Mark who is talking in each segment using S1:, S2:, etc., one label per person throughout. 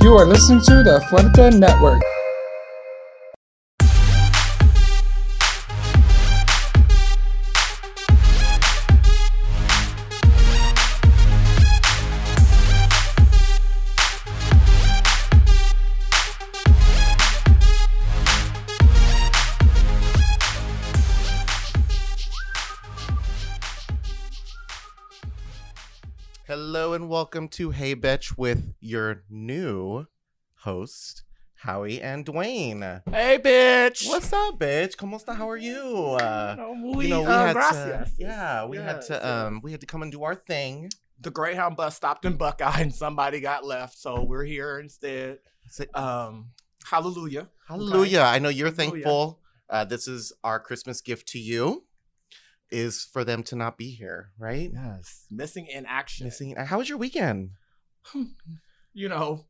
S1: You are listening to the Fuerte Network.
S2: Hello and welcome to Hey Bitch with your new host, Howie and Dwayne.
S3: Hey, bitch.
S2: What's up, bitch? Como esta? How are you? Uh,
S3: Oh,
S2: you
S3: muy,
S2: know, we
S3: uh,
S2: had
S3: gracias.
S2: to, yeah, we had
S3: Yes,
S2: to, um, we had to come and do our thing.
S3: uh, The Greyhound bus stopped in Buckeye, and somebody got left, so we're here instead.
S2: So-
S3: Um, hallelujah.
S2: Hallelujah! I know you're
S3: Hallelujah.
S2: thankful. Uh, this is our Christmas gift to you, is for them to not be here, right?
S3: Yes. Missing in action.
S2: Missing. How was your weekend?
S3: You know,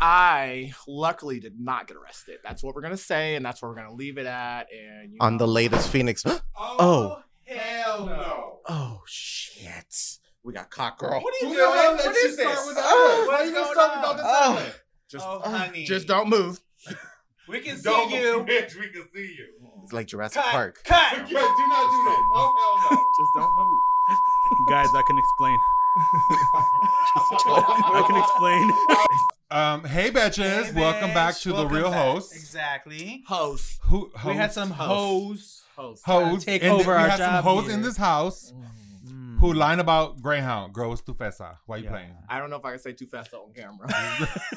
S3: I luckily did not get arrested. That's what we're gonna say, and that's where we're gonna leave it at. And you
S2: On
S3: know-
S2: the latest Phoenix.
S4: Oh, hell no.
S2: oh shit! We got cock girl.
S4: What are you
S3: Who
S4: doing?
S3: the hell let
S4: What
S3: you
S4: is
S3: start
S4: this?
S3: with that?
S4: Oh,
S3: Why
S4: Why
S3: you
S4: you
S3: gonna
S4: start
S3: start
S4: about this?
S2: Oh.
S4: other?
S2: Just-
S4: oh, honey.
S3: Just don't move.
S4: We can
S3: Don't-
S4: see you. Bitch, we can see you.
S2: It's like Jurassic
S4: Cut.
S2: Park.
S4: Cut. do not do this. Oh, hell no.
S5: Just don't move. Guys, I can explain. I can explain.
S6: Um, hey
S4: Hey,
S6: bitches, welcome
S4: bitch.
S6: back to
S4: Welcome
S6: the real
S4: back.
S6: host.
S4: Exactly.
S3: Host.
S6: Who
S4: We had some hoes.
S3: Host.
S6: hoes
S4: take
S6: in thi-
S4: over
S6: we
S4: our
S6: had
S4: job
S6: some hoes
S4: here. Mm-hmm.
S6: in this house who line about Greyhound. Grows tu fesa. Why you
S4: Yeah.
S6: playing?
S3: I don't know if I can say too fast on camera.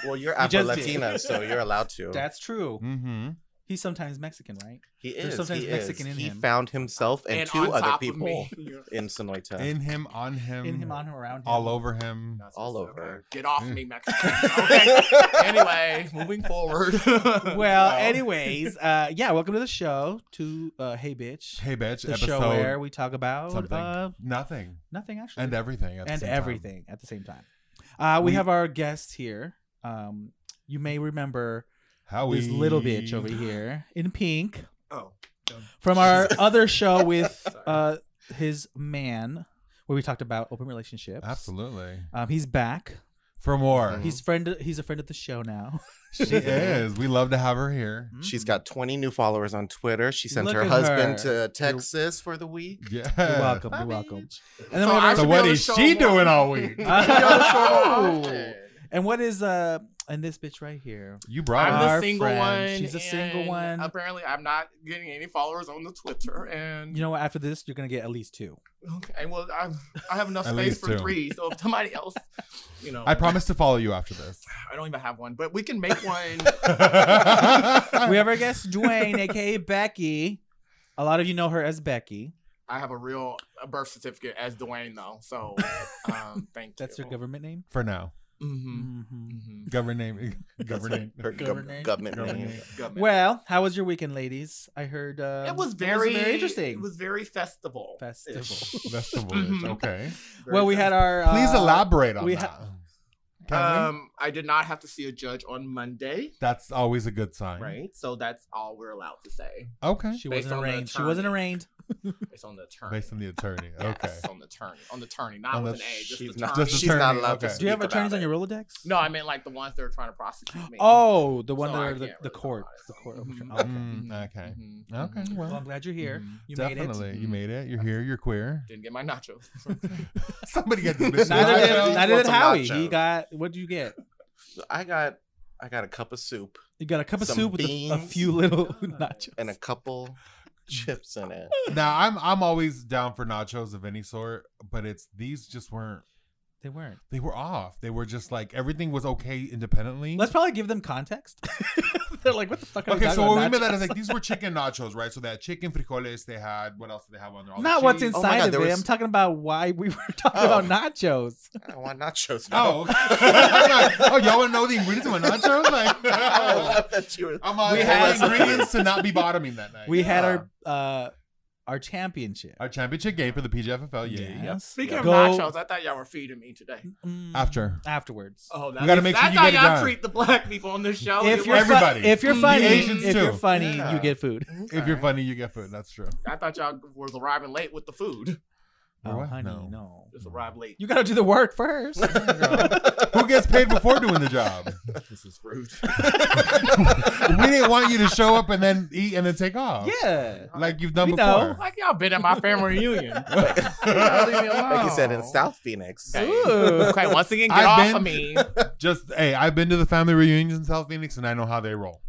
S2: Well, you're
S4: You
S2: Afro
S4: just did.
S2: Latina, so you're allowed to.
S4: That's true.
S6: Mm-hmm.
S4: He's sometimes Mexican, right?
S2: he
S4: there's
S2: is.
S4: sometimes
S2: he
S4: Mexican
S2: is.
S4: in
S2: he
S4: him.
S2: found himself and,
S3: on
S2: two other
S3: top of
S2: people
S3: me.
S2: in Sonoyta.
S6: In him, on him,
S4: In him, on him, around him.
S6: all over him.
S3: Not
S2: All
S3: specific.
S2: over.
S3: Get off me, Mexican. Okay. anyway, moving forward.
S4: Well, anyways, uh, yeah, welcome to the show. To uh, Hey Bitch.
S6: Hey bitch,
S4: the
S6: episode
S4: show where we talk about
S6: something,
S4: uh,
S6: nothing,
S4: nothing actually.
S6: and everything, at the
S4: and
S6: same time.
S4: everything at the same time. Uh, we,
S6: We-
S4: have our guest here. Um, you may remember
S6: How Oh, we
S4: this little bitch over here in pink
S3: Oh.
S4: from our other show with
S3: Sorry.
S4: uh, his man, where we talked about open relationships.
S6: Absolutely.
S4: Um, he's back.
S6: For more,
S2: Mhm.
S4: He's friend. He's a friend of the show now. Mm-hmm.
S6: she is. We love to have her here.
S2: She's got 20 new followers on Twitter. She sent
S4: Look
S2: her
S4: at
S2: husband
S4: her.
S2: to Texas for the week.
S6: Yeah.
S4: Mm-hmm. You're welcome. You're
S2: Bye,
S4: welcome.
S2: bitch.
S4: And then
S3: So
S4: we
S3: I
S4: have
S3: should
S4: our-
S6: So
S3: be
S6: what
S3: on the
S6: is
S3: show
S6: she
S3: more.
S6: doing all week?
S4: Oh. and what is uh and this bitch right here?
S6: You brought
S3: I'm
S6: her.
S3: the
S4: Our
S3: single
S4: friend.
S3: one.
S4: She's a single
S3: and
S4: one.
S3: Apparently, I'm not getting any followers on the Twitter, and
S4: You know what? After this, you're gonna get at least two.
S3: okay, well, I'm, I have enough
S6: At
S3: space
S6: least
S3: for
S6: two.
S3: three. So if somebody else, you know,
S6: I promise to follow you after this.
S3: I don't even have one, but we can make one.
S4: we have our guest Dwayne, aka Becky. A lot of you know her as Becky.
S3: I have a real a birth certificate as Dwayne though, so um, thank
S4: That's
S3: you.
S4: your government name. Mm-hmm.
S6: for now.
S3: hmm
S6: Govern name. Govern name.
S2: Her
S4: Governor
S2: gov-
S4: name.
S2: government
S6: Governor
S2: name.
S6: name.
S4: Well, how was your weekend, ladies? I heard uh,
S3: it was very,
S4: interesting.
S3: It was very festival.
S4: festival.
S6: That's the words.
S3: Mhm.
S6: Okay.
S3: Very
S4: well, we had our. Mm-hmm. Uh,
S6: Please elaborate on
S4: we
S6: that.
S4: ha-
S6: Can we?
S3: Um, I did not have to see a judge on Monday,
S6: That's always a good sign.
S3: right? So that's all we're allowed to say.
S6: Okay.
S4: She
S3: based
S4: wasn't
S3: on the
S4: arraigned. She wasn't
S3: attorney.
S4: arraigned.
S3: It's on the attorney.
S6: Based on the attorney.
S3: Yes,
S6: Okay.
S3: on the attorney. On the attorney, not
S6: On
S3: with
S6: the-
S3: an A. Just
S2: She's
S3: the
S2: not,
S3: attorney.
S2: she's
S6: attorney,
S2: not allowed to
S6: okay.
S4: Do you have
S2: speak about
S4: attorneys on
S2: it.
S4: your Rolodex?
S3: No, I meant like the ones that are trying to prosecute me.
S4: Oh, the one
S3: So
S4: that
S3: I
S4: are the,
S3: can't
S4: the
S3: really talk
S4: courts.
S3: about it.
S4: The court.
S3: Mhm.
S4: Okay.
S6: Mm, okay.
S3: Mhm.
S6: Okay.
S3: Mhm.
S4: Well, I'm
S6: Well,
S4: glad you're here.
S3: Mhm.
S4: Mm-hmm. You made
S6: definitely.
S4: it. Mm-hmm.
S6: You made it. You're here. You're queer.
S3: Didn't get my nachos.
S6: Somebody get this bitch.
S4: Neither
S2: I
S4: did,
S2: chose-
S4: neither did
S2: Some
S4: Howie.
S2: nachos.
S4: He got. What do you get?
S2: I got I got a cup of soup
S4: You got a cup of
S2: Some
S4: soup with a, a
S2: beans.
S4: few little nachos.
S2: and a couple chips in it.
S6: now I'm I'm always down for nachos of any sort, but it's these just weren't.
S4: They weren't.
S6: They were off. They were just like everything was okay independently.
S4: Let's probably give them context. They're like, what the fuck? Are
S6: Okay,
S4: we
S6: so
S4: talking
S6: what we
S4: about
S6: meant that
S4: nachos?
S6: is like these were chicken nachos, right? So that chicken frijoles they had. What else did they have on there? All the
S4: not what's
S6: cheese.
S2: Oh
S4: inside
S2: my God,
S4: of it.
S2: there was-
S4: I'm talking about why we were talking
S2: Oh.
S4: about nachos.
S2: I don't want nachos.
S6: Oh,
S2: now.
S6: okay. I'm like, oh, y'all want to know the ingredients of my nachos? Like, oh.
S2: I love that you were
S6: I'm like,
S4: We
S6: we
S4: had-
S6: had ingredients to not be bottoming that night.
S4: We had our uh our championship.
S6: our championship game for the PGFFL. Oh, Yeah, yeah.
S4: Yes.
S3: Speaking of
S4: Go-
S3: nachos, I thought y'all were feeding me today.
S4: Mm,
S6: After
S4: afterwards.
S3: Oh, that
S6: We gotta
S3: is-
S6: make sure
S3: that's
S6: you
S3: how
S6: get it
S3: y'all
S6: done.
S3: treat the black people on this show.
S4: if
S3: It
S4: you're
S3: was-
S4: fu-
S6: Everybody.
S4: if you're
S3: Oh, The
S4: funny,
S6: Asians
S4: if
S6: too.
S4: you're funny,
S2: Yeah.
S4: you get food.
S6: if you're funny, you get food. That's true.
S3: I thought y'all was arriving late with the food.
S6: Or
S4: Oh,
S6: what?
S4: honey,
S6: No.
S4: no.
S3: Just arrived late.
S4: You gotta do the work first.
S6: Who gets paid before doing the job?
S3: This is rude.
S6: we didn't want you to show up and then eat and then take off.
S4: yeah.
S6: Like you've done
S4: We know.
S6: before.
S3: like y'all been at my family reunion. leave me alone.
S2: Like you said, in
S3: Oh.
S2: South Phoenix.
S3: Okay.
S4: Ooh.
S3: okay, once again, get
S6: I've
S3: off
S6: been-
S3: of me.
S6: Just hey, I've been to the family reunions in South Phoenix and I know how they roll.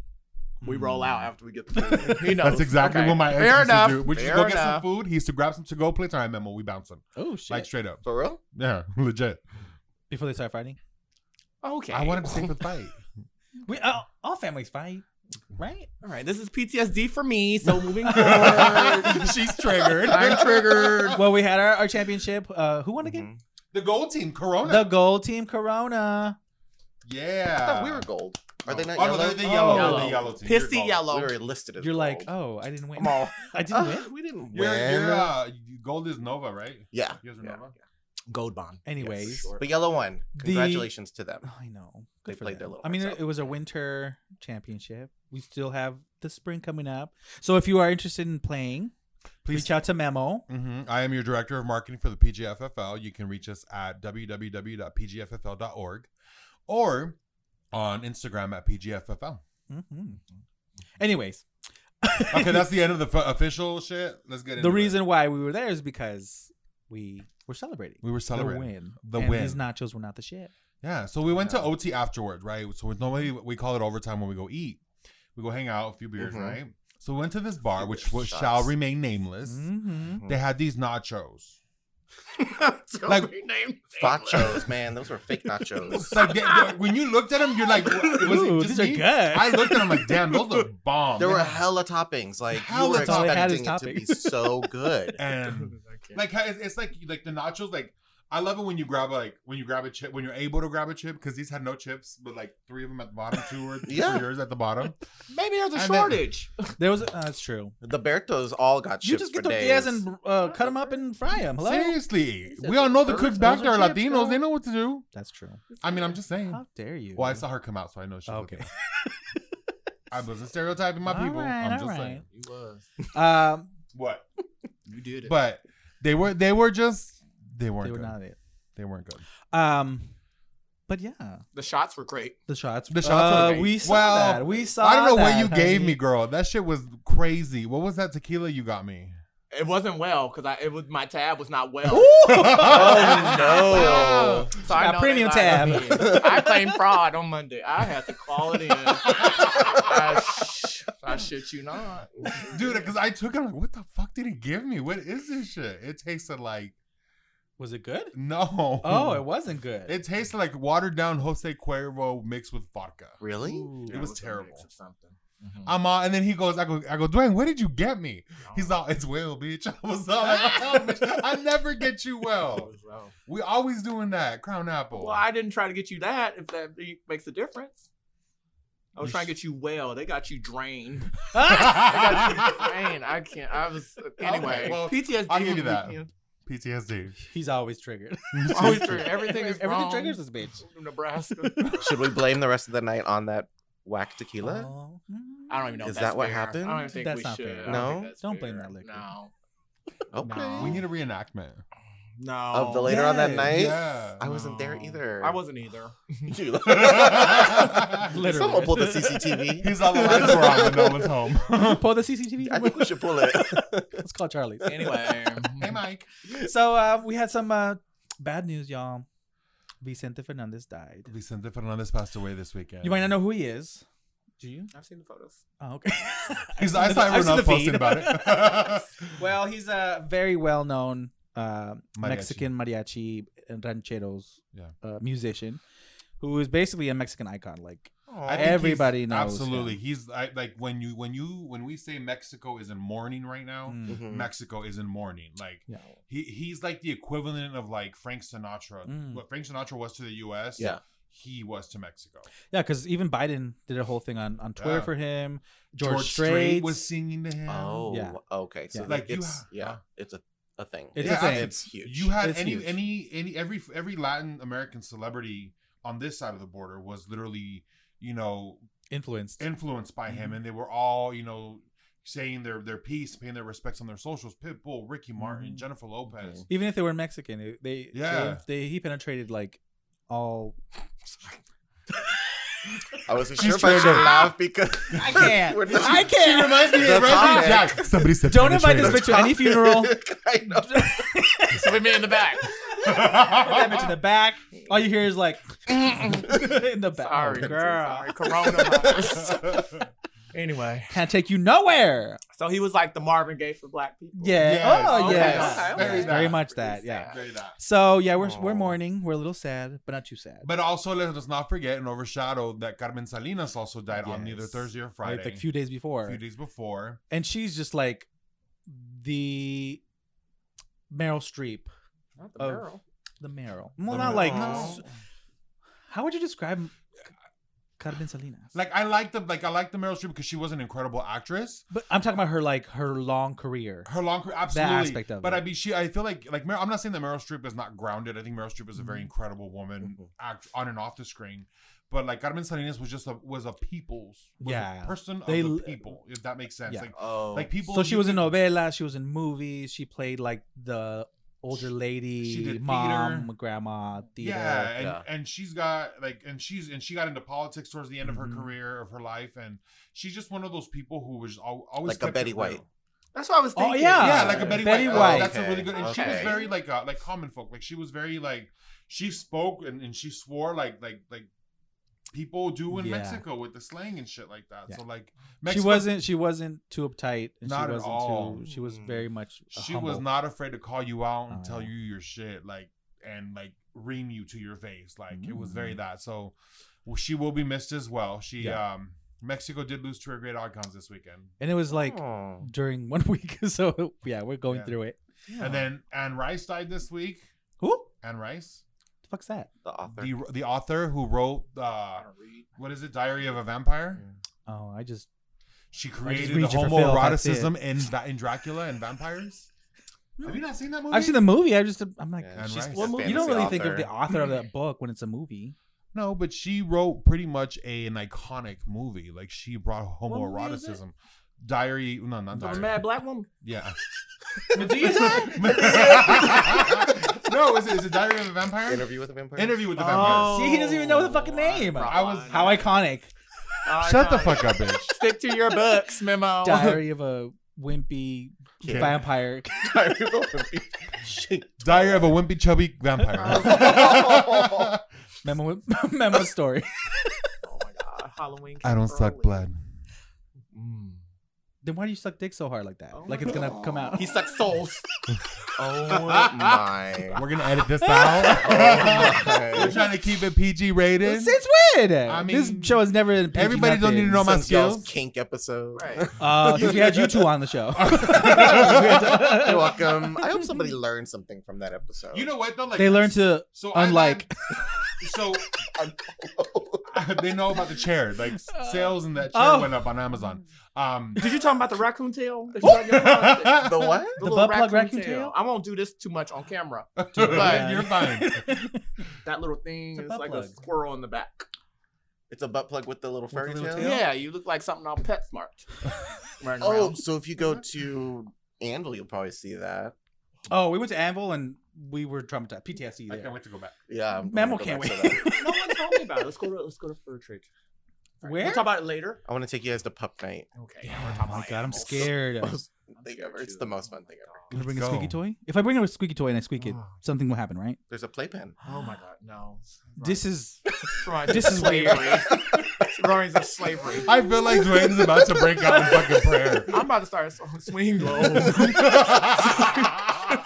S3: We roll out after we get the food. He knows.
S6: That's exactly
S3: Okay.
S6: what my ex
S3: Fair
S6: used
S3: enough.
S6: to do. We used to
S3: Fair
S6: go get
S3: enough.
S6: some food. He used to grab some to go plates. All right, Memo, we bouncing.
S4: Oh shit.
S6: Like straight up.
S2: For real?
S6: Yeah, legit.
S4: Before they start fighting,
S3: Okay.
S6: I wanted to see the fight.
S4: we all, all families fight, right?
S3: All right, this is PTSD for me. So moving forward,
S6: She's triggered.
S3: I'm triggered.
S4: well, we had our, our championship. Uh, who won
S2: Mm-hmm.
S4: again?
S6: The gold team, Corona.
S4: The gold team, Corona.
S2: I
S6: yeah.
S2: thought we were gold. Are they not
S6: oh,
S2: yellow?
S6: No, they're the yellow.
S4: Oh.
S6: They're the yellow team. You're
S3: pissy
S6: gold.
S3: yellow.
S2: We were listed as
S4: You're like,
S2: gold.
S4: oh, I didn't win.
S3: I'm all.
S4: I didn't win.
S2: Uh, we didn't
S6: You're,
S2: win.
S6: you're, uh, gold is Nova, right?
S2: yeah,
S6: You guys are
S3: Yeah.
S6: Nova?
S3: Gold bond.
S4: Anyways,
S2: but yellow won.
S4: The-
S2: Congratulations to them.
S4: I know.
S2: They
S4: Good for
S2: played their
S4: them.
S2: little
S4: I mean,
S2: hearts out.
S4: it, it was a winter championship. We still have the spring coming up. So if you are interested in playing,
S6: Please
S4: reach out to Memo.
S6: hmm I am your director of marketing for the PGFFL. You can reach us at www.pgffl.org or on Instagram at PGFFL.
S4: hmm
S6: Mm-hmm.
S4: Anyways,
S6: Okay, that's the end of the f- official shit. Let's get into
S4: the
S6: it.
S4: reason why we were there is because we were celebrating.
S6: we were
S4: The
S6: celebrating.
S4: win.
S6: The
S4: and
S6: win.
S4: These nachos were not the shit.
S6: Yeah, so we went to OT afterwards, right? So with normally
S2: Mm-hmm.
S6: we call it overtime when we go eat. We go hang out, a few beers,
S2: Mhm.
S6: right? So we went to this bar,
S2: Few
S6: which
S2: beers, Mm.
S6: was,
S2: shots.
S6: shall remain nameless.
S4: hmm
S6: They had these nachos. Like-
S3: like name
S2: Nachos, man, those were fake nachos.
S6: It's like they- they- when you looked at them, you're like, "What- was
S4: Ooh,
S6: it just
S4: these are
S6: me?"
S4: good.
S6: I looked at them like, damn, those are
S4: Oh,
S6: bomb.
S2: there
S6: They
S2: were
S6: had-
S2: hella toppings. Like
S6: Hella
S2: you were
S6: toppings. All
S4: they had
S2: expecting
S4: is
S2: it to be so good.
S3: Mm.
S6: and like how it's, it's like like the nachos like I love it when you grab like when you grab a chip when you're able to grab a chip because these had no chips but like three of them at the bottom two or
S2: Yeah.
S6: three yours at the bottom
S3: maybe there's a
S6: And then-
S3: shortage.
S4: There was. Uh, that's true.
S2: The Bertos all got chips
S4: You just
S2: for
S4: get tortillas
S2: days.
S4: and uh, cut them up and fry them. Hello.
S6: seriously
S2: These are
S6: we all know the
S2: burgers.
S6: cooks back
S2: Those
S6: there
S2: are
S6: are
S2: chips,
S6: Latinos
S2: girl.
S6: they know what to do
S4: That's true.
S6: I mean I'm just saying
S4: How dare you?
S6: well I saw her come out so I know she's
S4: Okay.
S6: okay I wasn't stereotyping my
S4: All
S6: people
S4: right,
S6: I'm
S4: all
S6: just
S4: right.
S6: saying
S3: You was.
S4: Um,
S6: what
S3: You did it.
S6: but they were they were just they weren't
S4: they were
S6: good
S4: not it.
S6: they weren't good
S4: Um, but yeah,
S3: the shots were great.
S4: the shots.
S6: The shots were
S4: Uh,
S6: great.
S4: we saw
S6: Well,
S4: that. We saw.
S6: I don't know what
S4: that,
S6: you gave
S4: honey.
S6: me girl that shit was crazy what was that tequila you got me
S3: It wasn't well because I it was my tab was not well.
S2: oh no!
S3: So I
S4: Got
S3: know
S4: premium
S3: they lied to me.
S4: tab.
S3: I claimed fraud on Monday. I had to call it in. I, sh- I shit you not.
S6: dude because i took it I'm like what the fuck did he give me what is this shit it tasted like
S4: Was it good?
S6: no
S4: Oh, it wasn't good.
S6: it tasted like watered down jose cuervo mixed with vodka
S2: Really?
S6: it was
S3: a mix
S6: terrible.
S3: of something. Mhm.
S6: i'm all and then he goes i go i go dwayne what did you get me he's all it's well bitch i was all like oh, bitch, i never get you
S3: It
S6: well
S3: was oh. well.
S6: we always doing that crown apple
S3: Well, I didn't try to get you that if that be- makes a difference. I was
S6: You
S3: trying to get you well. They got you drained.
S6: ptsd
S3: Drained. I can't. I was anyway.
S6: well,
S3: PTSD.
S6: I'll give you
S3: would be-
S6: that.
S3: you know,
S4: He's always triggered.
S3: Always triggered. Everything is
S4: Everything
S3: wrong.
S4: triggers this bitch.
S3: From Nebraska.
S2: Should we blame the rest of the night on that whack tequila?
S4: Oh.
S3: I don't even know. if
S2: Is
S3: that's
S2: that what
S3: fair.
S2: happened?
S3: I don't even think
S4: That's
S3: we
S4: not
S3: should.
S4: fair.
S3: I don't
S2: No?
S3: think that's
S4: Don't blame
S3: fair.
S4: that liquor.
S3: No.
S4: Oh,
S2: okay.
S3: No.
S6: we need a reenactment
S3: No.
S2: Of the later on that
S4: Yes.
S2: night,
S6: yeah
S2: I wasn't there
S3: No.
S2: either.
S3: I wasn't either.
S2: You-
S4: Literally.
S2: Someone pulled the CCTV.
S6: he's all the lights were on but no one's home
S4: Pull the CCTV.
S2: I think we should pull it.
S4: Let's call Charlie.
S3: Anyway.
S6: hey mike
S4: So uh, we had some uh, bad news, y'all. Vicente Fernandez died.
S6: Vicente Fernandez passed away this weekend.
S4: You might not know who he is. Do you?
S3: I've seen the photos.
S4: Oh, okay.
S6: He's,
S4: I've
S6: I
S4: seen
S6: saw
S4: the- I've
S6: everyone
S4: seen
S6: else
S4: the feed.
S6: posting about it.
S4: Well, he's a very well known uh,
S6: Mariachi.
S4: Mexican mariachi and rancheros
S6: Yeah.
S4: uh, musician who is basically a Mexican icon. Like,
S6: I think
S4: Everybody
S6: he's-
S4: knows
S6: Absolutely,
S4: him.
S6: he's I, like when you when you when we say Mexico is in mourning right now,
S4: mm,
S2: Mhm.
S6: Mexico is in mourning. Like
S4: Yeah.
S6: he he's like the equivalent of like Frank Sinatra.
S4: Mm.
S6: What Frank Sinatra was to the U.S.
S2: Yeah.
S6: he was to Mexico.
S4: yeah, because even Biden did a whole thing on, on Twitter
S6: Yeah.
S4: for him. George,
S6: Strait
S4: Strait
S6: was singing to him.
S2: Oh,
S4: Um, Yeah.
S2: okay. So
S4: Yeah.
S6: Like,
S2: like
S6: you
S2: it's
S6: ha-
S2: yeah,
S6: huh?
S2: it's a, a thing.
S4: It's
S6: a thing.
S2: It's huge.
S6: You had
S4: It's
S6: any
S4: huge.
S6: any any every every Latin American celebrity on this side of the border was literally you know
S4: influenced. Mm.
S6: influenced by him and they were all you know saying their their piece, paying their respects on their socials. Pitbull, Ricky Martin,
S4: Mhm.
S6: Jennifer Lopez.
S2: Okay.
S4: Even if they were Mexican, it- they
S6: Yeah.
S4: they, they he penetrated like all.
S2: I wasn't
S6: She's
S2: sure if I should
S6: triggered.
S2: laugh because
S4: I can't.
S2: We're not-
S4: I
S6: She
S4: can't.
S6: reminds me,
S2: The
S6: it reminds me of
S2: topic.
S6: Jack. Somebody said
S4: Don't invite this bitch to any funeral.
S2: I know.
S3: So we made it in the back.
S4: that bitch in the back. All you hear is like in the back.
S3: Sorry,
S4: Oh, girl.
S3: sorry, coronavirus.
S4: Anyway, can't take you nowhere.
S3: so he was like the Marvin Gaye for black people.
S4: Yeah.
S6: Yes.
S4: Oh,
S3: Okay, okay,
S4: yes.
S6: okay.
S4: Yes, Very
S6: That's
S4: much that. Yeah.
S6: Very that.
S4: So yeah, we're we're
S2: Aw.
S4: mourning. We're a little sad, but not too sad.
S6: But also, let us not forget and overshadow that Carmen Salinas also died on either
S4: Yes.
S6: Thursday or
S4: Like,
S6: Friday,
S4: Like a few days before,
S6: a few days before.
S4: and she's just like the Meryl Streep,
S3: Not the
S4: Of-
S3: girl.
S4: the Meryl. Well,
S6: The
S4: not
S6: Meryl.
S4: like.
S3: Aw.
S4: How would you describe Carmen Salinas?
S6: Like I like the like I like the Meryl Streep because she was an incredible actress.
S4: But I'm talking about her like her long career.
S6: Her long career, absolutely.
S4: aspect of
S6: but
S4: it.
S6: I mean, she. I feel like like Meryl, I'm not saying that Meryl Streep is not grounded. I think Meryl Streep is a very
S4: Mhm.
S6: incredible woman,
S2: Mhm.
S6: act on and off the screen. But like Carmen Salinas was just a was a people's was
S4: Yeah.
S6: a person
S4: They
S6: of
S4: l-
S6: the people. If that makes sense,
S4: Yeah.
S6: like
S2: Oh,
S6: like people.
S4: So she
S6: you
S4: was in
S6: could-
S4: novelas. She was in movies. She played like the older
S6: she
S4: lady,
S6: did
S4: mom, grandma, theater.
S6: yeah, and,
S2: yeah.
S6: and she's got like and she's and she got into politics towards the end of
S4: Mhm.
S6: her career of her life and she's just one of those people who was al- always
S2: Like a
S6: kept it
S2: Betty White.
S6: real.
S3: That's what I was
S4: Oh,
S3: thinking.
S4: yeah.
S6: yeah like a betty,
S4: Betty
S6: white,
S4: White.
S6: Oh, that's a really good and she was
S3: Okay.
S6: very like uh, like common folk like she was very like she spoke and, and she swore like like like people do in
S4: Yeah.
S6: mexico with the slang and shit like that
S4: Yeah.
S6: so like
S4: she wasn't. She wasn't too uptight. And
S6: Not at
S4: she wasn't
S6: all.
S4: Too, she was
S2: Mm.
S4: very much.
S6: she was not afraid to call you out and
S4: Oh,
S6: tell
S4: yeah.
S6: you your shit like and like ream you to your face like it was very
S4: Mm.
S6: that so well, she will be missed as well she
S4: Yeah.
S6: um mexico did lose to her great icons this weekend
S4: And it was like
S2: oh.
S4: during one week. So yeah, we're going
S6: Yeah.
S4: through it.
S6: and then anne rice died this week
S4: Who the
S6: anne rice
S4: fuck's that?
S2: the author.
S6: the, the author who wrote
S3: Oh, I
S6: uh
S3: don't read.
S6: what is it diary of a vampire
S4: Oh, I just.
S6: She created the
S4: read you for Phil, that's it.
S6: homoeroticism in Va- in Dracula and vampires. Have you not seen that movie?
S4: I've seen the movie. I just. I'm like.
S2: Yeah,
S6: And
S2: she's
S6: Rice.
S2: a
S6: What movie-
S4: You don't
S2: fantasy
S4: really think of the
S2: author.
S4: author of that book when it's a movie.
S6: No, but she wrote pretty much a, an iconic movie. Like she brought
S3: movie was
S6: homoeroticism. Diary, no, not
S3: The
S6: diary.
S3: mad black woman.
S6: Yeah.
S3: Medea died?
S6: no, is it, is it Diary of a Vampire? Interview,
S2: interview with a vampire.
S6: with the Vampire.
S4: See, he doesn't even know the fucking name.
S6: I was-
S4: How iconic!
S6: Shut the fuck up, bitch.
S3: Stick to your books, Memo.
S4: Diary of a wimpy
S6: Yeah.
S4: vampire.
S2: Diary of a Wimpy. Shit.
S6: Diary of a Wimpy Chubby
S2: Oh.
S6: Vampire.
S4: Memo, memo story.
S3: Oh my god, Halloween.
S6: I don't
S3: came
S6: suck
S3: early.
S6: blood.
S4: Then why do you suck dick so hard like that?
S3: Oh
S4: like
S3: my
S4: it's gonna
S3: God.
S4: come out.
S3: He sucks souls.
S2: Oh my.
S6: We're gonna edit this out.
S2: Oh my.
S6: We're trying to keep it PG rated.
S4: Since when?
S6: I
S4: this
S6: mean,
S4: show has never. been PG
S6: everybody don't need to know
S4: nothing.
S6: my
S2: Since y'all's
S6: skills.
S2: kink episode.
S3: Right.
S4: Uh, since we had you two on the show.
S2: You're welcome. I hope somebody learned something from that episode.
S6: You know what though? Like
S4: they learned to
S6: So I
S4: unlike.
S6: learned- so they know about the chair. Like sales in that chair
S4: Oh.
S6: went up on Amazon. Um,
S3: Did you talk about the raccoon tail? That you got in your closet?
S2: the what?
S4: The
S3: little
S4: butt plug raccoon tail?
S3: I won't do this too much on camera.
S4: Yeah.
S6: you're fine.
S3: That little thing
S4: It's a
S3: is
S4: butt
S3: like a
S4: plug.
S3: squirrel in the back.
S2: It's a butt plug with the little
S4: the
S2: furry
S4: little
S2: tail.
S4: tail?
S3: Yeah, you look like something on PetSmart. Running
S2: Oh,
S3: around.
S2: so if you go to Anvil, you'll probably see that.
S4: oh, we went to Anvil and we were traumatized. PTSD.
S6: I
S4: There.
S6: can't wait to go back.
S2: Yeah. I'm gonna
S4: Mammal
S2: go
S4: can't
S2: back
S4: wait.
S2: to that.
S3: No one told me about it. Let's go to let's go to Fur Trade.
S4: Where?
S3: We'll talk about it later.
S2: I want to take you guys to pup night.
S3: Okay. we're
S4: Oh
S3: talking
S4: my
S3: about
S4: god, I'm
S3: animals.
S4: scared.
S2: Most thing ever. It's the most fun thing ever.
S4: Gonna bring
S6: Let's
S4: a squeaky
S6: go.
S4: toy? If I bring a squeaky toy and I squeak it, something will happen, right?
S2: There's a playpen.
S3: Oh my god, no.
S4: This is
S3: Right.
S4: this is weird.
S3: Drawings of slavery.
S6: I feel like Dwayne's about to break out in fucking prayer.
S3: I'm about to start a song, swing low.
S4: Oh,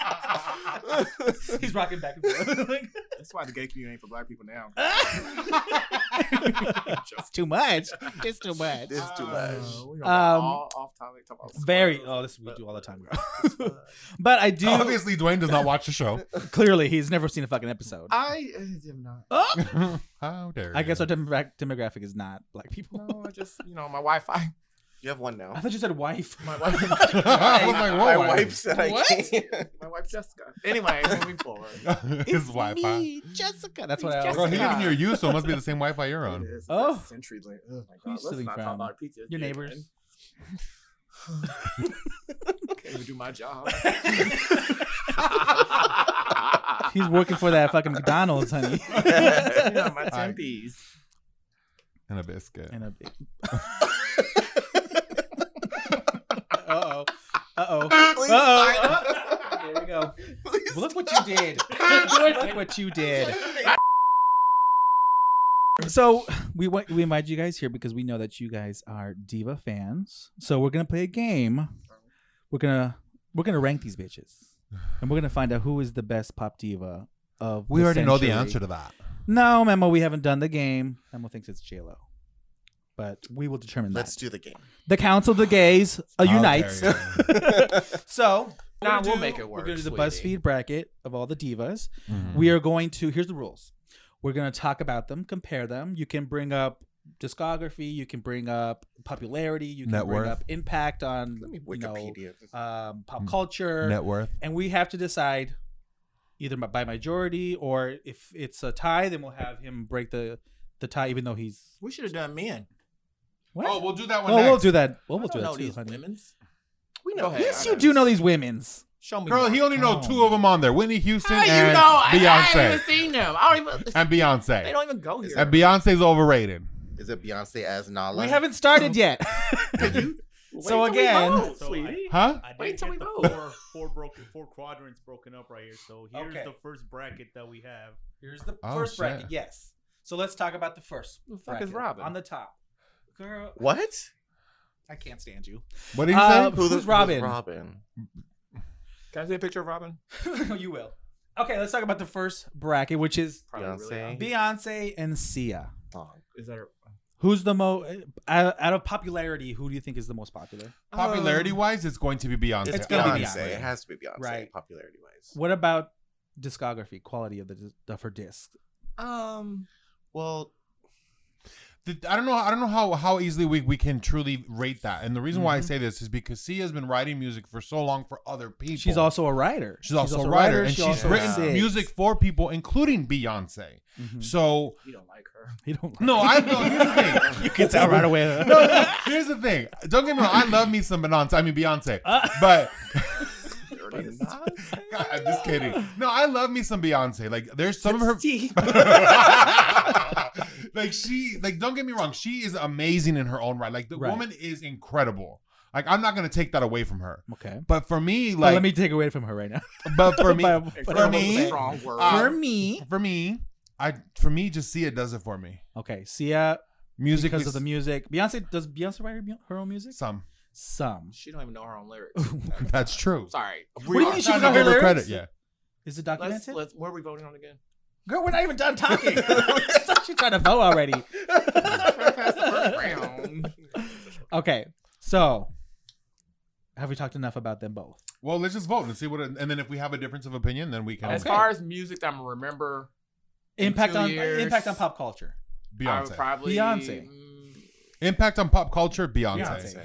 S4: He's rocking back and forth. Like,
S3: That's why the gay community ain't for black people now.
S4: it's too much. It's too much.
S2: It's too much.
S3: Uh, we
S4: Um,
S3: all off topic. Talk about
S4: Very.
S3: squirrels,
S4: Oh, this we
S3: but-
S4: do all the time, girl. but I do.
S6: Obviously, Dwayne does not watch the show.
S4: Clearly, he's never seen a fucking episode.
S3: I uh, am not.
S4: Oh!
S6: How dare
S4: I guess
S6: you.
S4: our demographic, demographic is not black people.
S3: No, I just you know my Wi-Fi.
S2: You have one now.
S4: I thought you said wife.
S3: My wife.
S6: I was like,
S2: My
S6: whoa,
S2: wife said I
S4: Oh What?
S2: can't.
S3: My wife Jessica. Anyway, moving forward.
S6: His Wi-Fi.
S4: me, Jessica. That's what I
S3: Jessica.
S6: Bro,
S4: always
S6: he's
S3: Yeah.
S6: even your you, so it must be the same Wi-Fi you're on.
S3: It is.
S4: Oh.
S3: Century link. Oh my
S4: Who you
S3: god. Let's
S4: stealing
S3: not talk
S4: from?
S3: about PTSD
S4: Your neighbors.
S3: again. Can't even do my job.
S4: He's working for that fucking McDonald's, honey.
S3: yeah, my
S6: I-
S3: tempies.
S6: and a biscuit.
S4: And a big. uh oh. Uh oh.
S2: Please
S4: Uh-oh.
S2: sign-
S4: There we go.
S2: Please
S4: Look what you did. Look what you did. So we wa- we invite you guys here because we know that you guys are diva fans. So we're gonna play a game. We're gonna we're gonna rank these bitches, and we're gonna find out who is the best pop diva of.
S6: we
S4: the
S6: already know the
S4: century.
S6: answer to that.
S4: No, Memo, we haven't done the game. Memo thinks it's J Lo, but we will determine
S2: Let's
S4: that.
S2: do the game.
S4: the Council of the Gays uh, unites.
S6: How dare you.
S4: So we're
S3: Nah,
S4: gonna
S3: we'll
S4: do-
S3: make it
S4: We're
S3: work,
S4: gonna do the
S3: sweetie.
S4: BuzzFeed bracket of all the divas.
S6: Mhm.
S4: We are going to. Here's the rules. We're going to talk about them, compare them. You can bring up discography. You can bring up popularity. You can
S6: Net
S4: bring
S6: worth.
S4: up impact on
S2: Let me
S4: you
S2: Wikipedia. this.
S4: know, um, pop
S6: Mm.
S4: culture,
S6: net worth.
S4: and we have to decide either by- by majority or if it's a tie, then we'll have him break the the tie, even though he's
S3: We should have done men.
S4: what?
S6: Oh, we'll do that one.
S4: Oh,
S6: next.
S4: we'll do that. Well, we'll
S3: I
S4: do
S3: don't
S4: that
S3: know
S4: too,
S3: these
S4: honey.
S3: women's.
S2: we
S3: Go
S2: know.
S3: ahead.
S4: Yes, you do know these women's.
S3: Show me.
S6: Girl,
S3: one.
S6: he only know two of them on there: Whitney Houston
S3: How do you
S6: and
S3: know? I, I haven't
S6: Beyonce.
S3: even seen them. I don't even.
S6: and Beyonce.
S3: They don't even go here.
S6: and Beyonce's overrated.
S2: Is it Beyonce as Nala?
S4: We haven't started yet. so
S3: Wait till we
S4: again-
S3: vote,
S5: So I-
S3: sweetie.
S6: Huh?
S5: I did
S3: Wait till
S5: get
S3: we
S5: the
S3: vote.
S5: four, four broken, four quadrants broken up right here. So here's
S4: Okay.
S5: the first bracket that we have.
S4: Here's the
S6: Oh,
S4: first
S6: shit.
S4: bracket. Yes. So let's talk about the first.
S3: Who the fuck
S4: bracket
S3: is Robin?
S4: on the top? Girl,
S2: What?
S4: I can't stand you.
S6: What did he
S4: Uh,
S6: say?
S4: Who's Robin?
S2: Robin.
S3: Can I see a picture of Robin?
S4: you will. Okay, let's talk about the first bracket, which is
S2: Beyonce.
S4: Beyonce and Sia.
S3: Is that her?
S4: Who's the most out, out of popularity? Who do you think is the most popular?
S6: Popularity wise, Uh, it's going to be Beyonce.
S4: It's gonna be
S6: Honestly.
S4: Beyonce.
S2: It has to be Beyonce.
S4: Right.
S2: Popularity wise.
S4: What about discography, quality of the dis- of her disc?
S2: Um. Well,
S6: Th- I don't know. I don't know how how easily we, we can truly rate that. And the reason why I
S4: Mhm.
S6: say this is because Sia has been writing music for so long for other people.
S4: She's also a writer.
S6: she's also, a writer, and
S4: she
S6: she's
S4: also
S6: written
S4: sings.
S6: music for people, including Beyonce.
S4: Mhm.
S6: So
S3: You don't like her.
S4: You don't.
S6: no, I know. Here's the thing.
S4: You can tell right away. huh?
S6: No, here's the thing. Don't get me wrong. I love me some Beyonce. I mean Beyonce,
S4: Uh,
S6: but.
S2: Beyonce.
S6: God, I'm just kidding. No, I love me some Beyonce. Like there's some of her like she like don't get me wrong, she is amazing in her own right. Like the
S4: Right.
S6: woman is incredible. Like I'm not gonna take that away from her.
S4: okay.
S6: But for me,
S4: But
S6: like
S4: let me take away from her right now.
S6: but for me
S4: By-
S6: for me
S3: Strong word.
S6: uh,
S4: for me.
S6: for me, I for me just see it does it for me.
S4: Okay, Sia
S6: Music
S4: because of the music. Beyonce does Beyonce write her, mu- her own music?
S6: some.
S4: Some.
S3: she don't even know her own lyrics.
S6: That's true.
S3: Sorry.
S4: What do you mean she was
S6: Trying to
S4: on her
S6: give her
S4: lyrics?
S6: credit, yeah.
S4: Is it
S3: Let's,
S4: documented?
S3: let's, what are we voting on again?
S4: Girl, we're not even done talking. She's trying to vote already. okay, so have we talked enough about them both?
S6: Well, let's just vote and see what it, and then if we have a difference of opinion, then we can
S3: As
S4: Okay.
S3: far as music that I'm gonna remember, In
S4: Impact
S3: two
S4: on
S3: years.
S4: impact on pop culture.
S3: I would
S6: Beyonce.
S3: probably
S4: Beyonce.
S3: Mm,
S6: Impact on pop culture, Beyonce.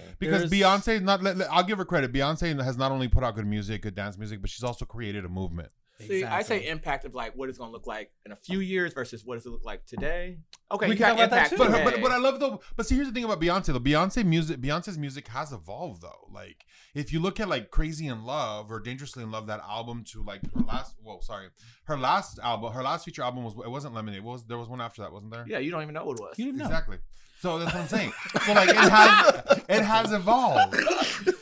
S4: There's-
S6: Because Beyonce is not. Let, let- I'll give her credit. Beyonce has not only put out good music, good dance music, but she's also created a movement.
S3: See, I say
S4: Exactly.
S3: impact of like what it's gonna look like in a few years versus what does it look like today. Okay,
S4: We
S3: you
S4: can
S3: got
S4: talk about that
S3: impact.
S4: too.
S6: But her,
S3: today.
S6: but but I love though. But see, here's the thing about Beyonce though. Beyonce music, Beyonce's music has evolved though. Like if you look at like Crazy in Love or Dangerously in Love, that album to like her last. Whoa, sorry, her last album, her last feature album was it wasn't Lemonade. What was there was one after that, wasn't there?
S3: yeah, you don't even know what it was.
S4: You didn't know.
S6: Exactly. So that's what I'm saying. So like it has it has evolved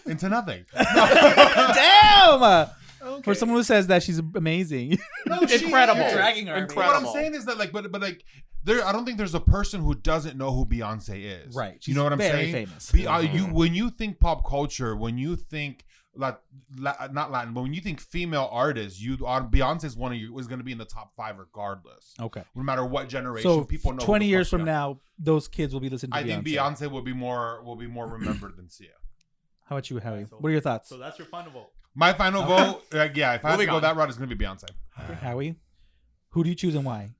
S6: into nothing.
S4: Damn!
S3: Okay.
S4: For someone who says that she's amazing.
S6: No, she-
S3: incredible,
S4: You're dragging her, man.
S3: incredible.
S6: What I'm saying is that like, but but like, there. I don't think there's a person who doesn't know who Beyonce is.
S4: right.
S6: you know what I'm
S4: very
S6: saying?
S4: famous.
S6: Be- uh, you when you think pop culture, when you think Lat- La- not Latin, but when you think female artists, you are Beyonce is one of you is going to be in the top five regardless,
S4: okay.
S6: no matter what generation.
S4: So
S6: people know. who
S4: 20
S6: the
S4: years
S6: fuck
S4: from
S6: they are.
S4: now, those kids will be listening to
S6: I think Beyonce will be more will be more remembered than Sia.
S4: How about you, Howie?
S5: So-
S4: What are your thoughts?
S5: So that's your final vote.
S6: My final vote, uh, yeah. If I have to
S3: Moving
S6: go
S3: on.
S6: that route, it's going to be Beyonce.
S4: Howie, who do you choose and why?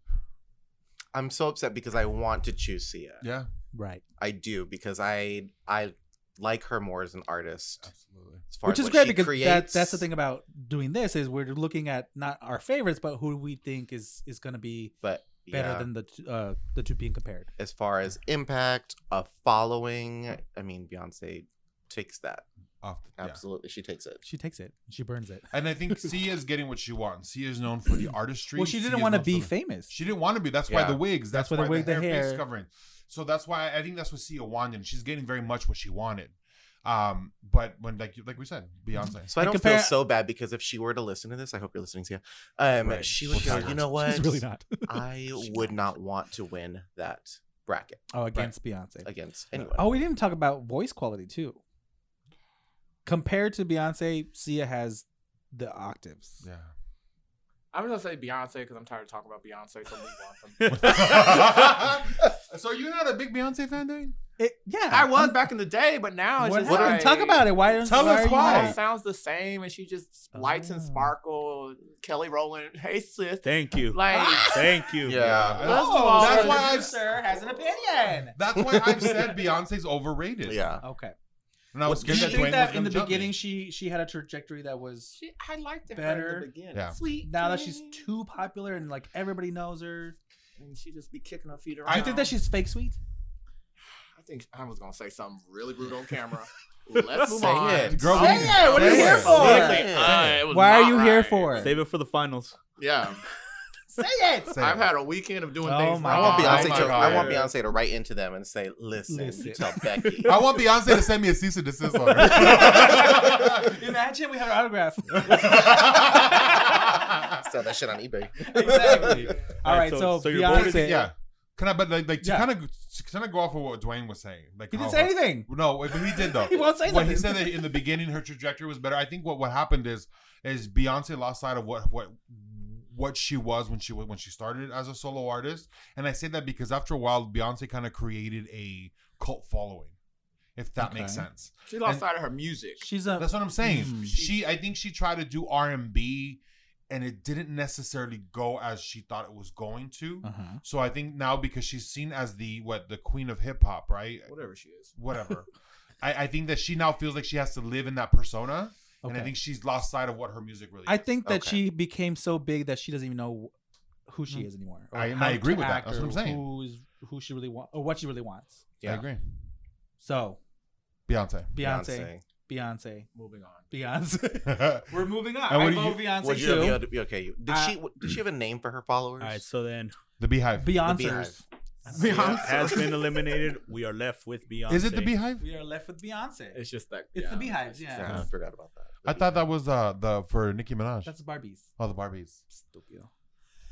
S2: I'm so upset because I want to choose Sia.
S6: Yeah,
S4: Right.
S2: I do because I I like her more as an artist.
S6: absolutely.
S2: As far
S4: Which
S2: as what
S4: is great
S2: she
S4: because that,
S2: creates.
S4: that's the thing about doing this is we're looking at not our favorites, but who we think is is going to be
S2: But
S4: better
S2: yeah,
S4: than the t- uh, the two being compared.
S2: as far as impact, a following. I mean, Beyonce takes that.
S6: Off the- yeah.
S2: Absolutely, she takes it.
S4: She takes it. She burns it.
S6: And I think Sia is getting what she wants. Sia is known for the artistry.
S4: Well, she
S6: Sia
S4: didn't
S6: is
S4: want to
S6: known
S4: be
S6: for-
S4: famous.
S6: She didn't want to be. That's why
S2: Yeah.
S6: the wigs.
S4: That's
S6: That's,
S4: why the
S6: why
S4: wig,
S6: the,
S4: the
S6: hair,
S4: hair.
S6: face covering. So that's why I think that's what Sia wanted. She's getting very much what she wanted. Um, but when like you- like we said, Beyonce.
S2: So I
S4: And
S2: don't
S4: compare-
S2: feel so bad because if she were to listen to this, I hope you're listening to you. Um,
S6: Right.
S2: she would
S6: She's
S2: go,
S6: not.
S2: you know what?
S4: She's really not.
S2: I would not want to win that bracket
S4: Oh, against Beyonce.
S2: against anyone.
S4: Oh, we didn't talk about voice quality too. Compared to Beyonce, Sia has the octaves.
S6: Yeah.
S3: I'm gonna say Beyonce because I'm tired of talking about Beyonce. So move on from.
S6: so you're not a big Beyonce fan, Dane?
S4: It, yeah,
S3: I was back in the day, but now it's
S4: What
S3: just
S4: happened?
S3: like,
S4: Talk about it. Why don't
S6: Tell
S4: why
S6: us
S4: are you
S6: why.
S3: It all
S4: not-
S3: sounds the same, and she just lights and
S4: Oh.
S3: sparkle. Kelly Rowland, hey sis,
S5: Thank you.
S3: like
S5: Thank you.
S2: Yeah.
S3: First of all,
S6: that's
S3: the
S6: why I've
S4: sir has an opinion.
S6: that's why I've said Beyonce's overrated.
S2: Yeah.
S4: Okay.
S6: And I was
S4: Do you
S6: scared that
S4: think
S6: Dwayne
S4: that
S6: was
S4: in
S6: gonna
S4: the
S6: jump me.
S4: beginning she she had a trajectory that was
S3: she, I liked her
S4: Better.
S3: at the beginning.
S6: Yeah.
S3: Sweet.
S4: now that she's
S3: dreams.
S4: too popular and like everybody knows her?
S3: And she just be kicking her feet around.
S4: Do you think that she's fake sweet?
S3: I think I was gonna say something really rude on camera. Let's move
S2: Say
S3: on.
S2: it.
S6: Girl,
S4: Say
S6: we-
S4: it. What are you
S6: say
S4: here
S6: it.
S4: for?
S6: Say it.
S3: Uh, it was
S4: Why are
S3: not
S4: you here
S3: right.
S4: for?
S5: Save it for the finals.
S3: Yeah,
S4: Say it.
S6: Say
S3: I've
S6: it.
S3: had a weekend of doing
S4: Oh
S3: things.
S4: my
S2: I
S3: wrong.
S2: want
S6: Oh
S2: Beyonce
S6: my
S2: to
S6: God.
S2: I want Beyonce to write into them and say, "Listen,
S4: Listen.
S2: you tell Becky."
S6: I want Beyonce to send me a cease and desist letter.
S4: Imagine we had her autograph.
S2: Sell that shit on eBay.
S4: exactly. All right, so,
S5: so you're voting-
S4: Beyonce.
S6: yeah. Can I? But like, like to
S4: Yeah.
S6: kind of to kind of go off of what Dwayne was saying. Like
S4: He didn't
S6: how-
S4: say anything.
S6: No, but he did though.
S4: He won't say
S6: Well, he
S4: nothing.
S6: said that in the beginning her trajectory was better. I think what what happened is is Beyonce lost sight of what what what she was when she was when she started as a solo artist. And I say that because after a while, Beyonce kind of created a cult following, if that makes
S4: Okay.
S6: sense.
S3: She lost
S6: And-
S3: sight of her music.
S4: She's a
S6: That's what I'm saying.
S4: Mm.
S6: She, I think she tried to do R and B, and it didn't necessarily go as she thought it was going to.
S4: uh-huh.
S6: So I think now because she's seen as the what the queen of hip hop, right?
S3: Whatever she is.
S6: Whatever. I, I think that she now feels like she has to live in that persona,
S4: okay.
S6: and I think she's lost sight of what her music really.
S4: I
S6: is.
S4: think that
S2: Okay.
S4: she became so big that she doesn't even know who she
S6: Mhm.
S4: is anymore.
S6: I- and
S4: how
S6: I
S4: to
S6: agree with that.
S4: act
S6: That's what I'm
S4: or
S6: saying.
S4: Who's who she really wants or what she really wants.
S6: I
S2: Yeah.
S6: agree.
S4: So
S6: Beyonce.
S4: Beyonce, Beyonce,
S3: Moving on.
S4: Beyonce. We're moving on.
S6: And
S4: I
S6: what do
S4: vote Beyonce
S2: Would you
S4: too.
S2: be able to be okay? Did
S4: Uh,
S2: she did she have a name for her followers?
S5: All right, so then
S6: the Beehive.
S4: Beyonce's.
S2: Yeah.
S5: Sia has been eliminated. We are left with Beyonce.
S6: Is it the Beehive?
S4: We are left with Beyonce.
S3: It's just that.
S4: It's the beehives,
S3: it's just
S4: yeah.
S2: Yeah, I forgot about that.
S6: I thought that was uh the for Nicki Minaj.
S4: That's Barbie's.
S6: oh, the Barbies.
S4: Stupid.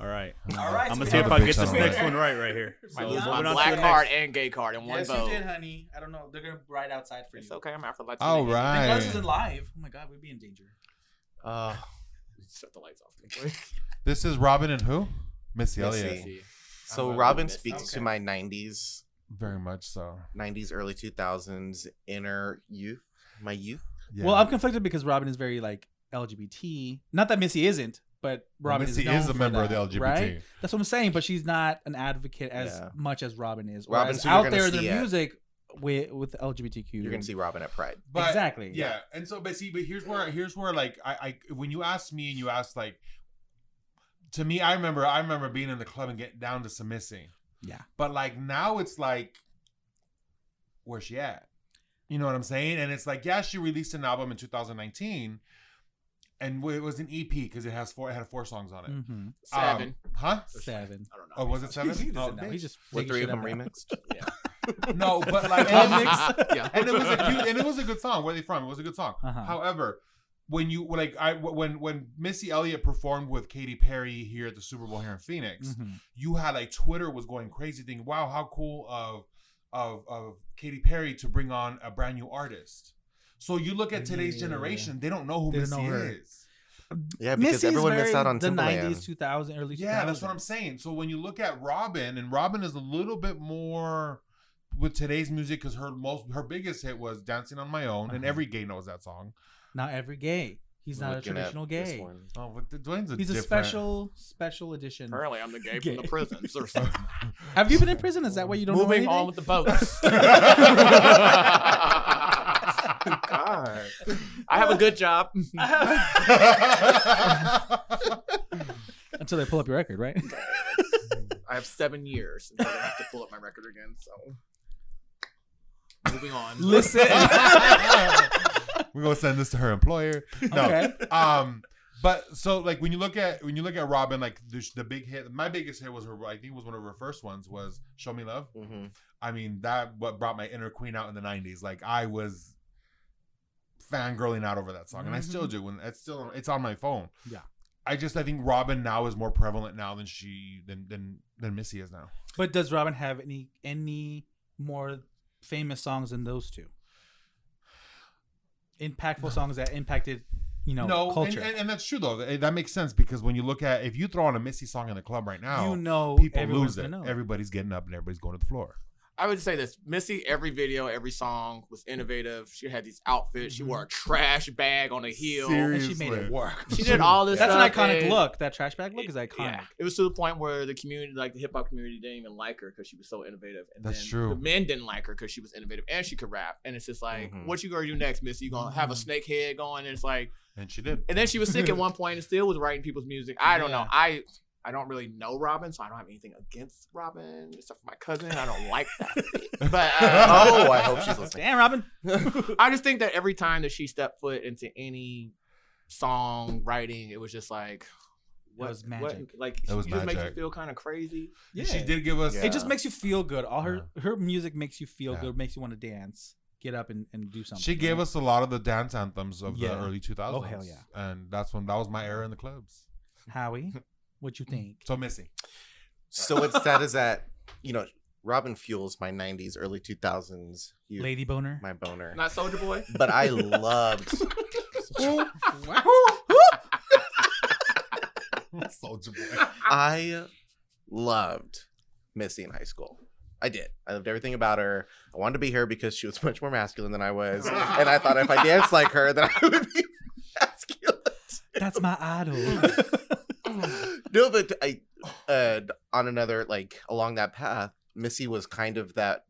S5: All right.
S4: All right.
S5: I'm
S4: so
S5: gonna
S4: we
S5: see
S4: have
S5: if
S4: a-
S5: I
S6: big
S5: get this
S6: sound.
S5: next one right right here. So
S4: My
S5: moving
S4: God.
S5: on to the
S3: black
S5: next-
S3: card and gay card in one
S4: Yes,
S3: vote.
S4: you did, honey. I don't know. They're gonna ride outside for
S3: It's
S4: you.
S3: okay. I'm out for lights.
S6: All
S3: and
S4: Thank God
S6: right.
S4: this isn't live. Oh my god, we'd be in danger.
S2: Uh,
S3: then- Shut the lights off. real quick.
S6: This is Robin and who? Missy
S2: Missy.
S6: Elliott.
S2: Yeah.
S3: I'm
S2: so
S3: a
S2: Robin
S3: mess.
S2: speaks to
S4: Okay.
S2: my '90s,
S6: Very much so.
S2: '90s, early 2000s inner youth, my youth.
S6: Yeah.
S4: Well, I'm conflicted because Robin is very like LGBT. Not that Missy isn't, but Robin
S6: Missy
S4: is,
S6: is, a member of the LGBT.
S4: Right? That's what I'm saying. But she's not an advocate as
S2: Yeah.
S4: much as Robin is.
S2: Robin,
S4: Whereas
S2: so you're
S4: out
S2: gonna
S4: there,
S2: see
S4: their
S2: it.
S4: music with with LGBTQ,
S2: You're gonna see Robin at Pride.
S6: But
S4: exactly.
S6: yeah, and so but see, but here's where here's where like I, I when you asked me and you asked like to me, I remember I remember being in the club and getting down to some missing.
S4: Yeah.
S6: But like now it's like where's she at? You know what I'm saying? And it's like, yeah, she released an album in 2019 and it was an EP because it has four it had four songs on it.
S4: Mhm.
S3: Seven.
S6: Um, huh?
S4: Seven.
S3: I don't know.
S6: Oh, was it seven?
S4: He doesn't
S6: Oh,
S4: know.
S6: bitch.
S4: He's just
S2: Were
S4: making
S2: three of
S4: shit
S2: them
S4: up now.
S2: remixed?
S6: No, but like
S4: Club
S6: and-
S4: mix.
S3: yeah.
S6: and it was a cute and it was a good song. Where are they from? It was a good song.
S4: Uh-huh.
S6: However, when you like I when when Missy Elliott performed with Katy Perry here at the Super Bowl here in Phoenix,
S4: Mhm.
S6: you had like Twitter was going crazy, thinking, "Wow, how cool of of of Katy Perry to bring on a brand new artist." So you look at today's
S4: Yeah.
S6: generation; they don't know who
S4: They don't
S6: Missy
S4: know her.
S6: is.
S2: Yeah, because
S4: Missy's
S2: everyone
S4: very
S2: missed out on
S4: the
S2: Timbaland.
S4: 90s, 2000, early 2000s.
S6: Yeah, that's what I'm saying. So when you look at Robin, and Robin is a little bit more with today's music because her most her biggest hit was "Dancing on My Own," and
S4: Uh-huh.
S6: every gay knows that song.
S4: Not every gay. He's not a
S2: Looking at
S4: traditional
S2: this
S4: gay.
S2: one.
S6: Oh, but the Dwayne's a
S4: He's a
S6: different-
S4: special, special edition.
S3: Apparently, I'm the gay from the
S4: Gay.
S3: prisons or something.
S4: Have you been in prison? Is that why you don't
S3: Moving
S4: know
S3: on
S4: anything?
S3: with the boats. God. I have a good job.
S4: Until they pull up your record, right?
S3: I have seven years until I have to pull up my record again. So Moving on.
S4: Listen.
S6: We're gonna send this to her employer. No.
S4: Okay.
S6: Um. But so like when you look at when you look at Robin, like the, the big hit, my biggest hit was her. I think it was one of her first ones was "Show Me Love."
S2: Mm-hmm.
S6: I mean, that what brought my inner queen out in the '90s. Like I was fangirling out over that song, and I still do. When it's still it's on my phone.
S4: Mm-hmm. Yeah.
S6: I just I think Robin now is more prevalent now than she than than than Missy is now.
S4: But does Robin have any any more famous songs than those two? Impactful songs that impacted, you know, culture.
S6: And, and, and that's true though. That, that makes sense because when you look at if you throw on a Missy song in the club right now,
S4: you know,
S6: people
S4: everyone's
S6: lose it.
S4: gonna know.
S6: Everybody's getting up and everybody's going to the floor.
S3: I would say this: Missy, every video, every song was innovative. She had these outfits. She wore a
S4: Mm-hmm.
S3: trash bag on a heel.
S4: and she made it
S6: Seriously.
S4: work.
S3: She did all this.
S4: That's an
S3: stuff,
S4: iconic
S3: and-
S4: look. That trash bag look is iconic.
S3: Yeah. It was to the point where the community, like the hip hop community, didn't even like her because she was so innovative. And
S6: That's
S3: then
S6: true.
S3: The men didn't like her because she was innovative and she could rap. And it's just like,
S2: Mhm.
S3: what you gonna do next, Missy? You gonna have a snake head going? And it's like,
S6: And she did.
S3: and then she was sick at one point and still was writing people's music. I don't know.
S4: Yeah.
S3: I I don't really know Robin, so I don't have anything against Robin except for my cousin. I don't like that. But uh,
S2: Oh, I hope she's listening.
S4: Damn, Robin.
S3: I just think that every time that she stepped foot into any song writing, it was just like. What,
S4: was
S3: what-
S4: magic.
S3: like it
S6: was
S3: just makes you
S6: magic.
S3: feel kind of crazy.
S4: Yeah.
S6: She did give us.
S2: Yeah.
S4: It just makes you feel good. All her her music makes you feel
S6: Yeah.
S4: good, makes you want to dance, get up and, and do something.
S6: She gave
S4: right?
S6: us a lot of the dance anthems of
S4: Yeah.
S6: the early 2000s.
S4: Oh, hell yeah.
S6: And that's when that was my era in the clubs.
S4: Howie. What you think?
S6: So Missy,
S2: So what's sad is that you know Robin fuels my '90s, early 2000s youth,
S4: Lady boner.
S2: my boner.
S3: Not Soldier Boy.
S2: But I loved.
S6: Soldier Boy.
S2: I loved Missy in high school. I did. I loved everything about her. I wanted to be her because she was much more masculine than I was, and I thought if I danced like her, then I would be masculine.
S4: That's my idol.
S2: no, but I uh, on another like along that path, Missy was kind of that.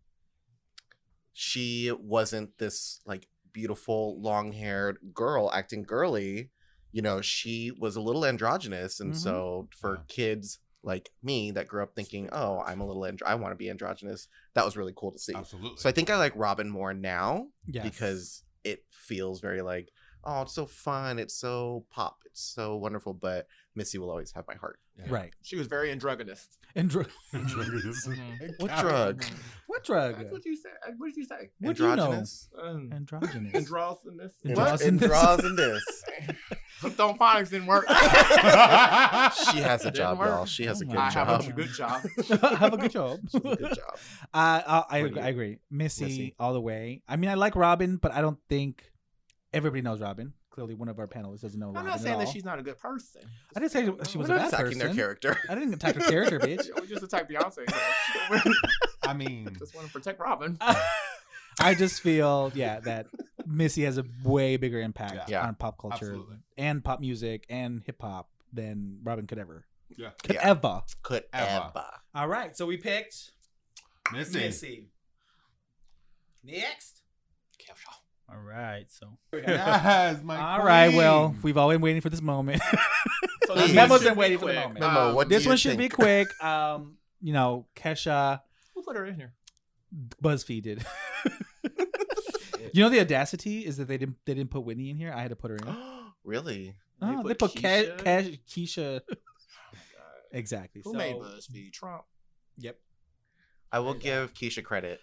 S2: She wasn't this like beautiful long haired girl acting girly. You know, she was a little androgynous, and
S4: Mhm.
S2: so for
S6: Mm-hmm. Yeah.
S2: kids like me that grew up thinking, "Oh, I'm a little andro- I want to be androgynous," that was really cool to see.
S6: Absolutely.
S2: So I think I like Robin more now
S4: Yes.
S2: because it feels very like oh it's so fun it's so pop it's so wonderful but missy will always have my heart
S4: right.
S3: She was very androgynous.
S4: And dr-
S6: Triggers.
S3: Mm-hmm.
S2: what
S6: God.
S2: drug
S4: what drug?
S3: That's what you said. What did you say?
S4: What do you know?
S2: androgynous
S3: Um,
S4: Androgynous.
S3: androgynous.
S4: Andros-
S3: What?
S4: in this.
S2: draws in this
S3: Don't phonics didn't work.
S2: she has a
S3: Didn't
S2: job
S3: work.
S2: y'all she has a
S4: Oh
S2: good
S4: my
S3: I have
S2: job
S3: a good job.
S4: Have a good job.
S2: She has a good job
S4: I I, I,
S2: What do
S4: agree,
S2: you-
S4: I agree. Missy,
S2: Missy?
S4: all the way. I mean, I like Robin, but I don't think everybody knows Robin. Clearly, one of our panelists doesn't know
S3: I'm
S4: Robin.
S3: not saying
S4: at all.
S3: that she's not a good person.
S4: I didn't say she was
S2: We're not
S4: a bad
S2: attacking
S4: person.
S2: their character
S4: I didn't attack her character, bitch.
S3: We just attack Beyonce. though.
S6: I mean,
S3: just want to protect Robin.
S4: I just feel, yeah, that Missy has a way bigger impact
S2: Yeah.
S4: on pop culture
S6: Absolutely.
S4: and pop music and hip hop than Robin could ever.
S6: Yeah.
S4: Could
S2: Yeah.
S4: ever.
S2: could
S6: Emma.
S2: ever
S4: All right. So we picked
S6: Missy.
S4: Next.
S5: All right. So
S6: Yes, my
S4: All right. Well,
S6: queen.
S4: we've all been waiting for this moment.
S3: So
S2: Please.
S4: Memo's
S3: should
S4: been waiting
S3: be
S4: for the
S3: quick.
S4: moment.
S2: Memo,
S3: Um,
S2: what do
S4: this
S2: you
S4: one should be
S2: think?
S4: quick. Um, you know, Kesha
S3: Who put her in here?
S4: BuzzFeed did. you know the audacity is that they didn't they didn't put Whitney in here. I had to put her in.
S2: really
S4: Oh, they put, Ke-
S3: Keisha? uh,
S4: Ke- Keisha. exactly.
S3: Who
S4: so,
S3: made BuzzFeed? Trump.
S4: Yep.
S2: i will give keisha credit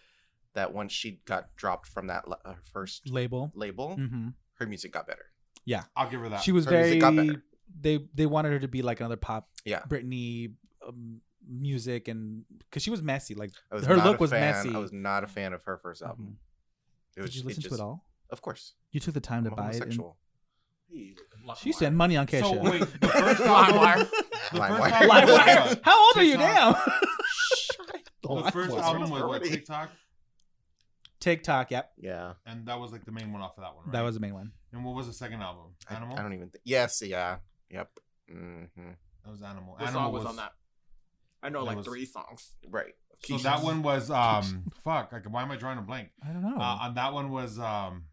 S2: that once she got dropped from that la- her first
S4: Label.
S2: label
S4: hmm
S2: her music got better
S6: I'll give her that.
S4: She was
S2: Her music got
S4: very.
S2: better.
S4: They they wanted her to be like another pop.
S2: Yeah.
S4: Britney um, music and because she was messy. Like
S2: I was
S4: her
S2: not
S4: look
S2: a
S4: was
S2: fan.
S4: messy. Mm-hmm.
S2: I was not a fan of her first album. Mm-hmm. It was,
S4: did you listen to
S2: just-
S4: it all?
S2: Of course.
S4: You took the time
S2: I'm
S4: to
S2: a
S4: buy it. And,
S2: homosexual.
S4: she spent money on Kesha.
S6: So wait, the first album,
S3: LimeWire.
S6: the
S2: LimeWire.
S6: first album,
S4: Livewire. How old are you now?
S6: TikTok. the first
S2: Livewire.
S6: album was what,
S2: Already.
S6: TikTok,
S4: TikTok. Yep,
S2: Yeah.
S6: and that was like the main one off of that one, right?
S4: that was the main one.
S6: And what was the second album?
S2: I,
S6: Animal.
S2: I don't e- even think. Yes. Yeah. Yep. hmm
S6: That was Animal.
S3: What
S6: Animal
S3: song was, on that? I know
S6: It
S3: like
S6: was-
S3: three songs.
S2: Right.
S6: So that one was um fuck. Like why am I drawing a blank?
S4: I don't know.
S6: Uh, on that one was um,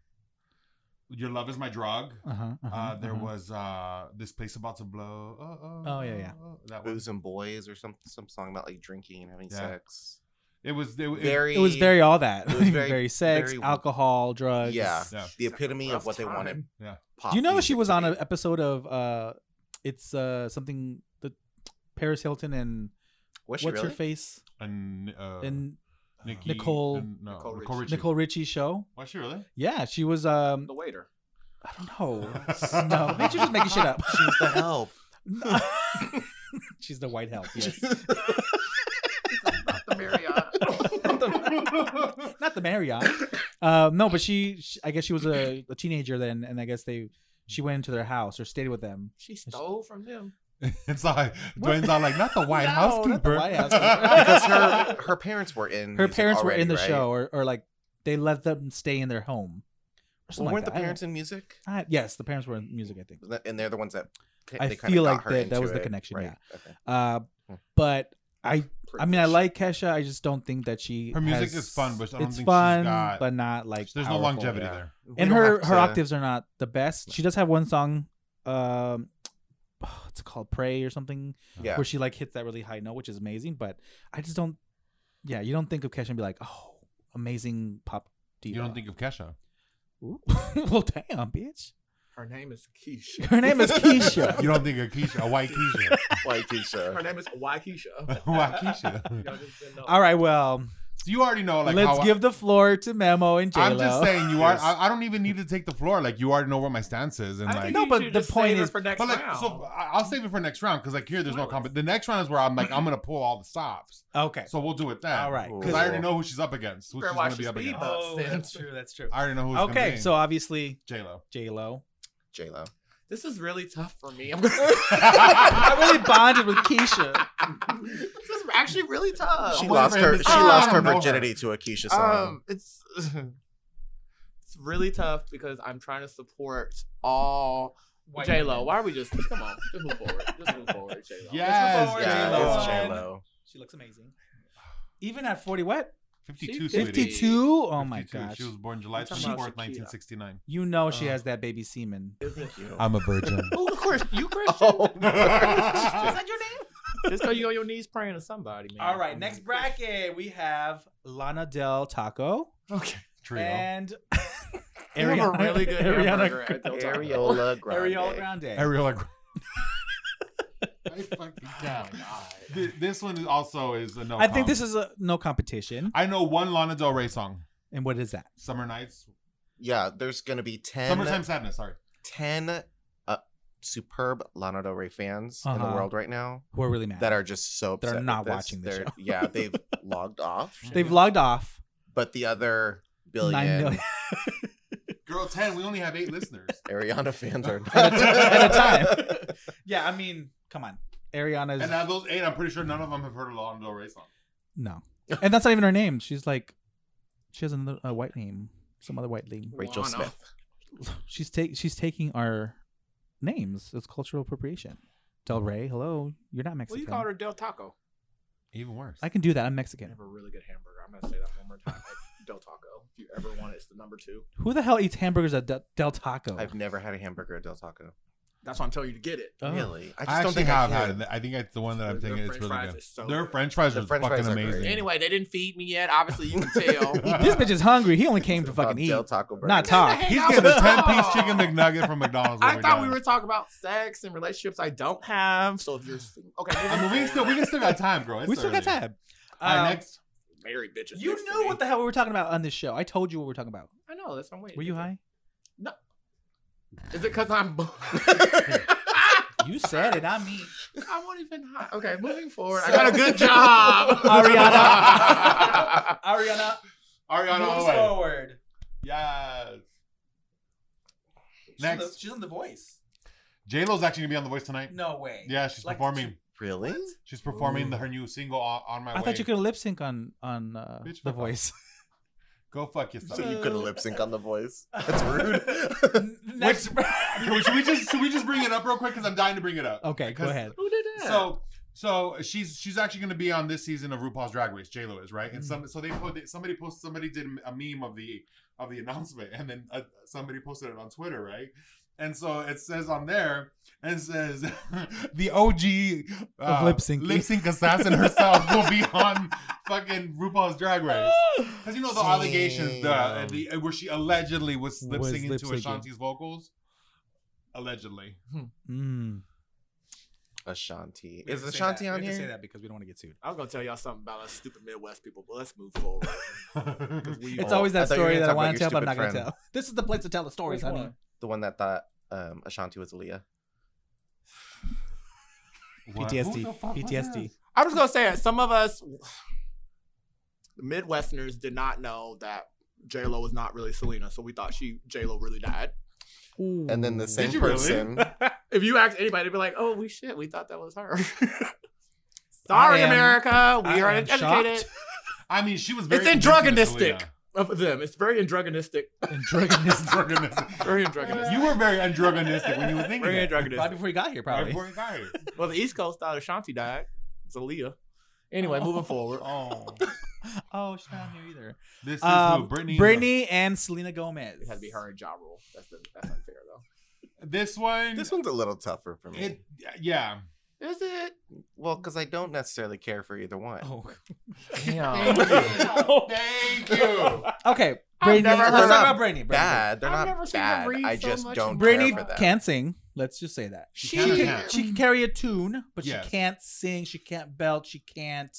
S6: Your Love Is My Drug.
S4: uh-huh, uh-huh,
S6: Uh, there
S4: uh-huh.
S6: was uh, this place about to blow. Oh, oh,
S4: Oh, yeah, yeah.
S6: oh, that one.
S2: Booze and Boys or some some song about like drinking and having
S6: Yeah.
S2: sex.
S6: It was it, it-
S2: very
S4: It was very all that.
S2: it was
S4: Very,
S2: very-
S4: sex,
S2: very-
S4: alcohol, drugs.
S2: Yeah.
S6: yeah.
S2: the epitome
S3: Rough
S2: of what they wanted.
S3: time.
S6: Yeah.
S2: Pop
S4: Do you know
S2: music
S4: she was
S2: to
S4: on
S2: be.
S4: an episode of uh, it's uh something the Paris Hilton and
S2: Was she
S4: what's
S2: really?
S4: her face
S6: And uh,
S4: and
S6: Nikki,
S4: Nicole-
S6: and- no,
S3: Nicole
S6: Nicole,
S3: Richie.
S6: Richie.
S4: Nicole Richie show.
S6: Was she really?
S4: Yeah, she was. Um,
S3: The waiter.
S4: I don't know. no, bitch, you're just making shit up.
S2: She was the help.
S4: No. She's the white help. Yes.
S3: The uh, Marriott.
S4: Not the Marriott. Um, no, but she, she. I guess she was a, a teenager then, and I guess they. She went into their house or stayed with them.
S3: she stole from them.
S6: it's like
S4: What?
S6: Dwayne's all like, not the White
S4: No, not the
S6: Housekeeper.
S4: White
S2: because
S4: Housekeeper.
S2: her her parents were in
S4: Her
S2: music
S4: parents were in the
S2: already, right?
S4: show, or, or like they let them stay in their home. or
S2: Well,
S4: something like
S2: weren't
S4: that.
S2: the
S4: I don't-
S2: parents in music?
S4: I- yes, the parents were in music. I think.
S2: Was that- And they're the ones that ca-
S4: I
S2: they kinda
S4: feel
S2: got
S4: like
S2: her
S4: that- that
S2: into
S4: was the
S2: it,
S4: connection,
S2: right? Okay.
S4: Uh,
S2: Hmm.
S4: but I. I mean, I
S2: Privilege.
S4: like Kesha. I just don't think that she.
S6: Her music
S4: has-
S6: is fun, but I don't
S4: it's
S6: think she's
S4: fun,
S6: got-
S4: but not like.
S6: There's no
S4: powerful.
S6: longevity
S2: yeah.
S6: there.
S2: We
S4: and
S2: don't
S4: her her
S2: have to-
S4: octaves are not the best. She does have one song, um, it's called "Pray" or something,
S2: Yeah.
S4: where she like hits that really high note, which is amazing. But I just don't. Yeah, you don't think of Kesha and be like, oh, amazing pop diva.
S6: You don't think of Kesha.
S4: Ooh. well, damn, bitch.
S3: Her name is Keish.
S4: Her name is Keisha.
S6: You don't think of Keisha, a white Keisha.
S2: Like
S3: Her
S2: Keisha.
S3: name is Waikisha.
S6: white Keisha.
S3: Y'all just didn't know.
S4: All right, well,
S6: You already know, like,
S4: let's
S6: how I-
S4: give the floor to Memo and J
S6: I'm just saying, you are.
S2: Yes.
S6: I, I don't even need to take the floor. Like, you already know where my stance is, and
S3: I
S6: like,
S3: think
S4: No,
S3: you
S4: but
S3: should
S4: the
S3: just
S4: point
S3: save it
S4: is-
S3: for next
S6: But like,
S3: round.
S6: so I- I'll save it for next round because like here, there's no comment. The next round is where I'm like, I'm gonna pull all the stops.
S4: Okay,
S6: So we'll do it then.
S4: all right.
S2: Ooh.
S6: Because I already know who she's up against. Who
S3: Better
S6: she's gonna
S3: watch
S6: be
S3: the
S6: up
S3: speed,
S6: against.
S3: though.
S5: Oh, that's true. That's true.
S6: I already know who's Gonna
S4: Okay,
S6: be.
S4: so obviously
S6: J Lo.
S4: J Lo.
S2: J Lo.
S3: This is really tough for me. I'm
S4: I really bonded with Keisha.
S3: this is actually really tough.
S2: She
S6: wonder
S2: lost
S6: if
S2: her. She
S6: it's-
S2: lost
S6: I
S2: her
S6: don't know her.
S2: virginity to a Keisha song.
S3: um, it's it's really tough because I'm trying to support all J Lo. Why are we just come on? Just move forward. Just move forward, J Lo.
S6: Yes,
S2: yeah,
S6: J-Lo.
S2: it's J Lo.
S4: She looks amazing. Even at 40, what?
S6: 52,
S3: She-
S6: sweetie.
S4: 52? Oh my
S6: 52.
S4: gosh.
S6: She was Uh. born July
S3: I'm talking
S6: 24th,
S3: about Shakira.
S6: 1969.
S4: You know she
S2: Oh.
S4: has that baby semen.
S3: Isn't you?
S6: I'm a virgin.
S3: Oh, of course, you Christian.
S2: Oh,
S4: your name?
S3: Just because you on your knees praying to somebody, man.
S4: All right, next bracket we have Lana Del Taco
S3: Okay.
S6: Trio.
S4: and
S3: You have a really good hamburger
S4: Ariana,
S3: at Del Taco.
S2: Ariola Grande.
S4: Ariana Grande.
S6: Ariel. Grande. I fucking can't. Th- This one is also is a no.
S4: Oh, I think
S6: comp.
S4: this is a no competition.
S6: I know one Lana Del Rey song.
S4: And what is that?
S6: Summer Nights.
S2: Yeah, there's gonna be 10,
S6: Summertime Sadness. Sorry.
S2: 10 uh, superb Lana Del Rey fans in the
S4: Uh-huh.
S2: world right now
S4: Who are really mad?
S2: that are just so
S4: They're
S2: upset. with
S4: not
S2: this.
S4: watching the
S2: They're-
S4: show.
S2: Yeah, they've logged off.
S4: They've logged off.
S2: But the other billion
S4: Nine million
S6: Girl, ten. We only have eight listeners.
S2: Ariana fans are not
S4: at, a, at a time. Yeah, I mean, come on, Ariana's
S6: And out of those eight, I'm pretty sure none of them have heard a Lana Del Rey song.
S4: no, and that's not even her name. She's like, she has another a white name, some other white name.
S2: Rachel
S3: Lana.
S2: Smith.
S4: she's take she's taking our names. It's cultural appropriation. Del Rey, hello, you're not
S3: Well,
S4: Mexican.
S3: you called her Del Taco.
S6: Even worse.
S4: I can do that. I'm
S3: I
S4: Mexican.
S3: have a really good hamburger. I'm gonna say that one more time. Like, Del Taco. If you ever want it, it's the number two.
S4: Who the hell eats hamburgers at Del, Del Taco?
S2: I've never had a hamburger at Del Taco.
S3: That's why I'm telling you to get it.
S4: Oh.
S2: Really? I
S6: I
S2: just don't
S6: actually
S2: think
S6: have
S2: I can.
S6: had it. I think it's the one that I'm
S3: Their
S6: thinking. It's
S3: french
S6: really
S3: fries
S6: good.
S3: is so
S6: Their
S3: good.
S6: French fries
S2: The
S6: are
S2: french
S6: fucking
S2: fries are great. Oh
S6: amazing.
S3: Anyway, they didn't feed me yet. Obviously, you can tell.
S4: this bitch is hungry. He only came to fucking eat,
S2: Del Taco burger.
S4: not talk.
S3: Hey,
S6: he's
S3: I
S6: getting a
S3: was-
S6: ten-piece chicken McNugget from McDonald's. when
S3: I
S6: we're
S3: thought
S6: done.
S3: we were talking about sex and relationships I don't have. So if you're sing- okay,
S6: I mean, we still we can still got time, girl. It's
S4: We still got
S6: early.
S4: time.
S6: All
S4: Um,
S6: right, next.
S3: married bitches.
S4: You
S3: next to
S4: knew
S3: me.
S4: what the hell we were talking about on this show. I told you what we were talking about.
S3: I know. That's what I'm waiting.
S4: Were you high?
S3: Is it because I'm?
S4: You said it, not me.
S3: I won't even high. Okay, moving forward. I got a good job,
S6: Uh, Ariana.
S4: Ariana,
S6: Ariana
S4: moves
S6: Holloway.
S4: forward.
S6: Yes.
S4: She's on the-
S6: Next.
S4: she's on The Voice.
S6: J Lo's actually gonna be on The Voice tonight.
S4: No way.
S6: Yeah, she's
S4: Like,
S6: performing.
S2: Really?
S6: She's performing
S4: Ooh.
S6: the, her new single on, on my
S4: I
S6: way.
S4: thought you could lip sync on on uh,
S6: Bitch,
S4: The
S6: fuck off.
S4: Voice.
S6: go fuck yourself.
S2: So you could lip sync on The Voice? That's rude.
S4: Next.
S6: Can we- should we just should we just bring it up real quick? Because I'm dying to bring it up.
S4: okay, go
S6: 'Cause-
S4: ahead.
S3: Who did that?
S6: So so she's she's actually going to be on this season of RuPaul's Drag Race. J Lo is right, and some so they put somebody posted somebody did a meme of the of the announcement, and then uh, somebody posted it on Twitter, right? And so it says on there, and it says the OG uh,
S4: Lip syncing.
S6: lip sync assassin herself will be on fucking RuPaul's Drag Race. Because you know the allegations, the,
S2: Damn.
S6: the uh, where she allegedly was lip
S4: Was
S6: syncing to
S4: lip-syncing.
S6: Ashanti's vocals. Allegedly,
S4: Mm.
S2: Ashanti.
S5: We have
S2: Is
S5: to say
S2: Ashanti
S5: that.
S2: on
S5: we have to say
S2: here?
S5: that because we don't want to get sued.
S3: I was gonna tell y'all something about us stupid Midwest people, but let's move forward. 'Cause we
S4: It's
S2: Oh,
S3: are-
S4: always
S2: I
S4: that
S2: thought you were
S4: story
S2: gonna talk
S4: that I
S2: about
S4: want
S2: your
S4: to tell, but I'm
S2: stupid
S4: not going to
S2: friend.
S4: tell. This is the place to tell the stories,
S5: Which
S4: honey.
S5: one?
S2: The one that thought um, Ashanti was Aaliyah.
S6: What? Who
S4: PTSD.
S6: the fuck was
S4: PTSD.
S6: this?
S3: I'm just gonna say it. Some of us Midwesterners did not know that J Lo was not really Selena, so we thought she J Lo really died.
S2: And then the same
S6: you really?
S2: person.
S3: If you ask anybody, they'd be like, "Oh, we shit, we thought that was her." Sorry,
S4: I am-
S3: America, we
S4: I
S3: are
S4: am
S3: educated
S4: shocked.
S6: I mean, she was. Very
S3: It's in
S6: convincing as
S3: Drugonistic. of them. It's very androgynistic.
S4: And drugging his
S6: Selena. Drugonistic.
S3: Very androgynistic.
S6: you were very androgynistic when you were thinking.
S3: very
S6: it.
S4: right
S3: androgynistic.
S4: before he got here,
S6: Right
S4: probably.
S6: before you got here.
S3: Well, the East Coast thought Ashanti died. It's Aaliyah. Anyway, moving forward.
S6: Oh,
S4: Oh, she's not here either.
S6: this is who
S4: Um,
S6: Brittany.
S4: Brittany, and Selena Gomez.
S3: It had to be her and Ja Rule. That's, the, that's unfair, though.
S6: This one.
S2: This one's a little tougher for me.
S6: It. Yeah.
S3: Is it?
S2: well, because I don't necessarily care for either one.
S4: Oh.
S6: Thank you. Thank you.
S4: Okay.
S3: I've
S4: Brittany.
S3: never heard
S4: let's talk
S2: of
S4: about Brittany. Brittany,
S2: Bad. They're
S3: I've
S2: not
S3: never seen them
S2: bad.
S3: read
S2: I
S3: so
S2: just
S3: much
S2: don't
S4: Brittany
S2: care for them.
S4: can't sing. Let's just say that.
S3: She,
S6: kinda
S4: She can,
S6: can't.
S4: she can carry a tune, but
S6: Yes.
S4: she can't sing. She can't belt. She can't.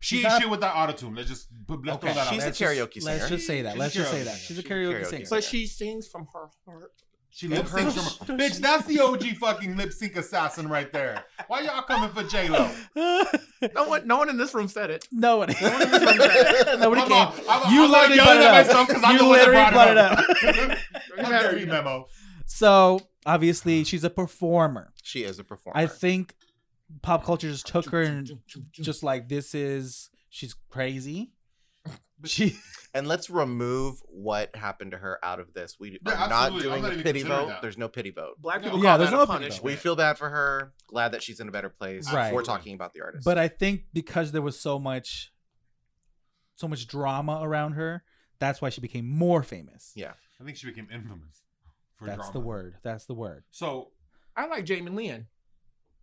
S6: She
S4: She's
S6: ain't
S4: not-
S6: shit with that auto tune. Let's just put let's
S4: Okay,
S6: throw that
S2: she's
S6: out
S2: a
S6: there.
S2: karaoke singer.
S4: Let's just say that.
S6: She's
S4: Let's
S6: a
S4: just
S6: karaoke
S4: say that. She's
S2: singer.
S4: a
S2: She's a
S4: karaoke
S2: karaoke
S4: singer.
S2: singer.
S3: but she sings from her heart.
S6: She lip syncs.
S4: Does
S6: from- Bitch, that's the OG fucking lip sync assassin right there. Why y'all coming for J Lo?
S3: No one, no one in this room said it.
S4: no one. Nobody
S6: Come on.
S4: came.
S6: I'm-
S4: You
S6: I'm not
S4: literally
S6: yelling
S4: brought it
S6: at
S4: up.
S6: myself 'cause I'm
S4: You
S6: the one that
S4: literally
S6: brought
S4: brought
S6: it up. How dare you, Memo?
S4: So obviously, she's a performer.
S2: She is a performer.
S4: I think pop culture just took her and just like this is she's crazy. She
S2: and let's remove what happened to her out of this. We
S6: Yeah,
S2: are not
S6: absolutely.
S2: doing
S6: I'm not
S2: a
S6: even
S2: pity
S6: considering
S2: vote.
S6: that.
S2: There's no pity vote.
S3: Black people
S6: No.
S4: Yeah,
S3: call
S4: there's
S3: that
S4: no
S3: a
S4: pity
S3: punishment.
S2: We feel bad for her. Glad that she's in a better place.
S4: Right.
S2: We're talking about the artist.
S4: but I think because there was so much so much drama around her, that's why she became more famous.
S2: Yeah.
S6: I think she became infamous for
S4: That's
S6: drama.
S4: the word. That's the word.
S6: So,
S3: I like Jamie Lynn.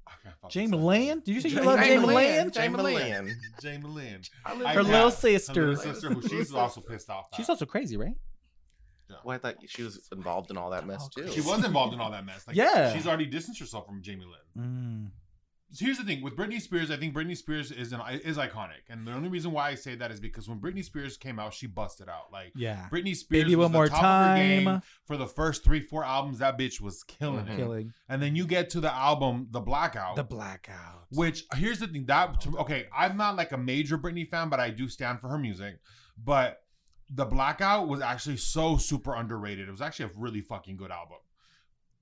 S6: I can't fucking
S4: Jamie
S6: say that.
S4: Lynn? Did you say you
S6: Jamie
S4: love
S6: Lynn.
S4: Jamie Lynn?
S3: Lynn.
S2: Jamie
S3: Jamie
S2: Lynn.
S6: Jamie Lynn.
S3: I
S6: I
S4: Her
S3: her
S6: can't.
S4: little
S6: Her
S4: sister.
S6: little sister, who she's also pissed off. At.
S4: She's also crazy, right?
S2: Well, I thought
S3: Oh,
S2: she was involved in all that mess too.
S6: she was involved in all that mess. Like,
S4: Yeah.
S6: she's already distanced herself from Jamie Lynn.
S4: Mm.
S6: So here's the thing with Britney Spears. I think Britney Spears is an is iconic, and the only reason why I say that is because when Britney Spears came out, she busted out. Like
S4: Yeah.
S6: Britney Spears
S4: Baby,
S6: was
S4: one
S6: the
S4: more
S6: top of her game
S4: time.
S6: for the first three four albums. That bitch was killing it,
S4: Killing
S6: and then you get to the album The Blackout.
S4: the blackout.
S6: which here's the thing that to- okay, I'm not like a major Britney fan, but I do stand for her music. But the Blackout was actually so super underrated. It was actually a really fucking good album.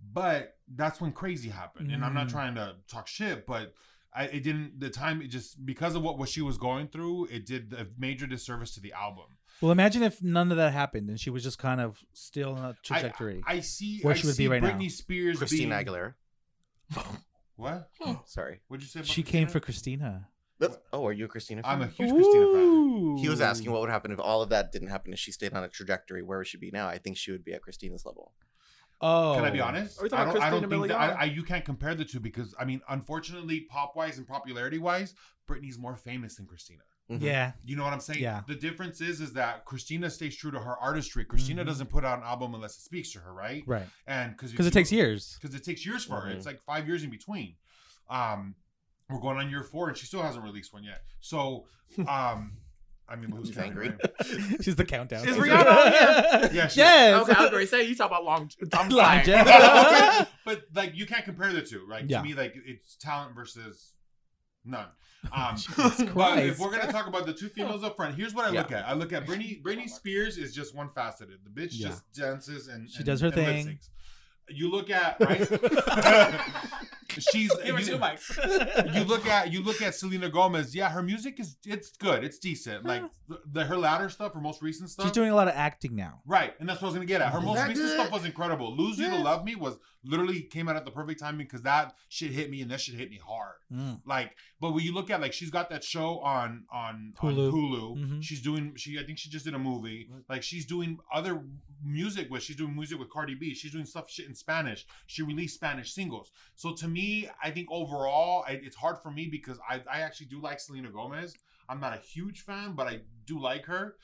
S6: But that's when Crazy happened, and I'm not
S4: Mm.
S6: trying to talk shit, but I, it didn't. The time it just because of what what she was going through, it did a major disservice to the album.
S4: Well, imagine if none of that happened and she was just kind of still on a
S6: I-
S4: trajectory.
S6: I, see
S4: Where
S6: I
S4: she would
S6: see
S4: be right now.
S6: Britney Spears,
S2: Christine
S6: being-
S2: Aguilera.
S6: What?
S2: Sorry.
S6: What'd you say? About
S4: she came for
S6: Christina?
S4: Christina.
S2: Oh, are you a Christina fan?
S6: I'm a huge Christina fan.
S2: He was asking what would happen if all of that didn't happen if she stayed on a trajectory where would she be now? I think she would be at Christina's level.
S4: Oh,
S6: Can I be honest?
S3: Are we
S6: I
S3: talking
S6: don't, I
S3: Christina
S6: don't think that
S3: Milian?
S6: I, I, you can't compare the two because I mean, unfortunately, pop wise and popularity wise, Britney's more famous than Christina.
S2: Mhm.
S4: Yeah,
S6: You know what I'm saying?
S4: Yeah.
S6: The difference is, is that Christina stays true to her artistry. Christina
S4: Mhm.
S6: doesn't put out an album unless it speaks to her, right?
S4: right.
S6: And because
S4: Because it takes years.
S6: Because it takes years for her.
S2: Mhm.
S6: It's like five years in between. Um, we're going on year four, and she still hasn't released one yet. So, um, I mean, who's
S2: She's
S6: counting,
S2: angry.
S6: right?
S4: She's the countdown.
S3: Is Rihanna on here?
S6: Yeah, she-
S4: yes.
S3: Okay, I was gonna say you talk about long. I'm
S4: Long
S3: sorry.
S4: Jeff.
S6: but like you can't compare the two. Like
S4: Yeah.
S6: to me, like it's talent versus none. Um,
S4: Jesus
S6: but if
S4: Christ.
S6: we're gonna talk about the two females up front, here's what I
S2: Yeah.
S6: look at. I look at Britney. Britney Spears is just one faceted. The bitch
S4: Yeah.
S6: just dances and
S4: She
S6: and-
S4: does her
S6: and lip
S4: thing.
S6: syncs. You look at right. she's
S5: Give her
S6: you-
S5: two mics.
S6: you look at you look at Selena Gomez. Yeah, her music is it's good. It's decent. Like the, the her latter stuff, her most recent stuff.
S4: She's doing a lot of acting now.
S6: right, and that's what I was gonna get at. Her
S2: Is
S6: most
S2: that
S6: recent
S2: good?
S6: stuff was incredible. Lose You to
S2: Yeah.
S6: Love Me was literally came out at the perfect timing because that shit hit me and that shit hit me hard.
S4: Mm,
S6: Like, but when you look at like she's got that show on on
S4: Hulu.
S6: on Hulu.
S4: Mhm.
S6: She's doing she I think she just did a movie. Like she's doing other music with she's doing music with Cardi B. She's doing stuff shit in Spanish. She released Spanish singles. So to me, I think overall I, it's hard for me because I I actually do like Selena Gomez. I'm not a huge fan, but I do like her.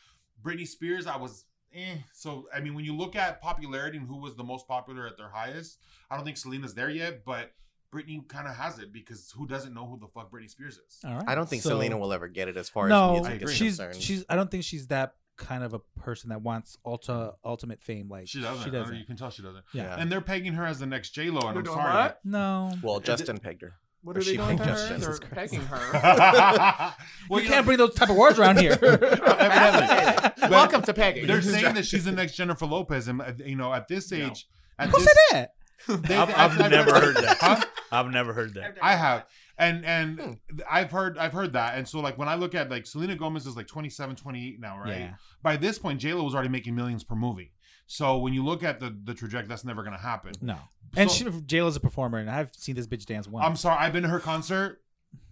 S6: Britney Spears, I was eh. So I mean, when you look at popularity and who was the most popular at their highest, I don't think Selena's there yet, but Britney kind of has it because who doesn't know who the fuck Britney Spears is?
S4: All right.
S2: I don't think
S4: So-
S2: Selena will ever get it as far
S4: no,
S2: as music
S6: I
S2: is
S6: agree.
S4: she's
S2: concerned.
S4: she's. I don't think she's that kind of a person that wants ultra ultimate fame. Like
S6: She doesn't.
S4: She
S6: or You
S4: doesn't.
S6: can tell she doesn't.
S4: Yeah.
S6: And they're pegging her as the next J Lo, and
S3: We're
S6: I'm
S3: doing
S6: sorry.
S3: what?
S4: No.
S2: well, Justin pegged her.
S3: What
S2: Or
S3: are they
S2: she
S3: doing to
S2: picked
S3: her?
S2: Justin.
S3: They're
S4: Jesus Christ.
S3: pegging her.
S6: well,
S4: we
S6: you
S4: can't
S6: know,
S4: bring those type of words around here.
S6: Evidently. But
S3: Welcome to pegging.
S6: They're saying that she's the next Jennifer Lopez, and uh, you know, at this
S5: No.
S6: age, at
S4: Who
S6: this,
S4: said that?
S6: they-
S7: I've, I've never heard that.
S6: Huh?
S7: I've never heard that.
S6: I have, and and
S4: Hmm.
S6: I've heard I've heard that, and so like when I look at like Selena Gomez is like 27, 28 now, right?
S4: Yeah.
S6: By this point, J Lo was already making millions per movie. So when you look at the the trajectory, that's never gonna happen.
S4: No. And
S6: So-
S4: she J Lo's a performer, and I've seen this bitch dance once.
S6: I'm sorry, I've been to her concert,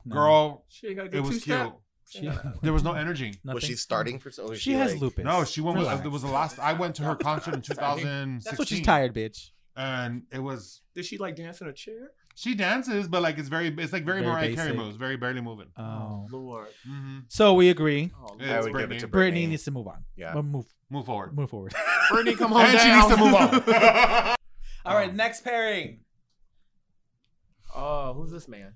S4: No.
S6: girl.
S3: She ain't gotta do
S6: It was
S3: two
S6: cute.
S3: step.
S4: She,
S6: There was no energy.
S2: Was
S4: nothing.
S2: she starting for? or was
S4: She has
S2: like,
S4: lupus.
S6: No, she went. With,
S4: Relax.
S6: it was the last. I went to her concert in 2016.
S4: That's what she's tired, bitch.
S6: And it was
S3: Did she like dance in a chair?
S6: she dances, but like it's very. It's like very,
S4: Very
S6: Mariah Carey
S4: basic.
S6: moves, very barely moving.
S4: Oh.
S3: Lord.
S6: hmm
S4: So we agree.
S3: Oh, Lord.
S6: Yeah,
S2: I
S6: It's
S2: would give
S6: Britney.
S2: it to
S4: Brittany
S2: Britney.
S4: needs to move on.
S2: Yeah.
S4: Well, move
S6: Move forward.
S4: move forward.
S3: Brittany, come home
S6: And she needs
S3: down.
S6: to move on.
S4: All right, next pairing.
S3: oh, who's this man?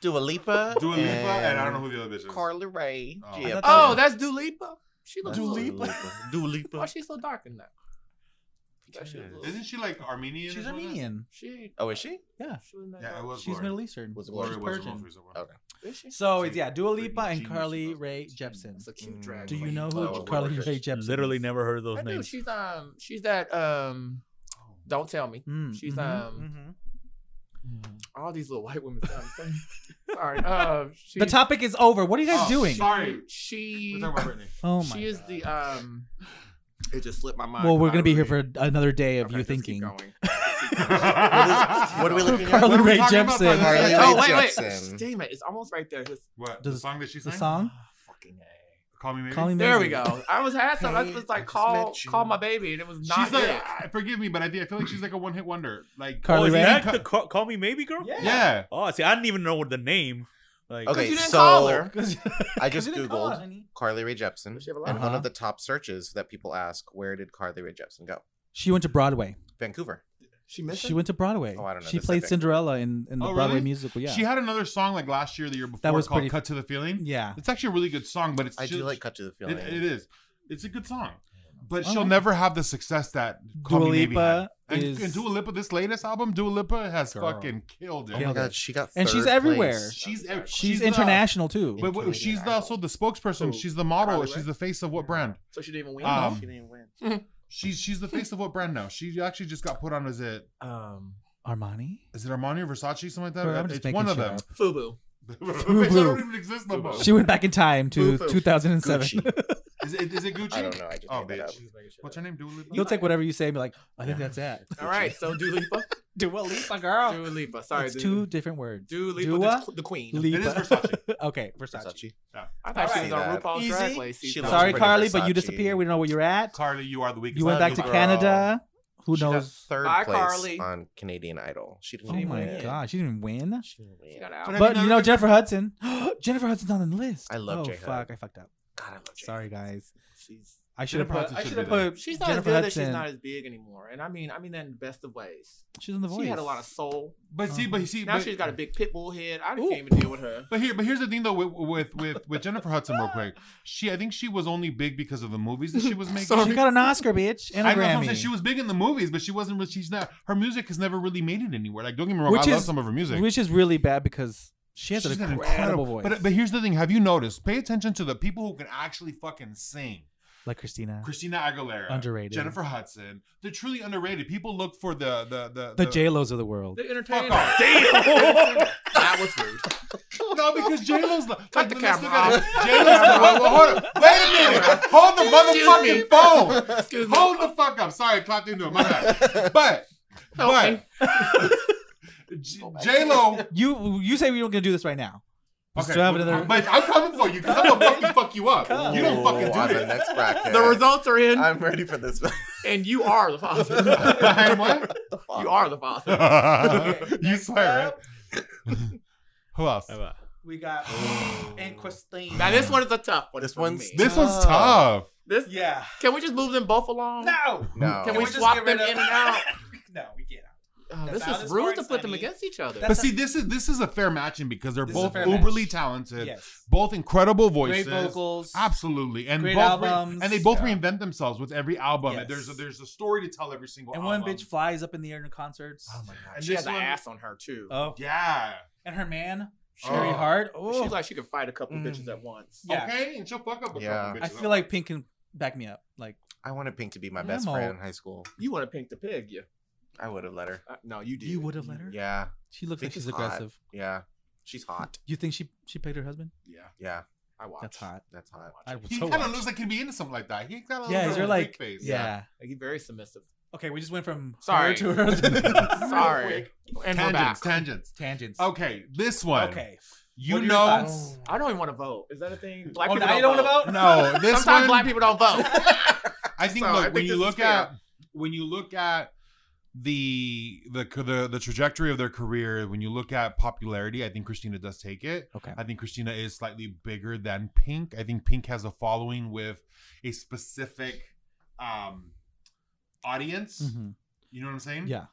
S2: Dua Lipa.
S6: Dua Lipa and I don't know who the other bitch is.
S2: Carla Ray.
S6: Oh.
S2: Yeah,
S3: Oh,
S2: yeah.
S3: that's Dulipa. She looks
S2: Dua
S3: Dua
S2: Lipa. Dua Lipa.
S6: Oh,
S3: Why she's so dark in that? That shit was-
S6: Isn't she like Armenian? or
S4: She's
S6: something?
S4: Armenian.
S3: She.
S2: Oh, is she?
S4: Yeah.
S3: she was in that
S6: Yeah, it
S3: dark-
S6: was.
S4: She's
S6: Lori.
S4: Middle Eastern.
S2: Was it
S6: Lori
S4: She's
S6: was the
S4: Persian.
S6: most recent one.
S2: Okay.
S3: Is she?
S4: So
S6: She-
S4: it's yeah, Dua
S6: Britney
S4: Lipa and
S6: Genius
S4: Carly
S6: was
S4: Rae
S6: Armenian.
S4: Jepsen.
S3: It's a
S2: Mm.
S3: cute drag.
S4: Do you
S3: queen.
S4: know
S2: Oh,
S4: who
S2: Lord.
S4: Carly Rae Jepsen? is?
S7: Literally never heard those
S3: I do.
S7: names.
S3: She's um. She's that um. Don't tell me.
S4: Mm,
S3: She's,
S4: mhm,
S3: um,
S4: mhm.
S3: All these little white women. sound the same. Sorry. Um. She,
S4: The topic is over. What are you guys
S6: Oh,
S4: doing?
S6: Sorry.
S3: She.
S6: We're talking about Brittany.
S4: Oh my.
S3: She is the um. It just slipped my mind.
S4: well, we're
S3: I
S4: gonna be here
S3: really-
S4: for another day of
S3: Okay,
S4: you
S3: let's keep
S4: thinking.
S3: going.
S2: What are we looking at?
S4: Carly
S6: What are we
S4: Rae
S6: talking about,
S4: Jepsen.
S6: Tyler?
S2: Carly
S3: Oh
S2: Rae
S3: wait,
S2: Jepsen.
S3: wait. Damn it! It's almost right there. Just
S6: What?
S4: Does-
S6: the song that she
S4: The
S6: sang?
S4: song.
S3: fucking a.
S6: Call me maybe.
S4: Call me
S3: There we
S4: Maybe.
S3: go. I was had some. I was
S2: Hey,
S3: just
S2: I
S3: like
S2: just
S3: call
S2: met you.
S3: call my baby, and it was not
S6: She's like,
S3: it.
S6: I- forgive me, but I, think- I feel like she's like a one hit wonder. Like,
S7: oh,
S4: Carly
S7: is
S4: Rae?
S7: that the call, call Me Maybe girl?
S6: yeah.
S7: Oh, see, I didn't even know what the name. Like,
S2: Okay,
S3: you didn't
S2: so
S3: call her.
S2: I just
S4: You didn't call her,
S2: googled
S4: honey.
S2: Carly Rae Jepsen,
S3: Does she have a lot?
S2: and one
S4: Uh-huh.
S2: of the top searches that people ask, "Where did Carly Rae Jepsen go?"
S4: She went to Broadway.
S2: Vancouver.
S3: She missed
S4: She went to Broadway.
S2: Oh, I don't know
S4: She
S2: the
S4: played
S2: specific.
S4: Cinderella in, in the
S6: Oh,
S4: Broadway
S6: really?
S4: musical. Yeah.
S6: She had another song like last year, the year before,
S4: was
S6: called
S4: pretty-
S6: "Cut to the Feeling."
S4: yeah.
S6: It's actually a really good song, but it's
S2: I do
S6: just-
S2: like "Cut to the
S6: it,
S2: Feeling."
S6: it is. It's a good song, but
S4: All
S6: she'll
S4: right.
S6: never have the success that Call
S4: Dua
S6: Me Maybe
S4: Lipa
S6: had. And,
S4: is-
S6: and Dua Lipa, this latest album, Dua Lipa has
S4: Girl.
S6: fucking killed it.
S2: Oh my
S4: Killed
S2: god,
S4: it.
S2: she got
S4: And she's
S2: third
S4: everywhere.
S2: place.
S6: She's she's,
S4: She's
S6: the-
S4: international too.
S6: But what- she's the, also the spokesperson.
S3: Who?
S6: She's the model.
S3: Carly Rae?
S6: She's the face of what brand?
S3: So she didn't even win.
S6: Um,
S3: she didn't win.
S6: She's she's the face of what brand now? She actually just got put on. Is it
S3: Um,
S4: Armani.
S6: is it Armani or Versace? Something like that.
S4: Bro, I'm just
S6: Uh, it's
S4: making
S6: one of
S4: shit
S6: them.
S4: up.
S3: Fubu.
S6: Bitch, I don't even exist no more.
S4: She went back in time to
S3: Boo-boo.
S4: 2007.
S6: Is it, is it Gucci?
S2: I don't know. I just
S6: Oh,
S2: made that up.
S6: bitch. What's her name? Dua Lipa?
S4: You'll take whatever you say and be like, I think that's that.
S3: All right. So Dua Lipa.
S4: Dua Lipa, girl.
S3: Dua Lipa. Sorry,
S4: it's
S3: Dua-
S4: two different words.
S3: Dua Lipa,
S4: Dua
S3: the, the queen.
S4: Lipa.
S6: It is Versace.
S4: okay, Versace.
S2: Versace.
S3: I thought
S2: Alright.
S3: she was on
S2: That.
S3: RuPaul's
S4: Easy.
S3: Drag Race.
S2: She
S3: season.
S2: looks
S4: Sorry,
S2: pretty
S4: Carly, but you
S2: Versace.
S4: disappear. We don't know where you're at.
S6: Carly, you are the weakest.
S4: You went back
S2: Love
S4: to
S2: you, girl.
S4: Canada. Who
S2: She got
S4: knows?
S2: third
S3: Bye,
S2: place
S3: Carly.
S2: on Canadian Idol. She
S4: Oh
S2: didn't even
S4: my
S2: win.
S4: gosh, she didn't even win.
S2: She didn't win.
S3: She got
S2: God,
S3: out.
S6: But
S4: But
S6: you
S4: you know
S6: never-
S4: Jennifer Hudson. Jennifer Hudson's on the list.
S2: I love
S4: Oh
S2: J-Hub.
S4: fuck, I fucked up.
S2: I love J.
S4: Sorry guys.
S3: She's
S4: I should have
S6: Jennifer
S4: put.
S6: Hudson
S4: I
S6: should
S4: should have
S6: be there.
S4: put.
S3: she's not
S4: Jennifer
S3: as good
S4: Hudson.
S3: as she's not as big anymore, and I mean, I mean that in the best of ways.
S4: She's on the voice.
S3: She had a lot of soul.
S6: But see, but see,
S3: Now
S6: but,
S3: she's got a big pit bull head. I
S4: Ooh.
S3: can't even deal with her.
S6: But here, but here's the thing though, with with with, with Jennifer Hudson, real quick. She, I think she was only big because of the movies that she was making.
S4: She got an Oscar, bitch, and a
S6: I know that's what I'm
S4: Grammy.
S6: saying. She was big in the movies, but she wasn't. Really, she's not. Her music has never really made it anywhere. Like, don't get me wrong,
S4: Which
S6: I love
S4: is-
S6: some of her music.
S4: which is really bad because she has
S6: She's
S4: an
S6: got
S4: incredible, voice.
S6: But but here's the thing: Have you noticed? Pay attention to the people who can actually fucking sing.
S4: like Christina.
S6: Christina Aguilera,
S4: Underrated.
S6: Jennifer Hudson. They're truly underrated. People look for the the the,
S4: the J Lo's of the world.
S3: The entertainers.
S6: off.
S7: Damn.
S3: that was rude.
S6: No, because J Lo's like
S3: Cut the
S6: let's
S3: camera
S6: look at it. J-Lo's the- wait, wait, hold up. Wait a minute. Hold the motherfucking phone.
S3: Excuse me.
S6: Hold the fuck up. Sorry, I clapped into it. My bad. But but J Lo.
S4: You you say we don't gonna do this right now. We
S6: Okay,
S4: still have another.
S6: but I'm coming for you because I'm gonna fucking fuck you up. You don't fucking
S2: I'm
S6: do
S2: the
S6: this.
S2: next bracket.
S3: The results are in,
S2: I'm ready for this.
S3: and you are the father.
S6: I'm what?
S3: you are the father.
S6: you swear, right? Who else?
S7: uh,
S4: We got and Christine.
S3: Now this one is a tough one.
S2: This
S3: for
S2: one's-
S3: me.
S6: This one's tough.
S3: This-
S4: Yeah.
S3: Can we just move them both along?
S4: No.
S2: no. Oh
S3: Can
S4: Can
S3: we
S4: we just
S3: swap
S4: get
S3: them
S4: rid
S3: in
S4: of-
S3: and out?
S4: No, we can't.
S3: Oh,
S4: That's
S3: this
S4: how
S3: is
S4: this
S3: rude
S4: works,
S3: to put them
S4: honey.
S3: against each other.
S4: That's-
S6: But see, this is this is a fair matching because they're
S4: This is a
S6: both
S4: fair
S6: uberly
S4: match.
S6: talented,
S4: Yes.
S6: both incredible
S4: Great
S6: voices,
S4: vocals.
S6: absolutely, and
S4: Great
S6: both re-
S4: albums.
S6: and they both
S4: Yeah.
S6: reinvent themselves with every album.
S4: Yes.
S6: There's a, there's a story to tell every single.
S4: And one
S6: album.
S4: bitch flies up in the air in concerts.
S6: Oh my god,
S3: she has
S6: this
S3: an
S6: one-
S3: ass on her too.
S4: Oh.
S6: Yeah.
S4: And her man, Sherry
S6: Very
S3: Oh.
S4: Hart. Oh.
S3: She's like she can fight a couple
S2: Mm.
S3: bitches at once.
S4: Yeah.
S6: Okay, and she'll fuck up. A
S2: Yeah.
S6: couple
S4: I
S6: bitches.
S4: feel like Pink can back me up. Like
S2: I wanted Pink to be my
S4: Yeah,
S2: best
S4: I'm
S2: friend
S4: old.
S2: in high school.
S3: You want to pink the pig, you?
S2: I would have let her.
S3: Uh, no, you did.
S4: you would have let her.
S2: Yeah,
S4: She looks like
S2: Pink is
S4: she's
S2: hot.
S4: aggressive.
S2: yeah. She's hot.
S4: You think she she picked her husband?
S3: Yeah,
S2: Yeah,
S3: I watched.
S4: That's hot.
S2: that's hot.
S4: I
S6: he
S4: so
S6: kind
S4: watch.
S6: of looks like he'd be into something like that. He got a little
S4: Yeah,
S6: bit
S4: you're
S6: of a freak
S4: like
S6: face.
S4: yeah.
S3: Like he's very submissive.
S4: Okay, we just went from
S3: Sorry.
S4: her to her husband.
S3: Sorry, and we're back.
S6: Tangents, tangents.
S4: Tangents.
S6: Okay, this one.
S4: Okay.
S6: you
S4: What are your
S6: know.
S4: thoughts?
S3: I don't even want to vote. Is that a thing? Black
S4: oh,
S3: people
S4: now you
S3: don't
S4: don't
S3: vote.
S4: about?
S6: No, this
S3: Sometimes
S6: one.
S3: black people don't vote.
S6: I think
S3: So,
S6: look,
S3: I
S6: when
S3: think
S6: you
S3: this
S6: look
S3: is fair.
S6: at when you look at the, the the the trajectory of their career, when you look at popularity, I think Christina does take it.
S4: Okay.
S6: I think Christina is slightly bigger than Pink. I think Pink has a following with a specific um audience.
S4: Mhm.
S6: You know what I'm saying?
S4: Yeah.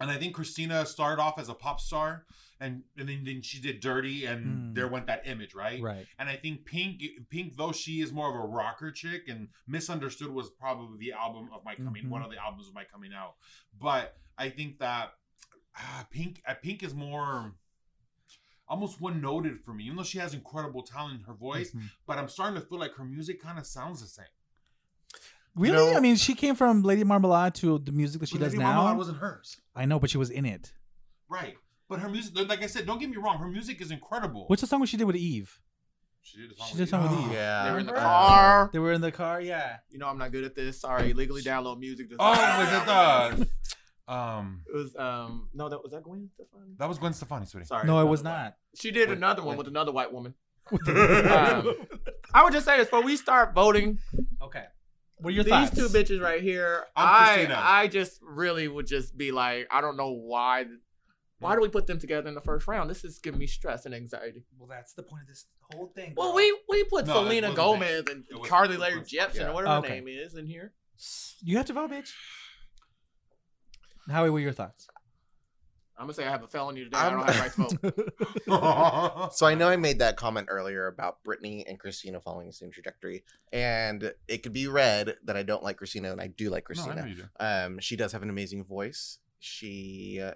S6: And I think Christina started off as a pop star and and then, then she did dirty and
S4: Mm.
S6: there went that image, right?
S4: Right.
S6: And I think Pink, Pink, though she is more of a rocker chick, and Misunderstood was probably the album of my coming,
S4: Mhm.
S6: one of the albums of my coming out. But I think that ah, Pink, uh, Pink is more almost one noted for me, even though she has incredible talent in her voice.
S4: Mhm.
S6: But I'm starting to feel like her music kind of sounds the same.
S4: Really?
S2: know-
S4: I mean, she came from Lady Marmalade to the music that she
S6: But
S4: does
S6: Lady
S4: now.
S6: Marmalade wasn't hers,
S4: I know, but she was in it.
S6: right? But her music, like I said, don't get me wrong, her music is incredible.
S4: What's the song she did with Eve?
S6: she did a
S4: she did
S6: with
S4: something with
S6: Eve.
S4: Eve.
S2: Yeah. Uh,
S3: They were in the
S4: Remember?
S3: car.
S4: They were in the car. Yeah.
S3: You know I'm not good at this. Sorry. Legally download music. does not-
S6: Oh, was it the um?
S3: It was um. No, that was that Gwen Stefani.
S6: That was Gwen Stefani, sweetie.
S3: Sorry.
S4: no, I was
S3: another one.
S4: not.
S3: She did
S6: Wait,
S3: another one
S6: wait.
S3: with another white woman. Um, I would just say this before we start voting.
S4: Okay. What are your
S3: these
S4: thoughts?
S3: two bitches right here,
S6: I'm
S3: i
S6: Christina.
S3: I just really would just be like, I don't know why. Why do we put them together in the first round? This is giving me stress and anxiety.
S4: Well, that's the point of this whole thing.
S3: Well,
S4: bro.
S3: we we put
S6: No, it
S3: Selena
S6: wasn't
S3: Gomez and
S6: It was-
S3: Carly
S6: it
S3: Larry
S6: was-
S3: Jepsen
S6: yeah.
S3: or whatever
S4: Okay.
S3: her name is in here.
S4: You have to vote, bitch. Howie, what are your thoughts?
S3: I'm gonna say I have a felony today. I'm, I do
S2: I'm-
S3: not have the right to vote.
S2: So I know I made that comment earlier about Brittany and Christina following the same trajectory, and it could be read that I don't like Christina and I do like
S6: No, I know
S2: Christina.
S6: you do.
S2: um, she does have an amazing voice. She uh,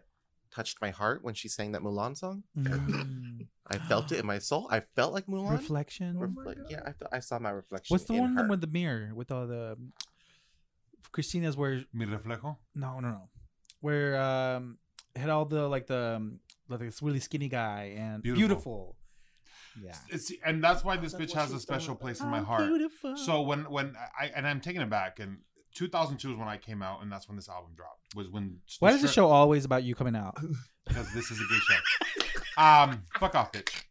S2: touched my heart when she sang that Mulan song.
S4: Mm,
S2: I felt it in my soul. I felt like Mulan.
S4: reflection.
S2: Refle- yeah, I, felt, I saw my reflection.
S4: oh What's the
S2: in
S4: one
S2: her.
S4: with the mirror with all the um, Christina's where
S6: Mi reflejo.
S4: no no no where um had all the like the um, like this really skinny guy and
S6: Beautiful.
S4: beautiful. Yeah.
S6: It's, and that's why this
S3: That's
S6: bitch
S3: what
S6: has a
S3: she's
S6: special
S3: doing.
S6: place in my
S4: I'm
S6: heart.
S4: Beautiful.
S6: So when when I and I'm taking it back, and 2002 is when I came out, and that's when this album dropped. Was when
S4: why does the show always about you coming out?
S6: Because this is a gay show. um, fuck off, bitch.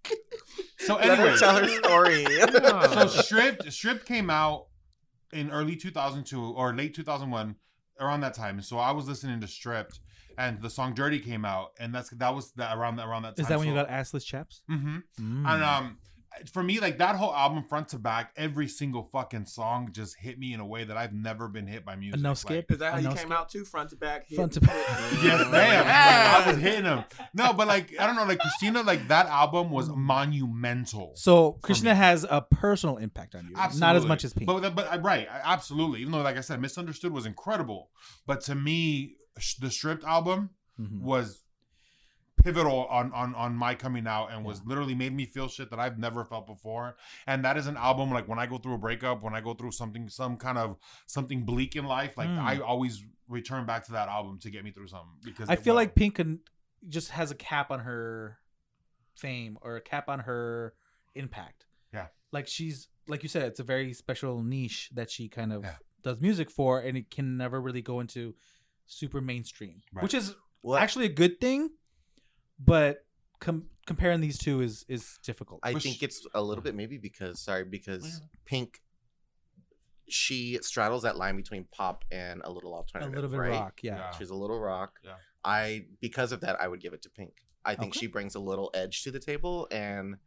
S6: So
S2: Let her
S6: anyway,
S2: tell her story.
S6: so stripped stripped came out in early 2002 or late 2001 around that time so i was listening to stripped and the song dirty came out and that's that was that around that around that time
S4: Is that when you
S6: so-
S4: got assless chaps?
S6: Mhm.
S4: Mm.
S6: and um for me like that whole album front to back every single fucking song just hit me in a way that i've never been hit by music
S4: no
S6: Like,
S4: skip?
S3: Is that how
S4: I
S3: you
S4: know
S3: came
S4: skip.
S3: out too? Front to back. hit
S4: Front to
S3: and
S4: back.
S3: quit.
S6: Yes, ma'am. Like, I was
S3: Yeah.
S6: hitting him. No, but like I don't know, like Christina, like that album was
S4: Hmm.
S6: monumental.
S4: So Krishna
S6: me.
S4: has a personal impact on you, not as
S6: Absolutely.
S4: much as Pink.
S6: But, that- but I- right, I- absolutely. Even though, like I said, Misunderstood was incredible, but to me, sh- the Stripped album
S4: Mhm.
S6: was pivotal on on on my coming out and was literally made me feel shit that I've never felt before. And that is an album like when I go through a breakup, when I go through something some kind of something bleak in life, like
S4: Mm.
S6: I always return back to that album to get me through something because
S4: I
S6: it
S4: feel
S6: will.
S4: like Pink can, just has a cap on her fame or a cap on her impact.
S6: Yeah.
S4: Like she's like you said, it's a very special niche that she kind of
S6: Yeah.
S4: does music for, and it can never really go into super mainstream,
S6: Right.
S4: which is
S2: Well,
S4: actually a good thing. But com- comparing these two is is difficult.
S2: I
S6: Which-
S2: think it's a little bit maybe because sorry
S4: Oh,
S2: because Pink she straddles that line between pop and a little
S4: a
S2: alternative.
S4: little bit
S2: right?
S4: rock, yeah.
S6: Yeah.
S2: She's a little rock.
S6: Yeah.
S2: I because of that I would give it to Pink. I think
S4: Okay.
S2: she brings a little edge to the table and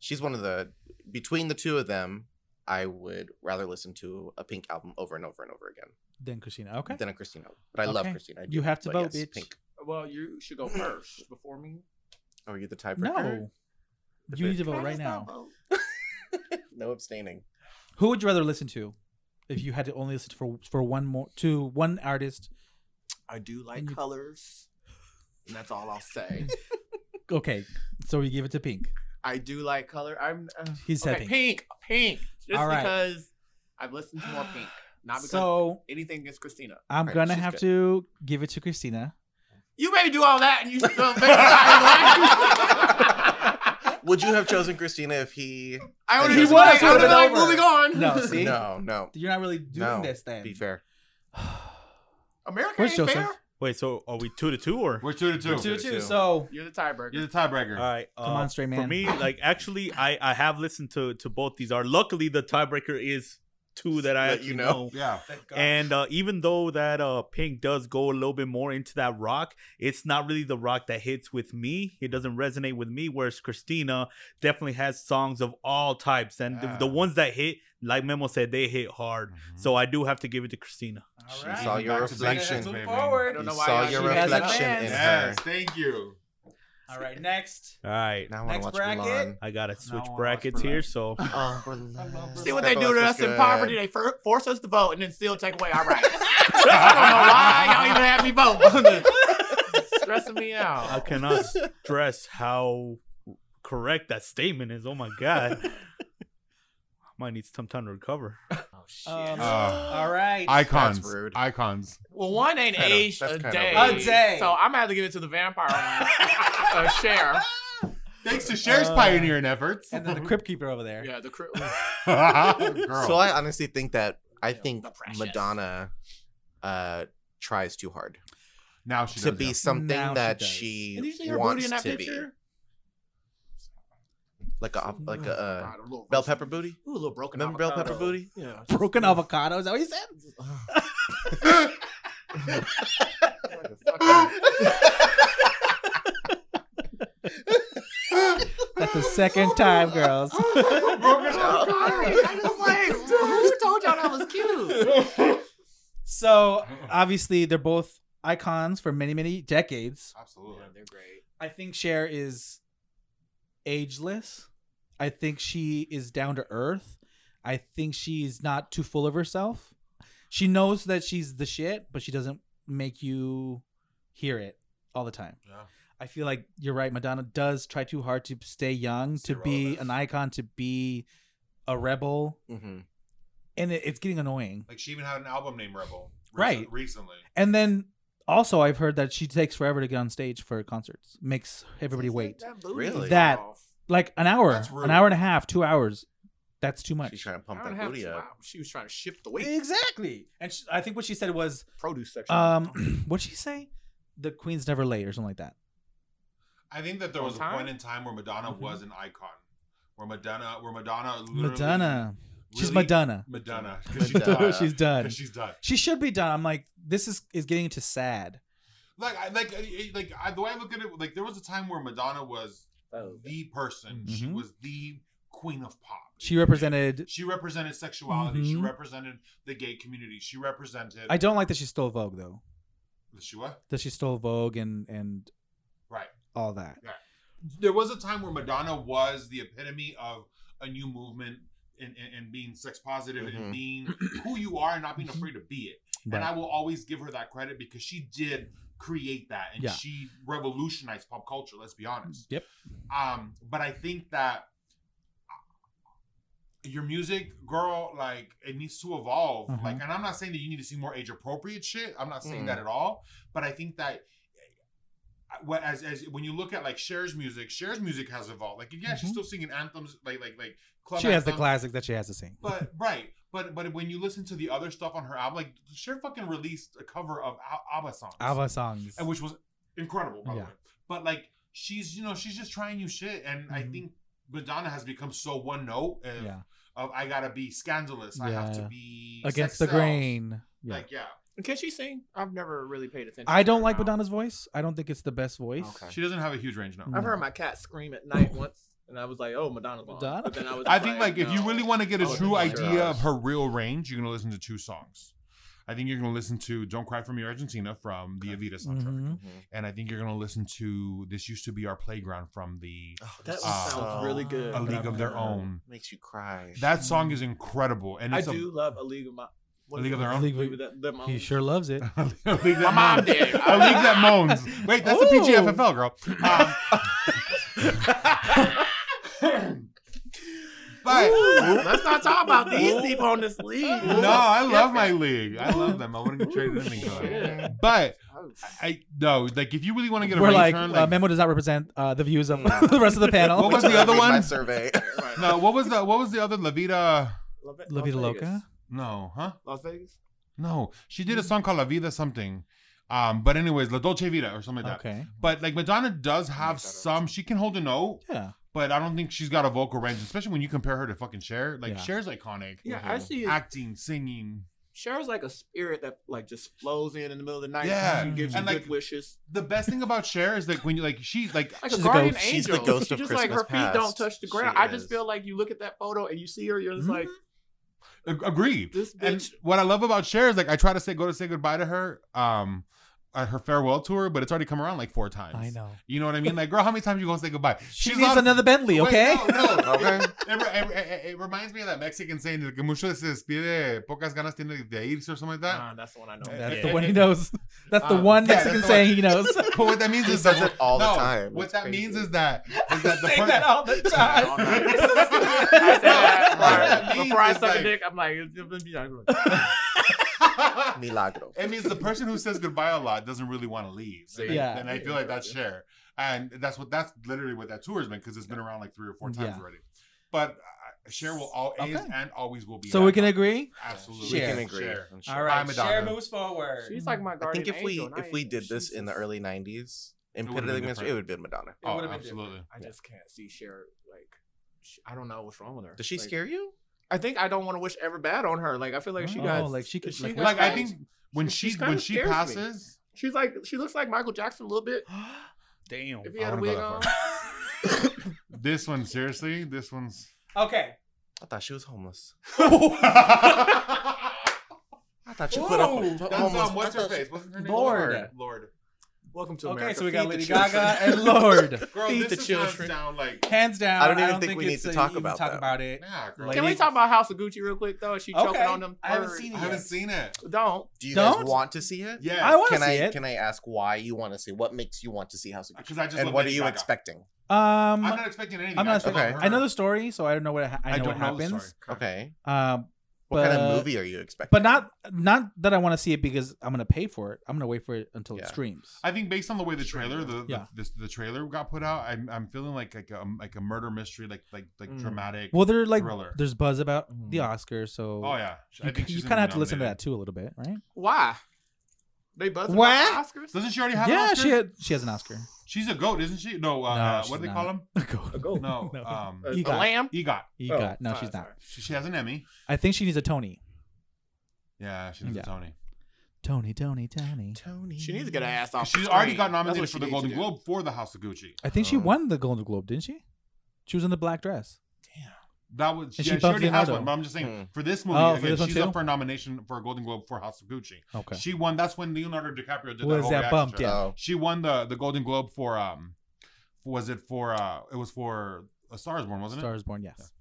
S2: she's one of the between the two of them I would rather listen to a Pink album over and over and over again
S4: Then Christina, okay.
S2: than a Christina. But I love
S4: Okay.
S2: Christina. I
S4: You have to
S2: but
S4: vote, bitch.
S2: Pink.
S3: Well, you should go first before me.
S2: Are you Oh, the tiebreaker?
S4: no,
S2: If
S4: you
S2: it-
S4: need to
S3: Can
S4: vote
S3: I
S4: right
S3: just
S4: now.
S3: not vote?
S2: no abstaining.
S4: Who would you rather listen to? If you had to only listen for for one more to one artist,
S3: I do like
S4: And you-
S3: colors. And that's all I'll say.
S4: okay. So we give it to Pink.
S3: I do like color. I'm uh,
S4: He said
S3: okay,
S4: pink.
S3: pink. Pink. Just
S4: All right.
S3: because I've listened to more pink. Not because
S4: So
S3: anything against Christina.
S4: I'm
S2: Alright,
S4: gonna
S2: she's
S4: have
S2: good.
S4: to give it to Christina.
S3: You made me do all that and you still made me I
S2: Would you have chosen Christina if he?
S3: would
S2: He
S3: have
S2: was,
S3: like,
S4: so
S3: I would
S4: it's
S3: have like
S4: over.
S3: moving on.
S4: No, see,
S2: No, no.
S4: you're not really doing
S2: No,
S4: this then.
S2: Be fair.
S3: America
S4: Where's
S3: ain't
S4: Joseph?
S3: fair.
S7: Wait, so are we two to two Uh, or?
S6: we're two to two.
S4: Two two.
S2: two.
S4: So
S3: You're the tiebreaker.
S6: You're the tiebreaker.
S7: All right.
S4: Come on, straight
S7: For
S4: man.
S7: me, like actually, I I have listened to to both these. Are luckily the tiebreaker is two that I
S2: Let you
S7: actually
S2: know.
S7: know.
S6: yeah.
S7: And uh, even though that uh, Pink does go a little bit more into that rock, it's not really the rock that hits with me. It doesn't resonate with me. Whereas Christina definitely has songs of all types, and
S6: Yeah.
S7: the, the ones that hit, like Memo said, they hit hard.
S3: Mm-hmm.
S6: Mhm.
S7: So I do have to give it to Christina.
S2: She saw
S6: Back
S2: your
S6: to basics,
S2: reflection.
S6: baby.
S3: I don't
S2: You
S3: know why
S2: saw
S3: I
S2: your
S3: should have
S2: reflection
S3: that.
S2: in her.
S6: Yes, thank you.
S4: All right, next.
S7: All right,
S2: Now I want to
S4: Next
S2: watch
S4: bracket.
S2: Mulan.
S7: I gotta switch
S6: I wanna watch
S7: brackets
S6: Mulan.
S7: here. So
S2: Oh,
S3: See what they do to us in poverty. They for, force us to vote and then still take away our rights. I don't know why y'all even have me vote. Stressing me out.
S7: I cannot stress how correct that statement is. Oh my god, might need some time to recover.
S3: Oh, shit.
S4: Um,
S6: Uh,
S4: All right.
S6: Icons.
S2: That's rude.
S6: Icons.
S3: well, one ain't
S2: Kinda-
S3: aged
S2: that's
S3: a
S2: kinda
S3: day.
S2: rude.
S4: A day.
S3: So I'm gonna have to give it to the vampire one. uh, share.
S6: Thanks to Cher's
S4: Uh,
S6: pioneering efforts.
S4: and then the Crypt Keeper over there.
S3: Yeah, the crew.
S6: Girl.
S2: So I honestly think that I
S3: Yeah,
S2: think
S3: the precious.
S2: Madonna uh, tries too hard
S6: now she
S2: to
S6: does,
S2: be
S6: yeah.
S2: something
S4: Now she
S2: that
S4: does.
S2: she
S3: And you see her booty
S2: wants
S3: in that
S2: to
S3: picture?
S2: be, like a like a uh,
S3: God, a little
S2: bell pepper booty.
S3: Ooh, a little broken.
S2: Remember bell pepper
S3: avocado.
S2: booty?
S3: Yeah.
S4: Broken avocado. Is that what you said?
S3: Oh,
S4: That's the second time, girls. Oh,
S3: I was like, dude, who told y'all that was cute?
S4: So obviously they're both icons for many many decades.
S6: Absolutely.
S3: they're great.
S4: I think Cher is ageless. I think she is down to earth. I think she's not too full of herself. She knows that she's the shit, but she doesn't make you hear it all the time.
S6: Yeah.
S4: I feel like you're right. Madonna does try too hard to stay young,
S6: Stay
S4: to be
S6: relevant.
S4: an icon, to be a rebel,
S2: Mhm.
S4: and it, it's getting annoying.
S6: Like she even had an album named Rebel.
S4: Right.
S6: Recently.
S4: And then also, I've heard that she takes forever to get on stage for concerts, makes everybody wait
S3: That booty
S2: Really?
S3: is
S4: That-
S3: off.
S4: like an hour,
S6: That's rude.
S4: an hour and a half, two hours. That's too
S2: She's
S4: much.
S2: trying to
S3: I
S2: pump
S3: don't
S2: that
S3: have
S2: booty up.
S3: to- wow, She was trying to shift the weight.
S4: Exactly. And she, I think what she said was,
S3: Produce section.
S4: um, what'd she say? The queen's never late or something like that.
S6: I think that there
S3: On
S6: was a
S3: time?
S6: point in time where Madonna
S4: Mhm.
S6: was an icon. Where Madonna, where Madonna, literally-
S4: Madonna. She's
S6: really-
S4: Madonna.
S6: Madonna, 'cause she's
S2: Madonna.
S6: done.
S4: she's done.
S6: 'Cause she's done.
S4: She should be done. I'm like, this is is getting into sad.
S6: Like, I, like, I- like I, the way I look at it, like there was a time where Madonna was
S3: Oh.
S6: the person. She
S4: Mhm.
S6: was the queen of pop.
S4: She represented.
S6: She represented sexuality. She
S4: Mhm.
S6: represented the gay community. She represented.
S4: I don't like that she stole Vogue though.
S6: She what?
S4: That she stole Vogue and and
S6: Right.
S4: all that.
S6: There was a time where Madonna was the epitome of a new movement and, and, and being sex positive
S2: Mhm.
S4: Mm-hmm.
S6: and being who you are and not being afraid to be it.
S4: But
S6: And I will always give her that credit because she did create that and
S4: Yeah.
S6: she revolutionized pop culture let's be honest
S4: Yep.
S6: um but i think that your music girl like it needs to evolve
S4: Uh-huh.
S6: like and i'm not saying that you need to see more age appropriate shit i'm not saying
S2: Mm.
S6: that at all but i think that uh, what as, as when you look at like Cher's music, Cher's music has evolved. Like yeah, she's
S4: Mhm.
S6: still singing anthems like like like club.
S4: she has the
S6: anthems,
S4: classics that she has to sing.
S6: but right, but but when you listen to the other stuff on her album, like Cher fucking released a cover of A- ABBA songs,
S4: Ava songs.
S6: and which was incredible, by the
S4: Yeah.
S6: way. But like she's you know she's just trying new shit, and I
S4: Mhm.
S6: think Madonna has become so one note of,
S4: yeah.
S6: of I gotta be scandalous, I have to
S4: Yeah.
S6: be
S4: Against
S6: sex
S4: the
S6: sells.
S4: grain. Yeah.
S6: Like yeah,
S3: Can she sing? I've never really paid attention.
S4: I
S3: to
S4: don't
S3: her
S4: like
S3: now.
S4: Madonna's voice. I don't think it's the best voice.
S2: Okay.
S6: she doesn't have a huge range now.
S4: No.
S3: I've heard my cat scream at night once, and I was like, "Oh, Madonna's on."
S4: Madonna?
S3: But then I was.
S6: I think like if you
S3: no.
S6: really want to get a
S2: Oh,
S6: true
S2: my
S6: idea
S2: gosh.
S6: of her real range, you're gonna listen to two songs. I think you're gonna listen to "Don't Cry for Me, Argentina" from the Evita soundtrack,
S4: Mhm.
S2: Mm-hmm.
S6: and I think you're gonna listen to "This Used to Be Our Playground" from the
S2: Oh,
S3: that
S6: Ah.
S3: sounds really good.
S6: A
S3: but
S6: League
S3: I've
S6: of Their
S3: never-
S6: Own.
S2: Makes you cry.
S6: That song is incredible, and
S3: I
S6: it's
S3: do love a league of my. what
S6: A
S3: is
S6: League
S3: it?
S6: of Their Own?
S3: League of Their- Their
S4: He
S3: Own.
S4: sure loves it.
S6: A, a league
S3: My
S6: that
S3: mom
S6: moans.
S3: did.
S6: A league that moans. Wait, that's a PGFFL girl. Um, but
S3: Let's not talk about these people on this league.
S6: no, I love my league. I love them. I wouldn't get traded them. in.
S3: Shit.
S6: But
S3: Oh,
S6: I no, like if you really want to get a
S4: We're
S6: range
S4: like,
S6: turn,
S4: uh,
S6: like Hmm.
S4: Memo does not represent uh, the views of the rest of the panel.
S6: What was the
S2: I
S6: other
S2: made my
S6: one?
S2: Survey.
S6: no, what was the what was the other Lavita?
S3: La Ve-
S4: La
S3: Las
S4: Vida
S3: Vegas.
S4: Loca?
S6: No, huh?
S3: Las Vegas.
S6: No, she did a song called La Vida something. Um, but anyways, La Dolce Vita or something like that.
S4: Okay.
S6: But like Madonna does have
S2: that up.
S6: some. She can hold a note.
S4: Yeah.
S6: but I don't think she's got a vocal range, especially when you compare her to fucking Cher. Like
S4: Yeah. Uh-huh.
S6: Cher's iconic.
S3: Yeah, I see. it.
S6: Acting, singing.
S3: Cher's like a spirit that like just flows in in the middle of the night.
S6: Yeah.
S3: she gives you
S6: And, like,
S3: good wishes.
S6: The best thing about Cher is like when you like she's like
S3: Like
S4: She's
S3: a
S4: a
S3: guardian
S4: ghost.
S3: angel.
S2: She's the ghost
S3: She
S2: of
S3: just like her
S2: Christmas
S3: feet don't
S2: past.
S3: touch the
S2: She
S3: ground. I just
S2: is.
S3: feel like you look at that photo and you see her, you're just like
S6: ag- agreed.
S3: this bitch.
S6: Mm-hmm. And what I love about Cher is like I try to say go to say goodbye to her, um, at her farewell tour, but it's already come around like four times.
S4: I know.
S6: You know what I mean? Like, girl, how many times you gonna say goodbye?
S4: She
S6: She's
S4: needs
S6: on-
S4: another Bentley,
S6: Wait,
S4: okay?
S6: no, no.
S2: Okay.
S6: It, it- it- it reminds me of that Mexican saying that que mucho se despide, pocas ganas tiene de irse or something like that.
S3: Ah, that's the one I know.
S4: That's
S6: Yeah.
S4: the one he knows. That's the
S6: Um,
S4: one
S6: yeah,
S4: Mexican
S6: that's the one.
S4: saying he knows.
S6: but what that means
S2: She
S6: is
S2: does
S6: that-
S2: it all the
S6: no,
S2: time.
S6: What
S2: It's
S6: that
S2: crazy.
S6: means is that is that the
S4: Say
S6: per-
S4: that all the
S3: All night. I said
S6: What that
S3: that part.
S6: means
S3: Before I
S6: is,
S3: suck
S6: like-
S3: a dick, I'm like, it's- it's- it's-
S2: Milagro.
S6: it means the person who says goodbye a lot doesn't really want to leave. And, I-
S4: Yeah.
S6: and I feel like that's Cher, and that's what that's literally what that tour has been because it's been around like three or four times
S4: Yeah.
S6: already. But uh, Cher will all
S4: Okay.
S6: is and always will be.
S4: So we
S6: that
S4: can
S6: one.
S4: agree?
S6: absolutely
S2: We
S4: Cher.
S2: can agree.
S6: Cher.
S2: on Cher.
S5: All
S6: Bye,
S5: right, Cher
S6: Madonna.
S5: moves forward.
S3: She's like my
S2: I
S3: guardian
S2: think if we
S3: angel, and I
S2: if we
S3: ain't-
S2: did this in the
S3: Jesus.
S2: early '90s in
S6: It would've been
S2: Piddling Ministry,
S6: different.
S2: it would have been Madonna.
S3: It
S6: Oh,
S3: would've been different.
S6: absolutely.
S3: I just can't see Cher like. sh- I don't know what's wrong with her.
S2: Does she
S3: Like,
S2: scare you?
S3: I think I don't want to wish ever bad on her. Like I feel like she
S4: Oh,
S3: got
S4: like she could-
S3: she
S4: like-
S3: got
S6: Like I
S3: things.
S6: think when
S3: She's
S6: she
S3: kinda
S6: when she
S3: scares me.
S6: passes,
S3: she's like she looks like Michael Jackson a little bit
S7: Damn.
S3: if he
S6: I
S3: had a
S6: wanna go
S3: wig
S6: that
S3: on.
S6: far. this one seriously, this one's.
S5: Okay.
S2: I thought she was homeless.
S6: that's
S2: I thought you put up a
S5: Ooh,
S2: homeless.
S6: um, what's
S2: I
S6: her
S2: thought
S6: face? What's her name?
S5: Lord.
S6: Lord.
S3: Welcome to
S5: Okay,
S3: America.
S5: so we got
S3: Feed the
S5: Lady
S3: children.
S5: Gaga and Lord.
S6: Girl,
S3: Feed
S6: this
S3: the
S6: is
S3: children.
S6: hands down like.
S5: Hands down.
S4: I
S5: I
S4: don't
S5: don't
S4: even
S5: think, we need to talk about
S4: talk
S5: that.
S4: about it.
S6: Nah, girl.
S5: Like-
S3: Can we
S5: Ladies-
S3: talk about House of Gucci real quick though? She choking
S5: Okay,
S3: on them.
S5: I haven't
S3: birds.
S5: seen
S6: I
S5: it.
S6: haven't seen it.
S3: Don't.
S2: Do you guys
S4: Don't?
S2: want to see it?
S6: Yeah.
S4: I want to
S2: Can
S4: see
S2: I
S4: it.
S2: can I ask why you want to see? What makes you want to see House of Gucci?
S6: Because I just
S2: And
S6: love
S2: what are
S6: Lady
S2: you
S6: Gaga.
S2: expecting?
S4: Um,
S6: I'm not expecting anything.
S4: I'm not
S6: I just love
S2: expecting-
S6: her.
S4: I know the story, so I don't know what ha- I know
S6: don't
S4: what
S6: the
S4: happens.
S6: story.
S2: Okay.
S4: Um,
S2: What kind
S4: But-
S2: of movie are you expecting?
S4: but not not that I want to see it because I'm gonna pay for it. I'm gonna wait for it until it
S2: Yeah.
S4: streams.
S6: I think based on the way the trailer, the
S4: Yeah.
S6: the, the, the trailer got put out, I'm, I'm feeling like like a like a murder mystery, like like like
S3: Mm.
S6: dramatic.
S4: well, there like
S6: Thriller.
S4: there's buzz about
S3: Mhm.
S4: the Oscars, so
S6: oh yeah,
S4: you,
S6: think she's
S4: kind of
S6: gonna
S4: have
S6: be
S4: to listen to that
S6: nominated.
S4: too a little bit, right?
S3: Why? They buzzed
S4: Why?
S3: about the Oscars.
S6: Doesn't she already have? an
S4: yeah,
S6: Oscar?
S4: she had, she has an Oscar.
S6: She's a goat, isn't she? No, uh,
S4: No,
S6: uh,
S4: she's
S6: what do they
S4: not.
S6: call him?
S4: Go.
S3: A goat.
S6: No,
S4: No.
S6: um,
S3: A, a
S4: You got-
S3: lamb.
S6: EGOT.
S4: You
S3: Oh,
S4: got no,
S3: sorry,
S4: she's not.
S3: sorry.
S6: She, she has an Emmy.
S4: I think she needs a Tony.
S6: Yeah, she has
S4: Yeah.
S6: a Tony.
S4: Tony, Tony, Tony.
S2: Tony.
S3: She needs to get her ass off.
S6: She's
S3: the
S6: already
S3: screen.
S6: got
S3: That's
S6: nominated
S3: what
S6: for
S3: she
S6: the
S3: needs
S6: Golden
S3: to do.
S6: Globe for the House of Gucci.
S4: I think she
S2: Oh.
S4: won the Golden Globe, didn't she? She was in the black dress.
S6: That was
S4: And she
S6: yeah, she,
S4: bumped
S6: already has
S4: Leonardo.
S6: one, but I'm just saying
S2: Hmm.
S6: for this movie,
S4: Oh, for
S6: again,
S4: this one
S6: she's
S4: too?
S6: up for a nomination for a Golden Globe for House of Gucci.
S4: Okay.
S6: She won. That's when Leonardo DiCaprio did
S4: Was
S6: that, whole
S4: that
S6: reaction
S4: bumped,
S6: shot.
S4: yeah.
S2: Oh.
S6: She won the the Golden Globe for um, was it for uh, it was for A Star Is Born, wasn't
S4: Stars Born, yes.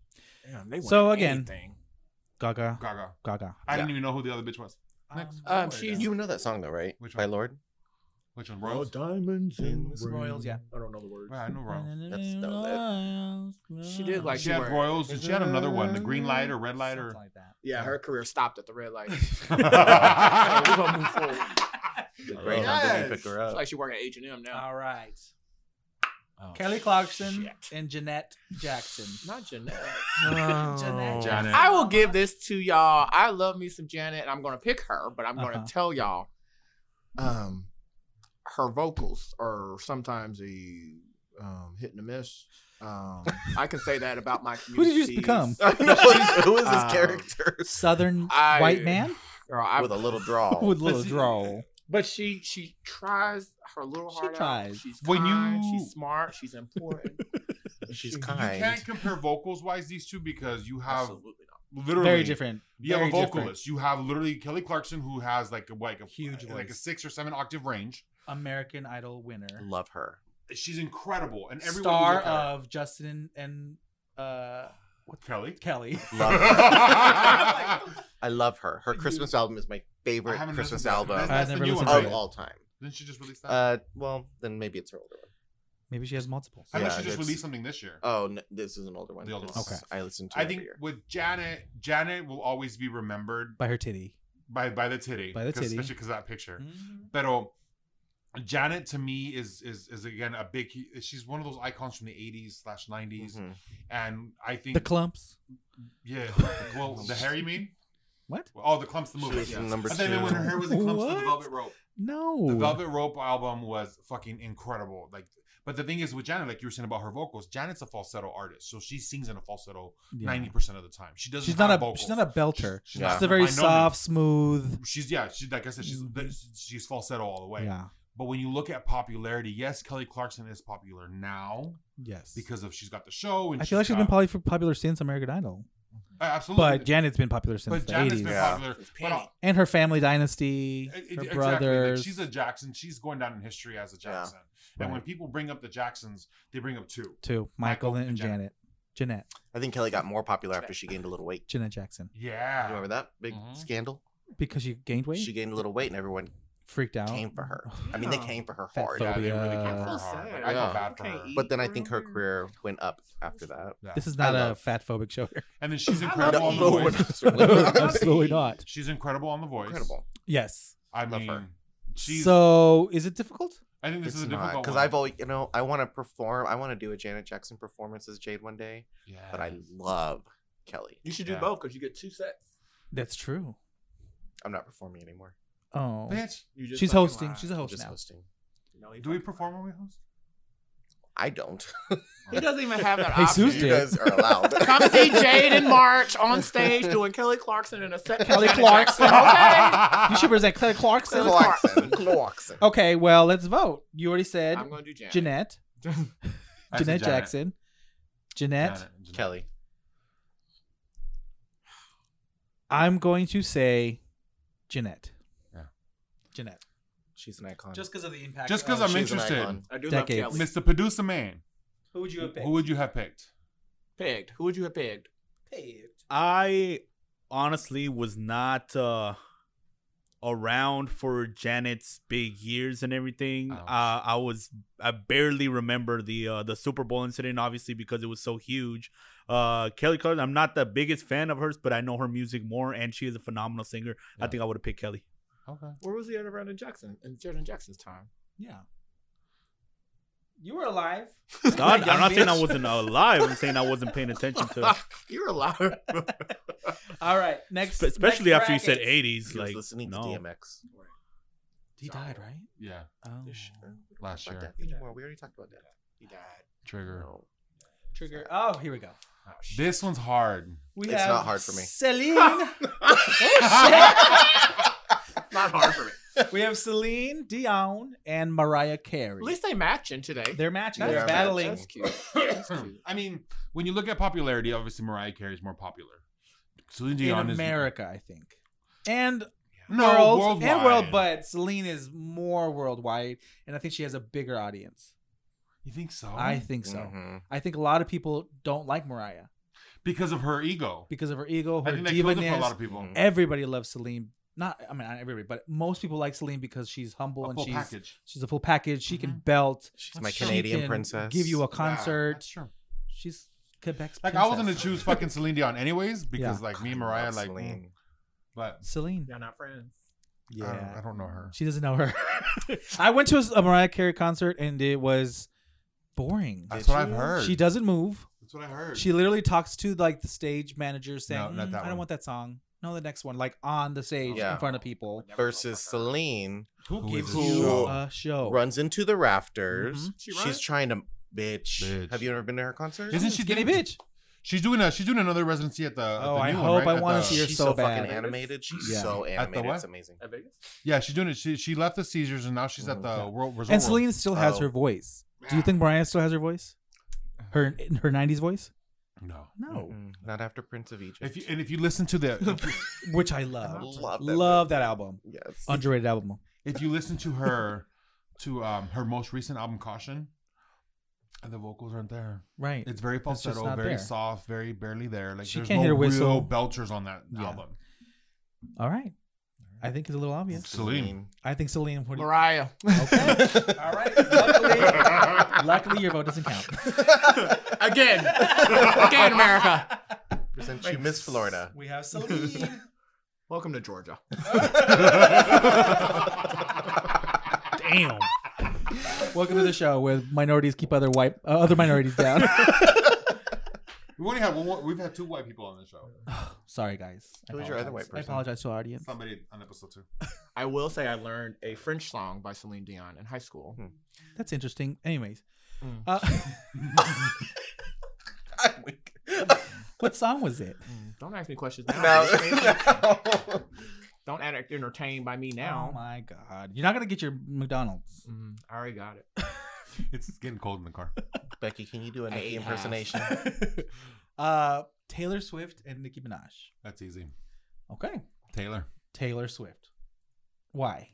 S3: Damn, they
S4: So
S3: won
S4: again-
S3: anything.
S4: Gaga,
S6: it? Gaga.
S4: Gaga.
S6: I didn't
S2: Yeah.
S6: even know who the other bitch was. Next.
S3: Um,
S6: Word
S3: she's
S6: down.
S2: You know that song though, right?
S6: Which
S2: By
S6: one?
S2: Lord.
S6: Which
S3: Oh,
S6: one? Royals?
S7: diamonds
S2: in
S4: the Royals, rain.
S7: I don't know the words.
S6: Yeah, I know Royals.
S3: She did like
S6: She had
S3: Sure.
S6: Royals and she had another one, the green light or red light or.
S4: Something like that.
S3: Yeah, her career stopped at the red light.
S6: Alright,
S3: we're gonna move forward.
S2: The great
S6: Yes.
S2: yes. pick her
S3: It's
S2: up.
S3: like she working at H and M now.
S4: All right. Kelly Clarkson
S3: shit.
S4: and Jeanette Jackson. Oh.
S3: Not Janet.
S4: Janet
S6: Janet.
S3: I will give this to y'all. I love me some Janet, and I'm gonna pick her, but I'm gonna
S4: Uh-huh.
S3: tell y'all, um, her vocals are sometimes a um, hit and a miss. Um, I can say that about my
S4: Who
S3: community.
S4: did you just become? Uh,
S2: I know, who is this
S3: Um,
S2: character?
S4: Southern
S3: I-
S4: white man
S3: Girl, I,
S2: With a little draw.
S4: Oh, with little
S3: Listen.
S4: drawl.
S3: but she she tries her little
S4: She
S3: heart out.
S4: tries.
S3: She's
S6: When
S3: kind,
S6: you-
S3: she's smart, she's important.
S2: She's
S6: You
S2: kind.
S6: can't compare vocals wise these two because you have
S3: Absolutely not.
S6: literally
S4: Very different.
S6: You have
S4: Very
S6: a
S4: different.
S6: vocalist. You have literally Kelly Clarkson who has like a like a
S4: Huge
S6: like a
S4: voice.
S6: six or seven octave range.
S4: American Idol winner,
S2: Love her.
S6: She's incredible, and everyone you
S4: star
S6: look at her-
S4: of Justin and uh,
S6: Kelly.
S4: Kelly.
S2: Love
S6: I
S2: her. I love her. Her Christmas album is my favorite
S6: haven't
S2: Christmas
S6: listened to
S2: album
S6: that. That's,
S4: I've
S6: that's
S4: never
S6: the new one,
S4: listened
S2: of
S4: to it.
S6: right?
S2: all time.
S6: Didn't she just release that?
S2: Uh, well, then maybe it's her older one.
S4: Maybe she has multiple.
S6: I
S2: yeah,
S6: thought she just
S2: that's-
S6: released something this year.
S2: Oh, no, this is an older one.
S6: The older
S2: This-
S4: one. Okay.
S2: I listen to.
S6: I
S2: it
S6: think
S2: every year.
S6: with Janet, Janet will always be remembered
S4: By her titty.
S6: by by the titty,
S4: By the
S6: 'cause-
S4: titty.
S6: especially because that picture. Pero Janet to me is is is again a big. She's one of those icons from the '80s slash '90s,
S2: Mhm.
S6: and I think
S4: The clumps.
S6: yeah. Well, the hair you mean?
S4: What?
S6: Oh, the clumps the
S2: She
S6: movie.
S2: was
S6: Yeah.
S2: in number
S6: I thought even when her
S2: two.
S6: hair was in clumps to the
S4: What?
S6: Velvet Rope.
S4: No.
S6: The Velvet Rope album was fucking incredible. Like, but the thing is with Janet, like you were saying about her vocals, Janet's a falsetto artist, so she sings in a falsetto
S4: Yeah.
S6: ninety percent of the time. She doesn't.
S4: She's not a
S6: have vocals.
S4: she's not a belter.
S6: She's,
S2: Yeah.
S4: She's
S6: not,
S4: a very
S6: by no
S4: soft, smooth.
S6: means- She's yeah. She like I said, she's she's falsetto all the way.
S4: Yeah.
S6: But when you look at popularity, yes, Kelly Clarkson is popular now
S4: Yes.
S6: because of she's got the show and
S4: I feel like she's been
S6: got-
S4: probably for popular since American Idol,
S6: Uh, absolutely.
S4: but Janet's been popular since
S6: but
S4: the
S6: Janet's
S4: 80s.
S6: been
S2: Yeah.
S6: popular. But, uh,
S4: And her family dynasty,
S6: It- it-
S4: her
S6: exactly. Like,
S4: brothers.
S6: she's a Jackson. She's going down in history as a
S2: Yeah.
S6: Jackson. And when people bring up the Jacksons, they bring up two.
S4: too.
S6: Michael
S4: Michael
S6: and
S4: and Janet. Janet.
S2: I think Kelly got more popular after she gained a little weight.
S4: Janet Jackson.
S6: Yeah.
S2: Remember that big
S3: Mm-hmm.
S6: Mhm.
S2: scandal?
S4: Because she gained weight?
S2: She gained a little weight, and everyone
S4: freaked out.
S2: came for her. I mean, they came for her
S4: Fat
S2: hard.
S6: Yeah, they really
S4: Phobia.
S6: came for her
S3: That's
S6: hard.
S3: sad.
S6: Like, I feel
S2: Yeah.
S6: bad for
S3: Okay.
S6: her.
S2: But then I think her career went up after that.
S6: Yeah.
S4: This is not
S2: I
S4: a
S2: love-
S4: fat phobic show here.
S6: and then she's
S3: I
S6: incredible
S3: love
S6: on
S3: it.
S6: the
S3: No,
S6: voice.
S4: Absolutely not.
S6: She's incredible on the voice.
S2: Incredible.
S4: Yes.
S6: I
S2: Love
S6: mean,
S2: her.
S6: she's.
S4: so is it difficult?
S6: I think this
S2: it's
S6: is a
S2: not
S6: difficult
S2: because
S6: one.
S2: I've always, you know, I want to perform. I want to do a Janet Jackson performance as Jade one day,
S6: Yeah.
S2: but I love Kelly.
S3: You should do
S6: Yeah.
S3: both because you get two sets.
S4: That's true.
S2: I'm not performing anymore.
S4: Oh.
S6: Bitch,
S3: You just
S4: She's
S3: fucking
S4: hosting.
S3: lie.
S4: She's a
S2: I'm
S4: host
S2: just
S4: now.
S2: hosting.
S3: No, he
S6: do we
S3: fucking
S6: perform
S3: lied.
S6: when we host?
S2: I don't.
S3: He doesn't even have that
S4: Jesus
S3: option.
S4: did.
S2: you guys are allowed.
S3: Come see E. Jade in March on stage doing Kelly Clarkson in a set. with
S4: Kelly
S3: Janet Jackson.
S4: Clarkson.
S3: Okay.
S4: You should present Claire Clarkson.
S2: Clarkson. Clarkson.
S6: Oh.
S4: Okay, well, let's vote. You already said
S3: I'm gonna do Janet.
S4: Jeanette.
S6: I said
S4: Jeanette Jackson. Jeanette.
S6: Janet, Janet.
S2: Kelly.
S4: I'm going to say Jeanette.
S6: Yeah.
S4: Jeanette.
S2: She's an icon.
S4: because of the impact.
S6: Just 'cause of- I'm
S2: She's an
S6: interested.
S2: icon.
S3: I do
S4: Decades.
S3: love Kelly.
S6: Mr. Producer Man.
S4: Who would you have picked?
S6: Who would you have picked?
S3: Pegged. Who would you have pegged?
S7: I honestly was not uh around for Janet's big years and everything.
S6: Ouch.
S7: Uh, I was I barely remember the uh the Super Bowl incident obviously because it was so huge. Uh Kelly Clarkson, I'm not the biggest fan of hers, but I know her music more and she is a phenomenal singer.
S6: Yeah.
S7: I think I would have picked Kelly.
S6: Okay.
S3: Where was he at around in Jackson? In Jordan Jackson's time.
S4: Yeah. You were alive.
S7: God, I'm not saying I wasn't alive, I'm saying I wasn't paying attention to
S3: You're a liar.
S4: All right. Next.
S7: especially
S4: next
S7: after you said
S4: bracket.
S7: 80s
S2: He was
S7: like
S2: listening
S7: no.
S2: to DMX.
S4: He died, right?
S6: Yeah.
S4: Oh.
S6: Last
S2: About
S6: year.
S2: that anymore. We already talked about that.
S3: he died.
S6: Trigger.
S4: Oh,
S2: No.
S4: Trigger. Oh, here we go.
S3: Oh, shit.
S6: This one's hard.
S4: We
S2: It's
S4: have
S2: not hard for me.
S4: Celine.
S3: Oh. Not hard for me.
S4: we have Celine Dion and Mariah Carey.
S3: At least they matching today.
S4: They're matching.
S2: That's
S4: They're
S2: good.
S4: battling.
S3: That's cute. That's cute.
S6: I mean, when you look at popularity, obviously Mariah Carey is more popular. Celine
S4: in
S6: Dion is
S4: America, I think. And
S6: No,
S4: world
S6: worldwide.
S4: and world, but Celine is more worldwide, and I think she has a bigger audience.
S6: you think so?
S4: I think so.
S6: mm-hmm.
S2: Mhm.
S4: I think a lot of people don't like Mariah
S6: because of her ego.
S4: because of her ego,
S6: I
S4: her
S6: think that killed it for a lot
S4: divaness.
S6: of people.
S2: Mhm.
S4: Everybody loves Celine not I mean not everybody, but most people like Celine because she's humble
S6: A
S4: and
S6: full
S4: she's
S6: package. Mm-hmm.
S4: she's a full package. She can belt.
S2: She's my
S4: she
S2: Canadian
S4: can
S2: princess.
S4: Give you a
S6: Yeah,
S4: concert.
S6: that's true.
S4: she's Quebec's
S6: Like I was gonna
S4: princess.
S6: choose fucking Celine Dion anyways because
S4: Yeah.
S6: like me
S2: I
S6: and Mariah
S2: love
S6: like,
S2: Celine.
S6: mm, but
S4: Celine.
S5: Y'all not friends.
S6: I
S4: Yeah.
S6: don't- I, don't, know her.
S4: She doesn't know her. I went to a Mariah Carey concert and it was boring.
S6: That's
S2: Did
S6: what I've
S2: she?
S6: heard.
S4: She doesn't move.
S6: That's what I heard.
S4: She literally talks to like the stage manager saying,
S6: No, not
S4: "Mm,
S6: that
S4: I don't
S6: one.
S4: want that song. No, the next one, like on the stage
S2: Yeah.
S4: in front of people.
S2: Versus Celine
S6: Who
S2: gives
S6: is
S2: you-
S6: this
S2: Who-
S6: show?
S4: A
S6: Oh.
S4: show.
S2: runs into the rafters.
S5: She
S2: She's
S5: runs?
S2: trying to bitch.
S6: Mm-hmm. Bitch.
S2: Have you ever been to her concert?
S6: Isn't she
S4: Skinny
S6: doing-
S4: bitch.
S6: She's doing a she's doing another residency at the. at
S4: Oh,
S6: the
S4: I
S6: new
S4: hope
S6: one, right?
S4: I
S6: At
S4: wanna
S6: the-
S4: see her
S2: She's
S4: so
S2: so, fucking
S4: bad.
S2: animated. She's
S4: Yeah.
S2: so animated.
S6: what?
S2: It's amazing.
S5: At Vegas?
S6: Yeah, she's doing it. She she left the Caesars and now she's at the
S4: Okay.
S6: World Resort.
S4: And
S6: World.
S4: Celine still has
S2: Oh.
S4: her voice. Do you think Mariah still has her voice? Her her '90s voice?
S6: No.
S4: No,
S2: Mm-mm. Not after Prince of Egypt.
S6: If you and if you listen to the
S4: which I
S2: I
S4: love.
S2: love that.
S4: Love that album.
S2: Yes.
S4: Underrated album.
S6: if you listen to her to um her most recent album Caution, the vocals aren't there.
S4: Right.
S6: It's very
S4: It's just
S6: falsetto,
S4: not
S6: very
S4: there.
S6: soft, very barely there. Like
S4: She
S6: there's
S4: can't
S6: no
S4: hit a whistle.
S6: real belters on that
S4: Yeah.
S6: album.
S4: All right. I think it's a little obvious.
S6: Celine.
S4: I think Celine. What do you-
S3: Mariah.
S4: Okay.
S5: All right.
S4: Luckily, luckily, your vote doesn't count.
S3: Again. Again, America.
S2: Since you miss Florida.
S4: We have Celine.
S3: Welcome to Georgia.
S7: Damn.
S4: Welcome to the show where minorities keep other white uh, other minorities down.
S6: We've only had one. more- We've had two white people on the show.
S4: Sorry, guys. I
S2: Who was your other
S4: apologize.
S2: white person?
S4: I apologize to our audience.
S6: Somebody on episode two.
S3: I will say I learned a French song by Celine Dion in high school.
S4: That's interesting. Anyways,
S3: Mm.
S4: uh, what song was it?
S3: Don't ask me questions now.
S2: now,
S3: bitch.
S2: now.
S3: Don't act entertained by me
S4: Oh
S3: now.
S4: my god! You're not gonna get your McDonald's.
S3: Mm, I already got it.
S6: It's getting cold in the car.
S2: Becky, can you do a
S3: I
S2: Nicki
S3: ate half.
S2: impersonation?
S4: uh, Taylor Swift and Nicki Minaj.
S6: That's easy.
S4: Okay,
S6: Taylor.
S4: Taylor Swift. Why?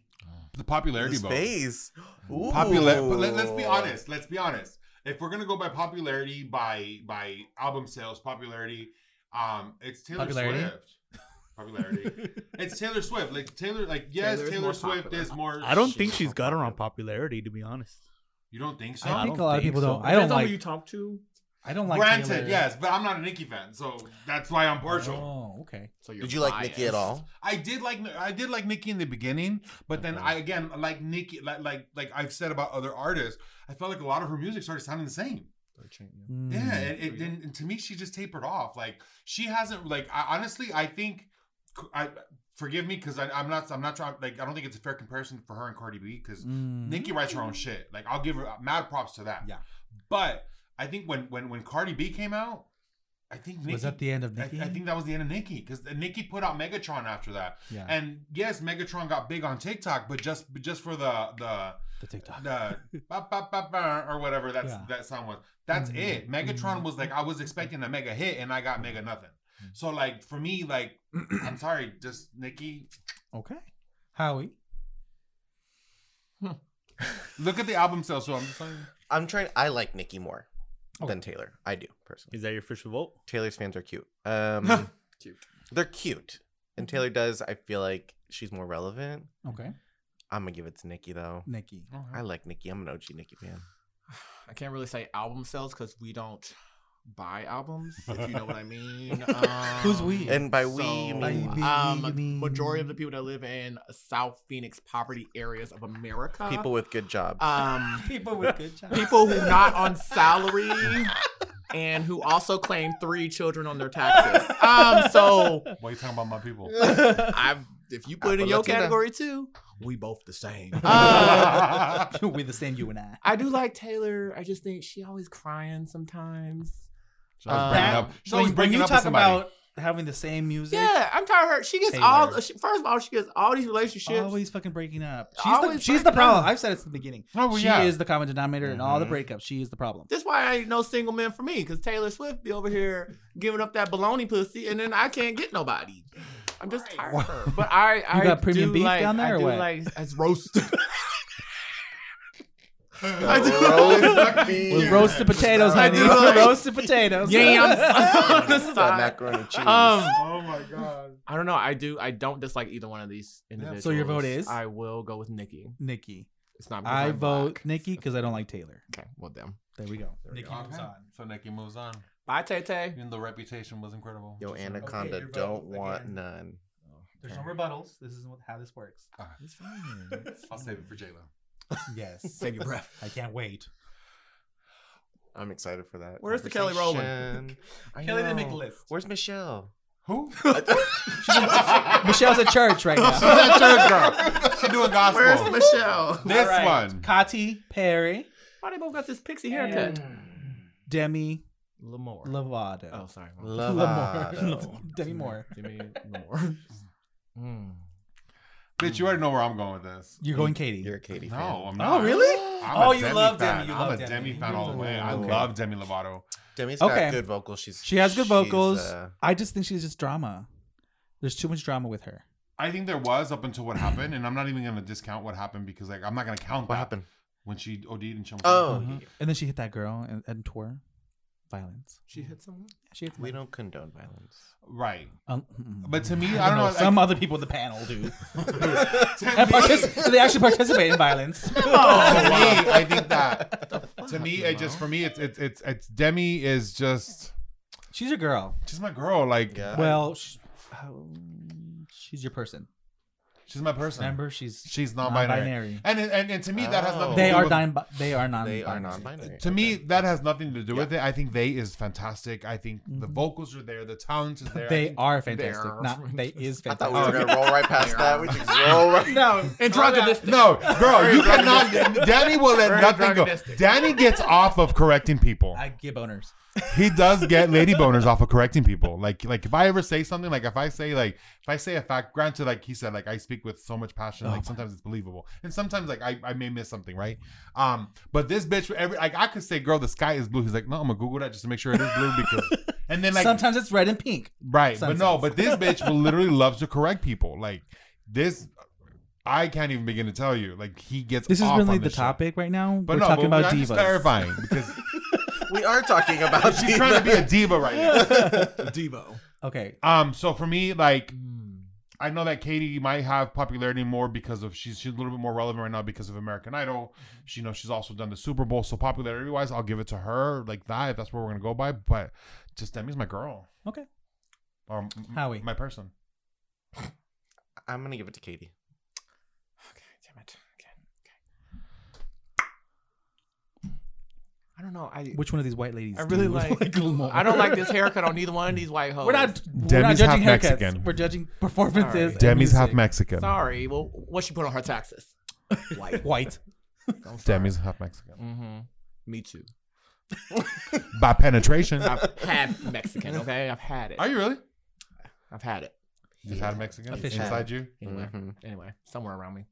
S6: The popularity
S2: His
S6: vote.
S2: face. Ooh.
S6: Popular. But let, let's be honest. Let's be honest. If we're gonna go by popularity, by by album sales, popularity, um, it's Taylor
S4: Popularity?
S6: Swift. Popularity. it's Taylor Swift. Like Taylor. Like yes,
S3: Taylor's
S6: Taylor
S3: more
S6: Swift
S3: popular.
S6: is more.
S7: I don't
S6: sh-
S7: think she's got her on popularity, to be honest.
S6: You don't think so?
S4: I,
S7: I
S4: think a
S7: don't
S4: lot of
S7: think
S4: people
S7: so.
S4: don't. I don't
S5: Depends on
S4: like.
S5: who you talk to.
S4: I don't like.
S6: Granted,
S4: Taylor.
S6: yes, but I'm not a Nicki fan, so that's why I'm partial.
S4: Oh, okay.
S3: So you're
S2: Did you like
S3: biased.
S2: Nicki at all?
S6: I did like I did like Nicki in the beginning, but then
S2: Okay.
S6: I again like Nicki like like like I've said about other artists, I felt like a lot of her music started sounding the same.
S4: Mm.
S6: Yeah, and it didn't. And to me, she just tapered off. Like she hasn't. Like I, honestly, I think. I forgive me because I'm not. I'm not trying. Like I don't think it's a fair comparison for her and Cardi B because
S4: Mm.
S6: Nicki writes her own shit. Like I'll give her uh, mad props to that.
S4: Yeah.
S6: But I think when when when Cardi B came out, I think Nicki.
S4: was that the end of
S6: I,
S4: Nicki?
S6: I think that was the end of Nicki because Nicki put out Megatron after that.
S4: yeah.
S6: And yes, Megatron got big on TikTok, but just just for the the
S4: the TikTok.
S6: the ba, ba, ba, ba, or whatever that's
S4: Yeah.
S6: that sound was. That's
S4: Mhm.
S6: it. Megatron was like I was expecting a mega hit and I got mega nothing.
S4: Mm-hmm.
S6: So like for me, like I'm sorry, just Nikki.
S4: Okay. Howie.
S6: Look at the album sales. So I'm just like,
S2: I'm trying. I like Nicki more
S4: Okay.
S2: than Taylor. I do personally.
S7: Is that your official vote?
S2: Taylor's fans are cute. Um,
S3: Cute.
S2: They're cute, and Taylor does. I feel like she's more relevant.
S4: Okay.
S2: I'm gonna give it to Nicki though.
S4: Nikki.
S2: I like Nicki. I'm an OG Nicki fan.
S3: I can't really say album sales because we don't buy albums, if you know what I mean. Um,
S4: Who's we?
S2: And by we, you
S4: By
S2: mean
S4: we, you mean-
S3: um, majority of the people that live in South Phoenix poverty areas of America.
S2: people with good jobs.
S3: um,
S4: People with good jobs.
S3: people who not on salary and who also claim three children on their taxes. Um, so
S6: why are you talking about my people?
S3: I, if you put it in
S2: Apple
S3: your
S2: Latina.
S3: category too, we both the same. Uh,
S4: We're the same, you and I.
S3: I do like Taylor. I just think she always crying sometimes.
S6: She always
S3: Uh,
S6: breaking up. She's always breaking up with somebody.
S4: having the same music,
S3: Yeah, I'm tired of her. She gets
S4: Taylor.
S3: all. She, first of all, she gets all these relationships.
S4: always fucking breaking up. She's the,
S3: Always
S4: she's the
S3: breaking
S4: problem.
S3: up.
S4: I've said it since the beginning.
S6: Oh, well,
S4: she
S6: yeah.
S4: is the common denominator in all the
S2: Mhm.
S4: breakups. She is the problem.
S3: That's why ain't no single man for me, because Taylor Swift be over here giving up that baloney pussy, and then I can't get nobody. I'm just tired of her. But I, I
S4: got premium
S3: do
S4: beef
S3: like,
S4: down there
S3: I
S4: or
S3: do
S4: what?
S3: like it's roast.
S2: Uh,
S3: I do-
S2: roast beef.
S4: With roasted potatoes,
S2: I
S4: honey.
S2: do like-
S4: roasted potatoes.
S3: Yams.
S2: That macaroni and cheese.
S3: um,
S6: Oh my my god.
S3: I don't know. I do. I don't dislike either one of these individuals.
S4: So your vote is?
S3: I will go with Nikki.
S4: Nikki.
S3: It's not. because
S4: I
S3: I'm
S4: vote
S3: black.
S4: Nikki because I don't like Taylor.
S3: Okay. Well, damn.
S4: There we go.
S6: Nikki moves on. So Nikki moves on.
S3: Bye, Tay Tay.
S6: Even though reputation was incredible.
S2: Yo,
S6: Just-
S2: Anaconda,
S5: you're both
S2: don't want
S5: again.
S2: none.
S5: There's no rebuttals. This is what, how this works.
S6: Ah, I'll save it for J Lo.
S5: Yes.
S3: Save your breath.
S5: I can't wait.
S2: I'm excited for that.
S3: Where's the Kelly Rowland?
S2: conversation. I
S5: Kelly didn't
S2: know.
S5: make a list.
S2: Where's Michelle?
S6: Who?
S4: Michelle's at church right
S6: She's
S4: now.
S6: that church girl. She doing gospel.
S2: Where's Michelle?
S6: this
S5: All right.
S6: one.
S4: Kati Perry,
S3: Why they both got this pixie haircut?
S4: Demi
S3: Lamore.
S4: Lovato.
S3: oh, sorry.
S2: Love
S4: Demi Moore.
S3: Jimmy Lamore. mm.
S6: Bitch, you already know where I'm going with this.
S4: You're going Katie.
S2: You're a Katie fan.
S6: No, I'm not.
S4: oh, really?
S6: I'm
S5: Oh,
S6: a
S5: you
S6: Demi
S5: love
S6: fan.
S5: Demi, you
S6: I'm
S5: love
S6: a
S5: Demi.
S6: Demi fan
S5: You
S6: all the
S5: love
S6: way. I
S4: Demi.
S6: love Demi Lovato.
S2: Demi's
S4: Okay.
S2: got good vocals. She's
S4: She has good
S2: she's,
S4: vocals.
S2: uh,
S4: I just think she's just drama. There's too much drama with her.
S6: I think there was up until what happened, and I'm not even gonna discount what happened because like I'm not gonna count
S2: what
S6: that.
S2: happened?
S6: when she OD'd and Chum.
S2: Oh,
S4: Mhm. And then she hit that girl and, and tore violence.
S3: She hit someone.
S4: Yeah, She hit
S2: we don't condone violence.
S6: right.
S4: Um, mm-mm.
S6: But to me, I don't know. like,
S4: Some other people at the panel do.
S6: to
S4: And
S6: me-
S4: partici- they actually participate in violence.
S6: to me, I think that to me, it just for me, it's it's it's it's Demi is just
S4: She's your girl.
S6: she's my girl. Like
S2: Yeah.
S4: Well, sh- oh, she's your person.
S6: she's my person.
S4: Remember, she's
S6: she's non-binary,
S4: non-binary.
S6: and and and- and to me, that has
S2: Oh.
S6: nothing.
S4: They
S6: to do
S4: are
S6: with-
S4: non. They are non.
S2: They are non-binary.
S6: To me, that has nothing to do
S2: Yeah.
S6: with it. I think they is fantastic. I think the
S4: Mhm.
S6: vocals are there, the talent is there. I
S4: They
S6: think-
S4: are fantastic.
S6: They're-
S4: Not they is
S2: I thought we
S3: Oh,
S2: were
S4: fantastic.
S2: gonna roll right past that. We just roll right.
S4: No,
S3: And drunken this.
S6: No, girl, you cannot. Danny will let
S3: Very
S6: nothing go.
S3: antagonistic.
S6: Danny gets off of correcting people.
S4: I give boners.
S6: He does get lady boners off of correcting people. Like, like if I ever say something, like if I say, like if I say a fact, granted, like he said, like I speak with so much passion, like sometimes it's believable, and sometimes like I, I may miss something, right? Um, but this bitch, every like I could say, girl, the sky is blue. He's like, no, I'm gonna Google that just to make sure it is blue because, and then like
S4: Sometimes it's red and pink.
S6: Right, but no,
S4: Sunsets.
S6: but this bitch will literally loves to correct people. Like this, I can't even begin to tell you. Like he gets.
S4: This is
S6: off
S4: really
S6: on
S4: the
S6: shit.
S4: topic right now.
S6: But
S4: we're
S6: no,
S4: talking
S6: but
S4: about
S6: I'm
S4: divas.
S6: Just clarifying because
S2: We are talking about.
S6: she's trying to be a diva right now.
S3: Devo.
S4: Okay,
S6: Um, so for me, like. I know that Katie might have popularity more because of she's she's a little bit more relevant right now because of American Idol. She you know she's also done the Super Bowl, so popularity wise, I'll give it to her like that if that's where we're gonna go by. But just Demi's my girl.
S4: Okay.
S6: Or m- m-
S4: Howie.
S6: my person.
S2: I'm gonna give it to Katie.
S3: Okay, damn it. Okay, okay. I don't know. I
S4: which one of these white ladies?
S3: I really
S4: do you
S3: like-
S4: more?
S3: I don't like this haircut on either one of these white hoes.
S4: We're not. we're not
S6: Demi's
S4: judging
S6: half
S4: haircuts.
S6: Mexican.
S4: We're judging performances.
S3: Sorry.
S6: Demi's half
S4: Mexican.
S6: Mexican.
S3: sorry. Well, what she put on her taxes? White.
S4: White.
S3: I'm sorry.
S6: Demi's half Mexican.
S3: Mm-hmm. Me too.
S6: By penetration.
S3: I've had Mexican. Okay, I've had it.
S6: Are you really?
S3: I've had it.
S6: Just half Mexican?
S2: Official.
S6: Inside you?
S3: Anyway,
S2: Mhm.
S3: anyway, somewhere around me.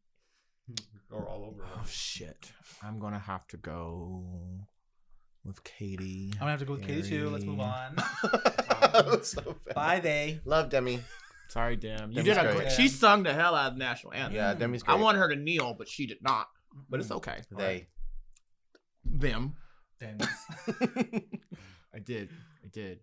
S6: Or all over.
S3: Mm-hmm. Oh shit! I'm gonna have to go with Katie.
S4: I'm gonna have to go with Katie too. Let's move on.
S2: That was so bad.
S4: Bye, they.
S2: Love Demi.
S3: Mm. Sorry, damn. You
S2: Demi's
S3: did a
S2: great.
S3: great. She sung the hell out of the national anthem.
S2: Yeah, Demi's
S3: I
S2: great.
S3: wanted her to kneel, but she did not. But it's okay.
S2: they.
S3: them.
S4: Demis.
S3: I did. I did.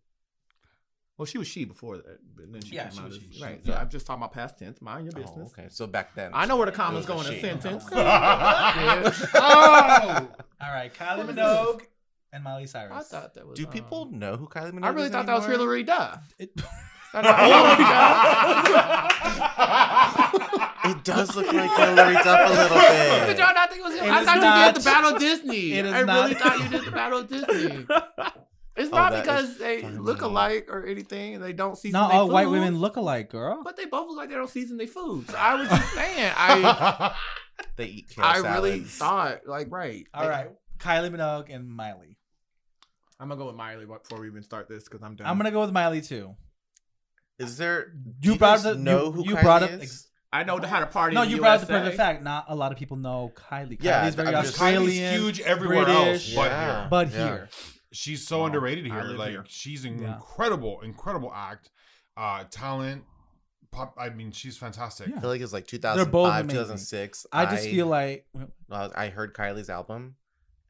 S3: Well, she was she before that, but then she
S5: Yeah,
S3: came
S5: she
S3: out
S5: was
S3: as-
S5: she,
S3: right.
S2: she-
S3: So
S2: yeah.
S3: I'm just talking about past tense. Mind your
S2: Oh,
S3: business.
S2: okay. So back then.
S3: I know where the
S2: was
S3: commas go in
S2: a
S3: a
S2: she.
S3: sentence.
S6: Oh!
S4: All right, Kylie Minogue and Miley
S3: I
S4: Cyrus.
S3: thought that was.
S2: Do
S3: um,
S2: people know who Kylie Minogue is?
S3: I really thought that was
S2: anymore?
S3: Hillary Duff.
S4: It-
S3: I know
S6: Oh
S3: Hillary Duff.
S2: It does look like Hillary Duff a little
S3: Did
S2: bit.
S3: y'all not think it was Hillary?
S4: It
S3: I
S4: is
S3: thought you
S4: not-
S3: did the Battle of Disney.
S4: It is
S3: I really
S4: not-
S3: thought you did the Battle of Disney. It's
S2: Oh,
S3: not
S2: that
S3: because
S2: is
S3: they
S2: funny.
S3: look alike or anything, and they don't season.
S4: Not
S3: they
S4: all white
S3: food,
S4: women look alike, girl.
S3: but they both look like they don't season their food. So I was just saying, I
S2: They eat kale
S3: I really
S2: salads.
S3: thought like right.
S4: All right, Kylie Minogue and Miley.
S3: I'm gonna go with Miley before we even start this because I'm done.
S4: I'm gonna go with Miley too.
S2: Is there?
S4: You
S2: do
S4: brought
S2: guys
S4: up the-
S2: know
S4: you-
S2: who
S4: you
S2: Kylie
S4: brought up
S2: is?
S4: ex-
S3: I know how to party.
S4: no,
S3: in
S4: you
S3: the
S4: brought up the
S3: USA.
S4: perfect fact. Not a lot of people know Kylie.
S2: Yeah,
S4: Kylie's very
S2: I'm just-
S4: Australian,
S6: huge everywhere
S4: British,
S6: else, but
S2: Yeah.
S6: here.
S4: but
S2: Yeah.
S4: here.
S6: she's so
S3: Wow.
S6: underrated
S3: I
S6: here.
S3: live
S6: Like
S3: here.
S6: she's an
S4: Yeah.
S6: incredible, incredible act, uh, talent. Pop. I mean, she's fantastic.
S4: Yeah.
S2: I feel like it's like
S4: both
S2: 2005,
S4: amazing.
S2: 2006.
S4: I just feel like
S2: uh, I heard Kylie's album,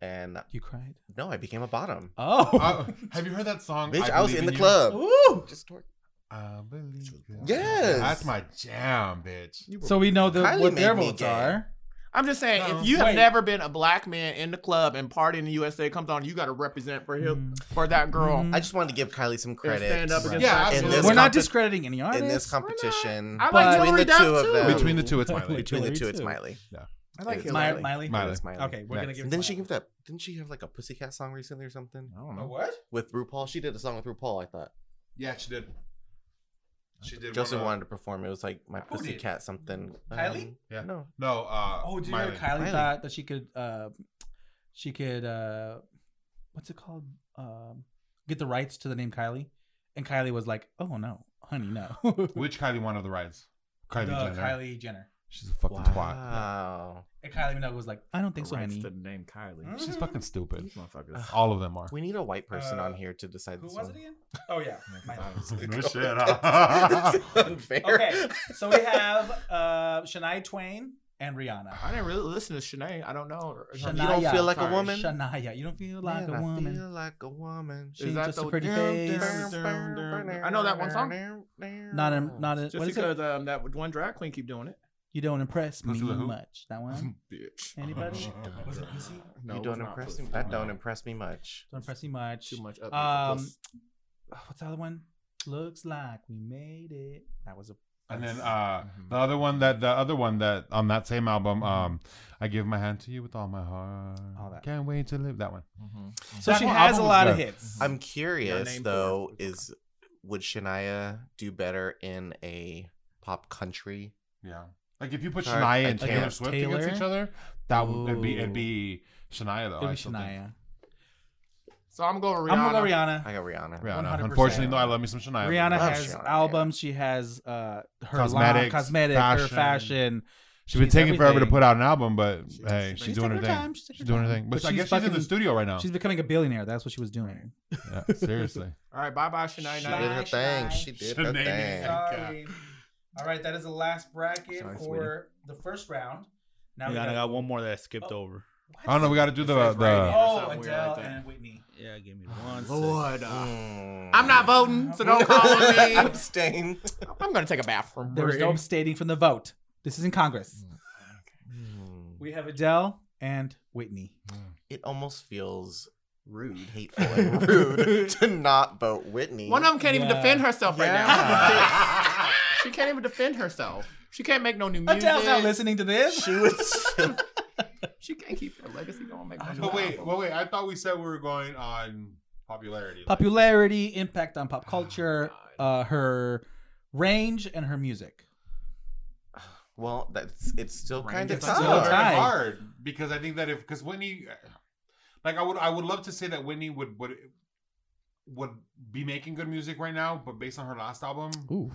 S2: and
S4: you cried.
S2: no, I became a bottom.
S4: Oh,
S6: Uh, have you heard that song?
S2: Bitch, I, was
S6: Believe
S2: in the
S6: You?
S2: club.
S4: ooh,
S2: Just twerk.
S6: I believe. in-
S2: Yes.
S6: That's my jam, bitch.
S4: So we know the,
S2: Kylie
S4: what their
S2: made me
S4: votes
S2: gay.
S4: are.
S3: I'm just saying,
S6: No.
S3: if you have
S4: Um, Wait.
S3: never been a black man in the club and party in the USA comes on, you got to represent for him
S4: Mm.
S3: for that girl.
S4: Mhm.
S2: I just wanted to give Kylie some
S3: And
S2: credit.
S3: stand up against
S6: Yeah,
S3: black
S6: absolutely.
S3: people.
S2: This
S4: We're not
S2: compe-
S4: discrediting any artists.
S2: in this competition.
S3: I
S4: But-
S3: like Hillary
S2: between the
S3: Duff
S2: two of them.
S3: too.
S6: Between the two, it's Miley.
S2: Between the
S4: Hillary
S2: two, it's
S4: too.
S2: Miley.
S5: I
S2: like
S5: Mi-
S2: Hillary.
S5: Miley.
S6: Miley.
S2: It's Miley.
S5: Okay, we're gonna
S6: Next.
S5: give. it
S2: Didn't she
S5: Miley.
S2: give that? Didn't she have like a Pussycat song recently or something? I don't
S4: A
S2: know.
S4: what?
S2: With RuPaul, she did a song with RuPaul. I thought
S6: Yeah, she did. She did.
S2: Joseph
S6: one, uh,
S2: wanted to perform. It was like my
S5: Who did?
S2: Pussycat something.
S5: Kylie?
S2: Um,
S6: Yeah.
S2: No.
S6: No. Uh,
S4: Oh, did you
S6: Miley.
S4: hear Kylie
S2: Miley.
S4: thought that she could, uh, she could, uh, what's it called? Um, get the rights to the name Kylie, and Kylie was like, "Oh no, honey, no."
S6: Which Kylie wanted the rides? Kylie
S4: No,
S6: Jenner.
S4: Kylie Jenner.
S6: She's a fucking twat.
S2: Wow.
S4: And Kylie Minogue was like, "I don't think so,
S8: Writes
S4: honey."
S8: the name Kylie.
S4: Mhm.
S6: She's fucking stupid.
S8: These motherfuckers.
S6: All of them are.
S2: We need a white person on
S4: Uh,
S2: here to decide
S4: Who
S2: this.
S4: was it
S2: one.
S4: again? Oh yeah, Miley.
S6: No shit, huh?
S2: It's unfair.
S4: Okay, so we have uh, Shania Twain and Rihanna.
S3: I didn't really listen to Shanae. I don't know. her- her-
S4: Shania.
S2: You don't feel like
S3: Sorry.
S2: a woman.
S4: Shania, you don't feel like
S2: Man,
S4: a woman.
S2: I feel like a woman.
S4: She's
S3: that
S4: just a
S3: the-
S4: pretty face.
S3: I know that one song.
S4: Not a, not a,
S3: Just
S4: what is it?
S3: because um, that one drag queen keep doing it.
S4: You don't impress me
S6: Pussy La Who?
S4: much. That one.
S3: Bitch.
S4: Anybody?
S6: Was it
S3: No,
S2: you
S3: it's
S2: don't
S3: not
S2: impress
S3: pussy.
S2: me. That don't impress me much.
S4: Don't impress me much.
S3: Too much up.
S4: Um, what's the other one? Looks like we made it. That was a.
S6: And then uh, the other one that the other one that on that same album, um, I give my hand to you with all my heart.
S4: All that.
S6: Can't wait to live that one.
S3: Mm-hmm.
S4: so
S6: that
S4: she
S6: whole
S4: has a
S6: album was
S4: lot of
S6: good.
S4: hits.
S2: I'm curious
S3: name
S2: though.
S3: for it.
S2: Is would Shania do better in a pop country?
S6: Yeah. Like if you put
S2: Sorry,
S6: Shania
S2: I
S6: and Taylor
S2: can't.
S6: Swift
S4: Taylor?
S6: against each other, that would it'd be it'd
S4: Ooh.
S6: be Shania though.
S4: It'd
S6: I
S4: be
S6: still think.
S4: Shania.
S3: so I'm going Rihanna.
S4: I'm gonna go Rihanna.
S2: I got Rihanna.
S6: Rihanna.
S4: 100%.
S6: Unfortunately, no, I love me some Shania. but
S4: Rihanna
S2: love
S4: has
S2: Shania.
S4: albums. She has uh, her
S6: Cosmetics,
S4: cosmetics, cosmetic, her
S6: fashion.
S4: fashion.
S6: she's been
S4: she's
S6: taking forever to
S4: everything.
S6: put out an album, but hey, she's,
S4: she's
S6: doing her
S4: taking
S6: thing.
S4: her time, she's
S6: She's,
S4: taking her
S6: doing her
S4: time.
S6: thing. But,
S4: But
S6: I
S4: she's
S6: guess she's in the
S4: fucking-
S6: studio right now.
S4: She's becoming a billionaire. That's what she was doing.
S6: Yeah, seriously.
S3: All right, bye bye Shanae.
S2: She
S3: Knight.
S2: did her thing.
S4: Shania.
S2: She did her
S6: Shania.
S2: thing.
S4: Sorry. All right, that is the last bracket
S8: Sorry,
S4: for the first round. Now
S7: I
S4: we
S7: got, I got
S4: got
S7: one more that I skipped
S4: Oh.
S7: over.
S6: I don't know. We got to do the
S3: It's like
S6: the.
S3: writing.
S4: Oh,
S3: Something weird
S4: Adele
S3: like that.
S4: and Whitney.
S7: Yeah, give me one. sec.
S3: Lord. uh,
S2: Mm.
S3: I'm not voting, so don't call on me.
S2: Abstain.
S3: I'm going to take a bathroom
S4: There was
S3: break.
S4: no abstaining from the vote. This is in Congress. We have Adele and Whitney.
S2: It almost feels
S8: Rude.
S2: hateful and rude to not vote Whitney.
S3: One of them can't even
S4: Yeah.
S3: defend herself right now.
S2: Yeah.
S3: she can't even defend herself. She can't make no new music.
S4: Adele's not listening to this.
S2: she was.
S3: She can't keep her legacy going. Make no new
S6: But wait,
S3: album.
S6: well, wait. I thought we said we were going on popularity. like-
S4: Popularity, impact on pop culture, uh, her range, and her music.
S2: well, that's it's still kind of
S3: Range is on
S6: It's
S4: Oh,
S6: very
S2: tough.
S4: tight.
S6: hard because I think that if because Whitney, like I would I would love to say that Whitney would would would be making good music right now, but based on her last album,
S4: Ooh.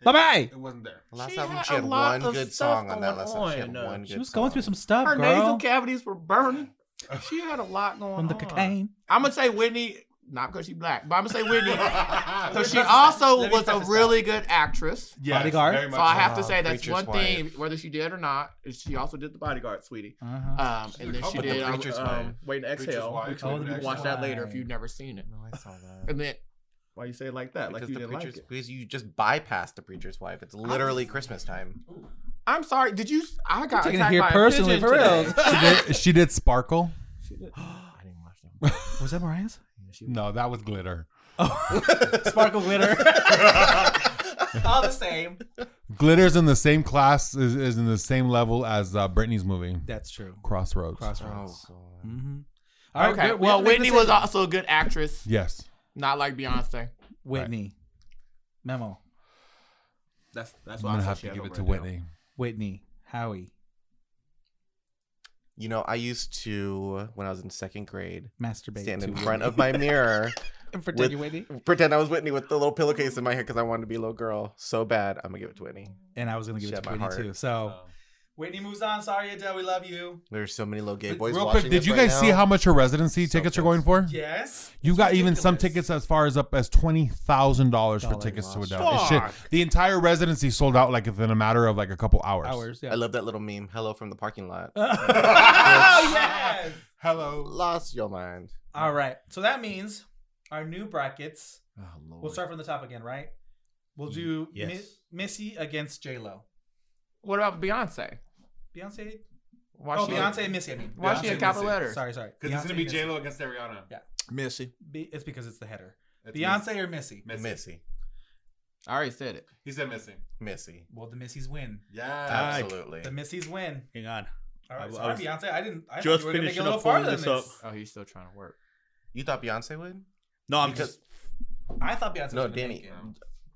S6: it-
S4: Bye bye.
S6: It wasn't there.
S2: Last
S3: She
S2: album,
S3: had
S2: she
S3: a
S2: had
S3: lot
S2: one
S3: of
S2: good
S3: stuff
S2: song on that
S3: going
S2: last album. She had
S3: on.
S2: one good
S4: She was going through
S2: song.
S4: some stuff,
S3: her nasal
S4: girl.
S3: cavities were burning. She had a lot going
S4: From the
S3: on.
S4: cocaine.
S3: I'm gonna say Whitney, not because she's black, but I'm gonna say Whitney. so
S6: Yes,
S3: she also
S4: Let me
S3: was a
S4: preface that.
S3: really good actress.
S4: Bodyguard.
S6: very much
S3: So I have to
S2: so.
S3: say that's
S2: Preacher's
S3: one
S2: wife.
S3: thing, whether she did or not, is she also did the bodyguard, sweetie.
S4: Uh-huh.
S3: Um,
S6: She did a
S3: and then she
S6: couple
S3: did
S6: of
S3: um,
S6: Preacher's Wife.
S3: um, Wait and
S6: Preacher's
S3: Exhale.
S6: Wife,
S3: We
S4: Oh,
S3: can
S4: the Preacher's
S3: watch that later
S4: Wife.
S3: if you've never seen it.
S2: No, I saw that.
S3: And then why you say it like that?
S2: because
S3: like you
S2: the
S3: didn't like
S2: preacher's,
S3: it.
S2: because you just bypassed the preacher's wife. It's literally Christmas time.
S3: I'm sorry. Did you? I got
S4: Taking it
S3: attacked
S4: here
S3: by a
S4: personally,
S3: pigeon
S4: for
S3: today.
S4: real.
S6: she did, she did Sparkle.
S2: I didn't watch that.
S4: Was that Mariah's?
S6: No, that was Glitter.
S4: Sparkle glitter. All the same.
S6: Glitter's in the same class is, is in the same level as uh, Britney's movie
S4: That's true.
S6: Crossroads.
S4: Crossroads.
S2: Oh, God.
S4: Mm-hmm.
S3: Okay. well, Whitney was also a good actress,
S6: Yes,
S3: not like Beyonce.
S4: Whitney. Memo.
S3: That's that's
S6: I'm
S3: why I
S6: gonna
S3: said
S6: have
S3: she
S6: to
S3: had
S6: give
S3: no
S6: it to
S3: breakdown.
S6: Whitney.
S4: Whitney. Howie.
S2: You know, I used to when I was in second grade
S4: Masturbate.
S2: stand
S4: to
S2: in front of my mirror,
S4: Whitney. for
S2: with-
S4: Teddy Whitney.
S2: pretend I was Whitney with the little pillowcase in my head because I wanted to be a little girl so bad. I'm gonna give it to Whitney.
S4: And I was gonna give
S2: She
S4: it
S2: had
S4: to
S2: my
S4: Whitney
S2: heart.
S4: too. So Oh. Whitney moves on. Sorry, Adele. We love you.
S2: There's so many little gay
S6: Real
S2: boys.
S6: quick,
S2: watching
S6: did
S2: us
S6: you
S2: right
S6: guys see
S2: now.
S6: how much her residency
S2: So
S6: tickets are going
S2: pissed.
S6: for?
S4: Yes.
S6: You got even some
S4: ridiculous.
S6: tickets as far as up as twenty thousand dollars for
S4: Dollar
S6: tickets to
S4: loss.
S6: Adele. It's shit. The entire residency sold out like within a matter of like a couple hours.
S4: Hours. Yeah.
S2: I love that little meme. Hello from the parking lot.
S4: oh yes.
S6: Hello.
S2: Lost your mind.
S4: Oh, All right. So that means our new brackets. We'll start from the top again, right? We'll
S7: Ye-
S4: do Mi-
S7: yes.
S4: Missy against J Lo.
S3: What about Beyonce?
S4: Beyonce.
S3: Why
S4: oh,
S3: she-
S4: Beyonce and Missy. I mean,
S3: Why she
S4: Beyonce
S3: a
S4: and
S3: capital
S4: Missy.
S3: letter?
S4: Sorry, sorry.
S6: Because it's
S4: Beyonce
S6: gonna be
S4: and Missy.
S6: J Lo against Ariana.
S2: Missy.
S4: Be- It's because it's the header.
S6: It's
S4: Beyonce or Missy?
S6: Missy. Missy.
S2: Missy.
S3: I already said it.
S6: He said Missy.
S2: Missy.
S4: Well, the Missies win.
S6: Yeah.
S2: Absolutely.
S4: The Missies win.
S7: Hang on.
S4: All
S7: I
S4: right,
S7: w-
S4: sorry,
S7: I was
S4: Beyonce. I didn't. I
S7: just
S4: just finished
S7: finishing
S4: a little
S7: up pulling
S4: farther than
S7: this
S4: this.
S7: up.
S3: Oh, he's still trying to work.
S2: You thought Beyonce would?
S7: No, I'm
S2: Because-
S7: just.
S4: I thought Beyonce.
S2: No,
S4: was gonna
S2: Danny,
S4: make it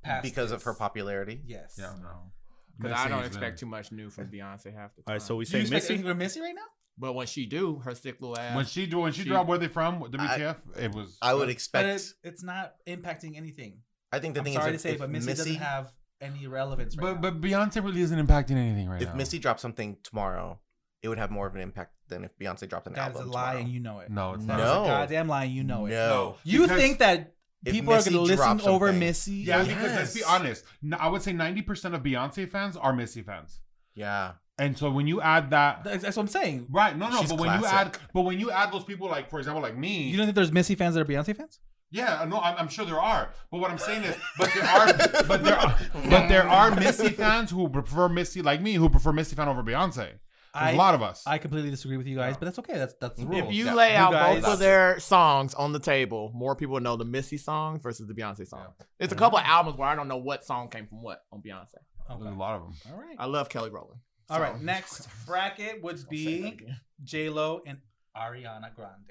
S4: past
S2: because of
S4: this.
S2: her popularity.
S4: Yes.
S6: Yeah. No.
S3: Because I don't expect too much new from Beyonce half the time.
S7: All right, so we
S4: Do you
S7: say
S4: expect
S7: Missy.
S4: anything from Missy right now?
S3: but when she do, her sick little ass.
S6: When she do when she,
S3: She-
S6: dropped where they from WTF, it was.
S2: I would
S4: But
S2: expect.
S4: it's, it's not impacting anything.
S2: I think the
S4: I'm
S2: thing
S4: sorry
S2: is,
S4: to say,
S2: if
S4: but Missy,
S2: Missy
S4: doesn't have any relevance right
S6: But
S4: now.
S6: but Beyonce really isn't impacting anything right
S2: if
S6: now.
S2: Missy dropped something tomorw, it would have more of an impact than if Beyonce dropped an
S4: that is
S2: album.
S4: a lie,
S2: tomorrow.
S4: and you know it.
S6: No, it's
S4: That
S6: not.
S4: is
S2: No.
S4: a goddamn lie, and you know it.
S2: No.
S4: You
S6: Because-
S4: think that
S2: If
S4: people are
S2: Missy
S4: going to listen
S2: drops
S4: over
S2: something-
S4: Missy?
S6: Yeah, because let's be
S2: Yes.
S6: honest. n- I would say ninety percent of Beyonce fans are Missy fans,
S2: Yeah.
S6: and so when you add that,
S4: That's, that's what I'm saying.
S6: right? No, no.
S2: She's
S6: But when you add,
S2: classic.
S6: but when you add those people, like for example, like me,
S4: You don't think there's Missy fans that are Beyonce fans?
S6: yeah, no, I'm, I'm sure there are. But what I'm saying is, but there are, but there, are, but there are Missy fans who prefer Missy, like me, who prefer Missy fan over Beyonce. There's
S4: I-
S6: a lot of us.
S4: I completely disagree with you guys, but that's okay. That's that's the
S2: If
S4: rule.
S3: If you
S2: Yeah.
S3: lay
S4: You
S3: out
S4: guys-
S3: both of their songs on the table, more people know the Missy song versus the Beyonce song. It's a couple of albums where I don't know what song came from what on Beyonce.
S4: Okay.
S6: There's a lot of them.
S4: All right.
S3: I love Kelly Rowland.
S4: All right.
S3: So-
S4: Next bracket would
S3: Don't say that
S4: be
S3: again.
S4: J Lo and Ariana Grande.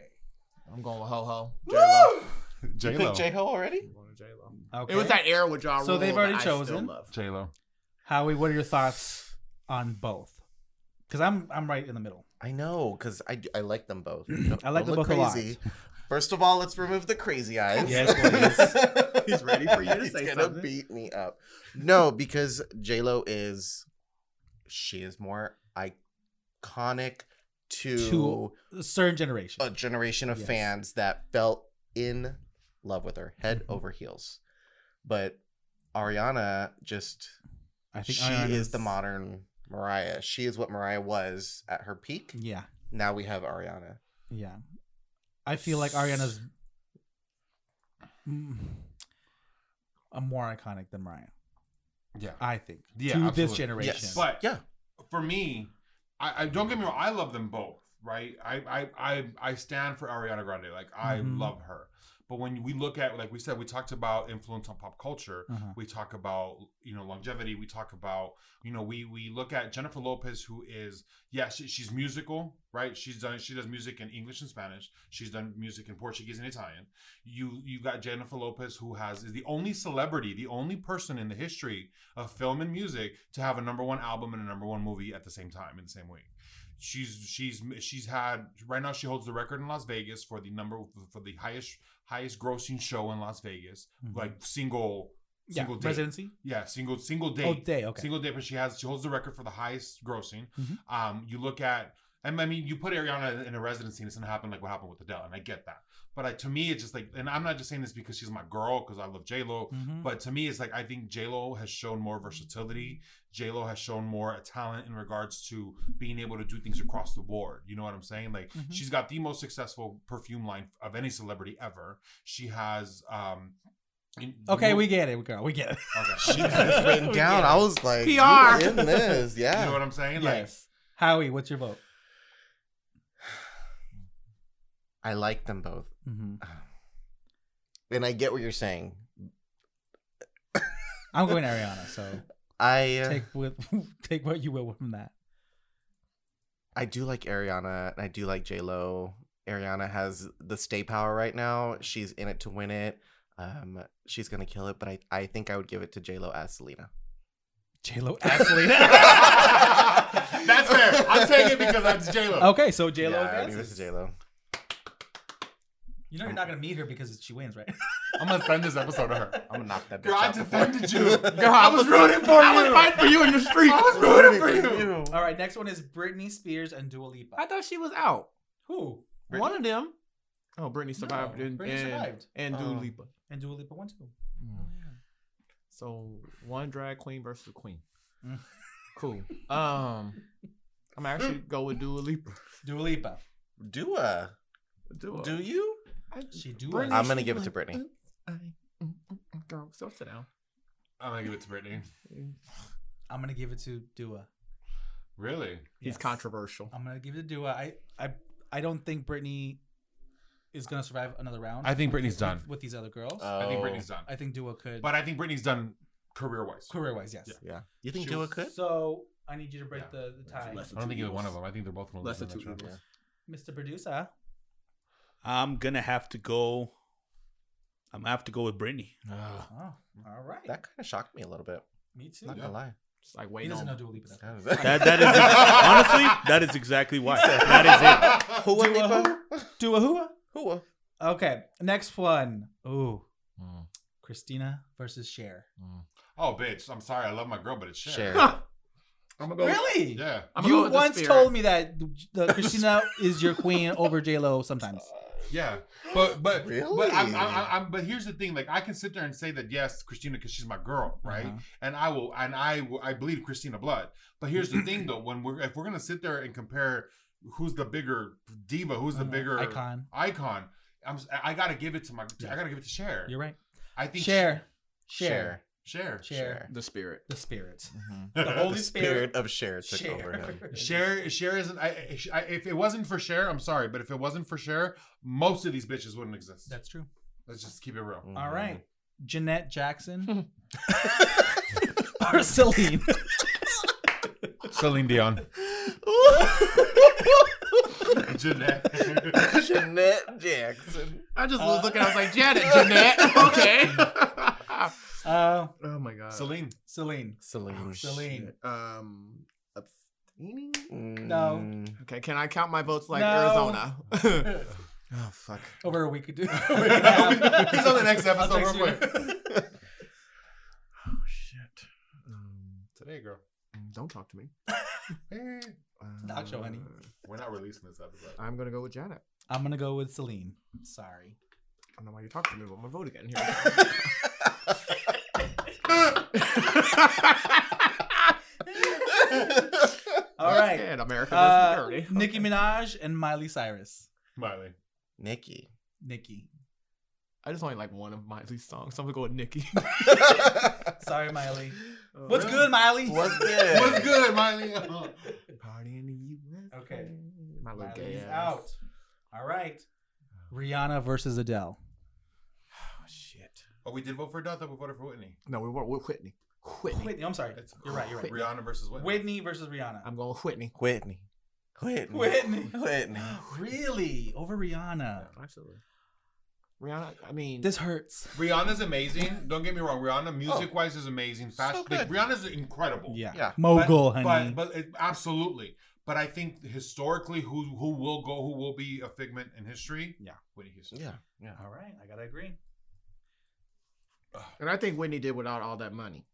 S3: I'm going with Ho Ho.
S6: J Lo,
S2: Ho already?
S4: Okay.
S3: It was that era with Ja Rule.
S4: So they've already
S3: that I still
S4: chosen.
S3: love.
S6: J Lo.
S4: Howie, what are your thoughts on both? Because I'm I'm right in the middle.
S2: I know, because I, do- I like them both.
S4: I like them both a lot.
S2: crazy. First of all, let's remove the crazy eyes.
S4: Yes,
S2: please.
S7: He's ready for you to
S2: He's
S7: say
S2: gonna
S7: something.
S2: beat me up. No, because J Lo is she is more iconic to,
S4: To- A certain generation.
S2: a generation of
S4: Yes.
S2: fans that fell in love with her, head
S4: Mm-hmm.
S2: over heels. But Ariana just
S4: I
S2: she
S4: Ariana's-
S2: is the modern Mariah. She is what Mariah was at her peak.
S4: Yeah,
S2: Now we have Ariana.
S4: yeah. I feel like Ariana's mm, a more iconic than Mariah.
S6: Yeah.
S4: I think.
S6: Yeah,
S4: to
S6: absolutely.
S4: this generation.
S2: Yes.
S6: But
S2: Yeah.
S6: for me, I, I don't get me wrong. I love them both, right? I I I, I stand for Ariana Grande. Like I
S4: Mhm.
S6: love her. But when we look at, like we said, we talked about influence on pop culture.
S4: Uh-huh.
S6: We talk about you know longevity. We talk about you know we we look at Jennifer Lopez, who is yeah she, she's musical, right? She's done she does music in English and Spanish. She's done music in Portuguese and Italian. You you got Jennifer Lopez, who has is the only celebrity, the only person in the history of film and music to have a number one album and a number one movie at the same time in the same week. She's she's she's had right now she holds the record in Las Vegas for the number for the highest highest grossing show in Las Vegas
S4: Mhm.
S6: like single
S4: yeah,
S6: single day.
S4: residency.
S6: Yeah, single single day.
S4: Oh, day. Okay.
S6: Single day, but she has she holds the record for the highest grossing.
S4: Mhm.
S6: Um, you look at, and I mean, you put Ariana in a residency, and it's gonna happen like what happened with Adele, and I get that. But I, to me, it's just like, and I'm not just saying this because she's my girl, because I love J Lo.
S4: Mhm.
S6: But to me, it's like I think J Lo has shown more versatility. J Lo has shown more talent in regards to being able to do things across the board. You know what I'm saying? Like
S4: Mhm.
S6: she's got the most successful perfume line of any celebrity ever. She has. um in- the
S4: okay,
S6: mo-
S4: we get it, girl. We get it.
S6: Okay.
S2: She had this written down. I was like,
S3: PR.
S2: you were in this,
S6: You know
S2: yeah.
S6: what I'm saying? Like
S4: yes. Howie, what's your vote?
S2: I like them both,
S4: Mm-hmm.
S2: and I get what you're saying.
S4: I'm going Ariana, so
S2: I uh,
S4: take with take what you will from that.
S2: I do like Ariana, and I do like J Lo. Ariana has the stay power right now. She's in it to win it. Um, she's gonna kill it. But I, I think I would give it to J Lo as Selena.
S4: J Lo Ashley.
S6: That's fair. I'm taking it because that's J Lo.
S4: okay, so J Lo.
S2: yeah, I would give it to
S4: advances.
S2: J Lo.
S4: you know you're not gonna meet her because she wins, right?
S6: I'm gonna send this episode to her.
S2: I'm gonna knock that.
S6: Girl,
S2: bitch
S6: I
S2: out before-
S6: defended you.
S3: Girl, I was rooting for I was fighting for you in the street.
S6: I was rooting for you.
S4: All right, next one is Britney Spears and Dua Lipa.
S3: I thought she was out.
S4: Who?
S3: One of them. Oh, Britney survived.
S4: No,
S3: and,
S4: Britney
S3: and,
S4: survived. Um,
S3: And Dua
S2: Oh.
S3: Lipa.
S4: And Dua Lipa won too.
S3: So one drag queen versus a queen.
S4: Mm.
S3: cool. Um, I'm actually go with Dua Lipa.
S4: Dua Lipa.
S2: Dua,
S3: Dua.
S2: do you?
S4: She Dua.
S3: Britney,
S2: I'm gonna
S3: she
S2: give it
S3: like,
S2: to Britney.
S3: "Mm, I- mm, mm, mm." Girl, so sit down.
S6: I'm gonna give it to Britney.
S4: I'm gonna give it to Dua.
S6: Really?
S3: He's
S4: Yes.
S3: controversial.
S4: I'm gonna give it to Dua. I I I don't think Brittany is gonna survive another round.
S6: I think Britney's done.
S4: with, with these other girls.
S6: I think
S2: Oh.
S6: Britney's done.
S4: I think Dua could,
S6: But I think Britney's done career wise.
S4: career wise, yes.
S6: Yeah.
S2: Yeah. You think
S6: She
S2: Dua
S6: was-
S2: could?
S4: So I need you to break
S6: Yeah.
S4: the, the tie,
S3: Less of
S6: I don't
S3: two
S6: think either one of
S3: evils.
S6: them. I think they're both going to
S3: Less
S6: lose.
S3: of
S6: in
S3: two
S6: that round.
S3: evils.
S4: Mr. Producer.
S7: I'm gonna have to go. I'm gonna have to go with Britney.
S4: Oh, all right.
S2: That kind of shocked me a little bit.
S4: Me too.
S2: Not gonna lie.
S3: Just like
S4: He
S3: waiting
S4: doesn't
S3: on.
S4: know Dua Lipa. though.
S2: That is
S7: That that is honestly that is exactly why. That is it.
S2: Who
S4: Do a Dua Hua.
S2: Who?
S4: Okay, next one. Ooh, Christina versus Cher.
S6: Oh, bitch. I'm sorry. I love my girl, but it's shit.
S3: I'm gonna go.
S4: Really?
S6: Yeah.
S3: I'ma go
S4: You
S3: with the
S4: once
S3: spirit.
S4: told me that the Christina is your queen over J Lo sometimes.
S6: Yeah. But but
S2: Really?
S6: but I'm, I'm, I'm, I'm- but here's the thing. Like I can sit there and say that yes, Christina, because she's my girl, right?
S4: Uh-huh.
S6: And I will and I will, I believe Christina Blood. But here's the thing, though. When we're if we're gonna sit there and compare who's the bigger diva, who's the
S4: Uh,
S6: bigger
S4: icon?
S6: icon, I'm s- I gotta give it to my I gotta give it to Cher.
S4: You're right.
S6: I think
S4: Cher,
S2: Share.
S4: Cher,
S6: Cher.
S4: Cher,
S3: The spirit.
S4: the spirit.
S2: The
S4: Holy
S2: spirit
S4: Spirit
S2: of share took
S4: Cher.
S2: over him.
S6: Share, share isn't. I, I- I, if it wasn't for share, I'm sorry, but if it wasn't for share, most of these bitches wouldn't exist.
S4: That's true.
S2: Mm-hmm.
S6: Let's just keep it real.
S4: All right, Jeanette Jackson or Celine.
S6: Celine Dion, Jeanette.
S2: Mm-hmm. Jeanette Jackson.
S3: I just
S4: Uh,
S3: was looking. I was like, Janet, Jeanette. Okay.
S4: Uh,
S3: oh my god.
S6: Celine.
S4: Celine.
S2: Celine.
S4: Oh, Celine.
S3: Um. abstaining?
S2: Mm.
S4: No.
S3: Okay, can I count my votes like
S4: No.
S3: Arizona? oh fuck.
S4: Over a week or two. He's
S6: He's on the next
S4: I'll
S6: episode.
S4: text
S6: Real
S4: you.
S6: quick.
S3: Oh shit. Um,
S6: Today, girl.
S3: don't talk to me.
S6: Eh,
S4: Not show, honey.
S3: Uh,
S6: We're not releasing this episode.
S3: I'm gonna go with Janet.
S4: I'm gonna go with Celine. Sorry.
S3: I don't know why you're talking to me, but I'm gonna vote again here.
S4: All right.
S3: And America
S4: Uh,
S3: does dirty.
S4: Nicki Minaj and Miley Cyrus.
S6: Miley.
S2: Nikki.
S4: Nicki.
S3: I just only like one of Miley's songs, so I'm gonna go with Nicki.
S4: Sorry, Miley.
S3: Uh,
S4: What's good, Miley?
S2: What's good?
S6: What's good, Miley?
S3: Party in the U.S.
S4: Okay.
S3: My little gay
S4: Miley's
S3: ass.
S4: out. All right. Rihanna versus Adele.
S3: Oh shit.
S6: oh, we did vote for Delta. We voted for Whitney.
S3: No, we weren't. We're Whitney. Whitney.
S4: Whitney, I'm sorry.
S6: It's-
S4: You're right. You're right.
S6: Rihanna versus Whitney.
S4: Whitney versus Rihanna.
S3: I'm going with Whitney.
S2: Whitney. Whitney.
S4: Whitney.
S2: Whitney.
S4: Really? Over Rihanna?
S3: Absolutely. Rihanna. I mean,
S4: This hurts.
S6: Rihanna's amazing. Don't get me wrong. Rihanna, music wise, is amazing. Fashion. like,
S2: good.
S6: Rihanna's incredible.
S4: Yeah.
S2: Yeah.
S4: Mogul,
S6: but,
S4: honey.
S6: But, but it, absolutely. But I think historically, who who will go, who will be a figment in history?
S4: Yeah.
S6: Whitney Houston.
S2: Yeah. Yeah.
S4: All right. I gotta agree.
S3: and I think Whitney did without all that money.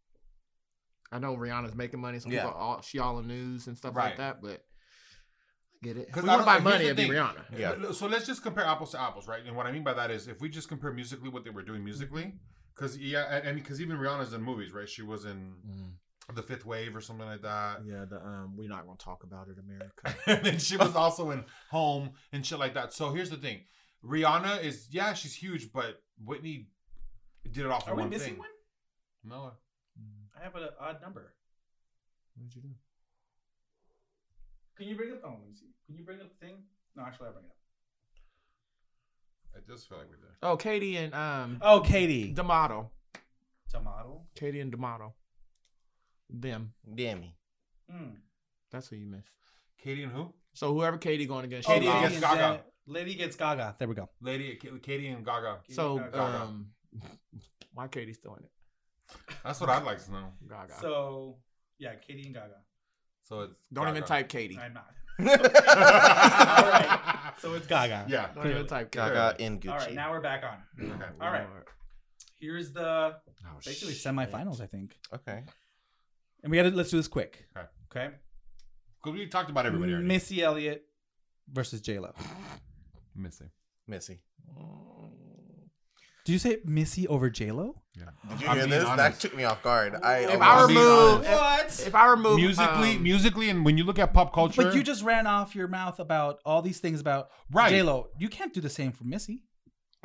S3: I know Rihanna's making money, so
S2: Yeah.
S3: people all she all in news and stuff
S6: Right.
S3: like that. But I get it. If
S6: 'Cause
S3: we
S6: I
S3: want to
S6: don't-
S3: buy
S6: here's
S3: money,
S6: the
S3: it'd be
S6: thing.
S3: Rihanna.
S2: Yeah.
S6: L- So let's just compare apples to apples, right? And what I mean by that is, if we just compare musically what they were
S3: Mm-hmm.
S6: doing musically, because yeah, and- and because even Rihanna's in movies, right? She was in
S2: Mm-hmm.
S6: The Fifth Wave or something like that.
S3: Yeah, the um, we're not gonna talk about it, America.
S6: and then she was also in Home and shit like that. So here's the thing, Rihanna is yeah, she's huge, but Whitney did it all for
S4: Are we
S6: one
S4: missing
S6: thing.
S4: one?
S6: No,
S4: I have an odd number.
S3: What'd you do?
S4: Can you bring up? Oh, let me see. Can you bring up the thing? No, actually, I bring it up.
S6: I just feel like we did.
S3: Oh, Katie and um,
S4: Oh, Katie.
S3: D'Amato.
S4: To model.
S3: Katie and D'Amato. Them.
S2: Demi.
S4: Mm.
S3: That's who you missed.
S6: Katie and who?
S3: So whoever Katie going against,
S6: Katie
S3: she
S4: Oh,
S3: lost.
S6: against Gaga.
S4: Janet- Lady gets Gaga. There we go.
S6: Lady K- Katie and Gaga.
S3: So
S4: Gaga.
S3: um, why Katie's doing it?
S6: That's what I'd like to know.
S3: Gaga.
S4: So yeah, Katie and Gaga.
S6: So it's
S3: don't even
S6: Gaga.
S3: type Katie.
S4: I'm not.
S6: Alright.
S4: So it's Gaga.
S6: Yeah.
S3: Don't even type Katie.
S2: Gaga in Gucci.
S4: All right, now we're back on.
S6: Okay.
S4: All right. Here's the
S2: Oh,
S4: basically
S2: shit.
S4: semifinals, I think.
S2: Okay.
S4: And we got to let's do this quick.
S6: Okay.
S4: Okay.
S6: Because we talked about everybody already.
S4: Missy Elliott versus J Lo.
S6: Missing.
S2: Missy.
S4: Do you say Missy over J Lo?
S6: Yeah.
S2: Did you
S6: I'm
S2: hear
S6: being
S2: this? That
S6: honest.
S2: took me off guard. I,
S3: If
S2: almost-
S3: I
S6: I'm being
S3: remove, if,
S4: What?
S3: if I remove
S6: musically,
S3: um,
S6: musically, and when you look at pop culture,
S4: Oh, But you just ran off your mouth about all these things about
S6: right.
S4: J Lo. You can't do the same for Missy.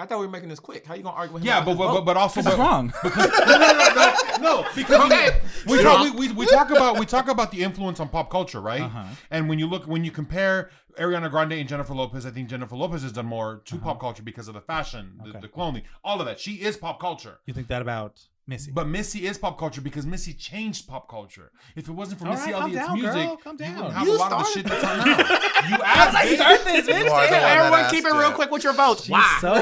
S3: I thought we were making this quick. How you gonna argue with him?
S6: Yeah,
S3: about
S6: but
S3: his
S6: but,
S3: vote?
S6: but also
S4: Because it's
S6: but-
S4: wrong.
S6: no, no, no, no, no, because
S2: Okay.
S6: we, we, talk, we, we, we talk about we talk about the influence on pop culture, right?
S4: Uh-huh.
S6: And when you look when you compare Ariana Grande and Jennifer Lopez, I think Jennifer Lopez has done more to pop culture because of the fashion, the,
S4: Uh-huh. Okay.
S6: the clothing, all of that. She is pop culture.
S5: You think that about Missy?
S6: But Missy is pop culture because Missy changed pop culture. If it wasn't for
S4: All
S6: Missy
S4: right, calm
S6: Elliott's
S4: down,
S6: music,
S4: girl, calm
S6: you
S4: down.
S6: wouldn't have
S2: You
S6: a lot of the
S2: started-
S6: shit that's on now. You asked me.
S2: You are the one that
S3: Everyone,
S2: asked
S3: keep it real quick with your votes.
S4: She's
S3: Why?
S4: so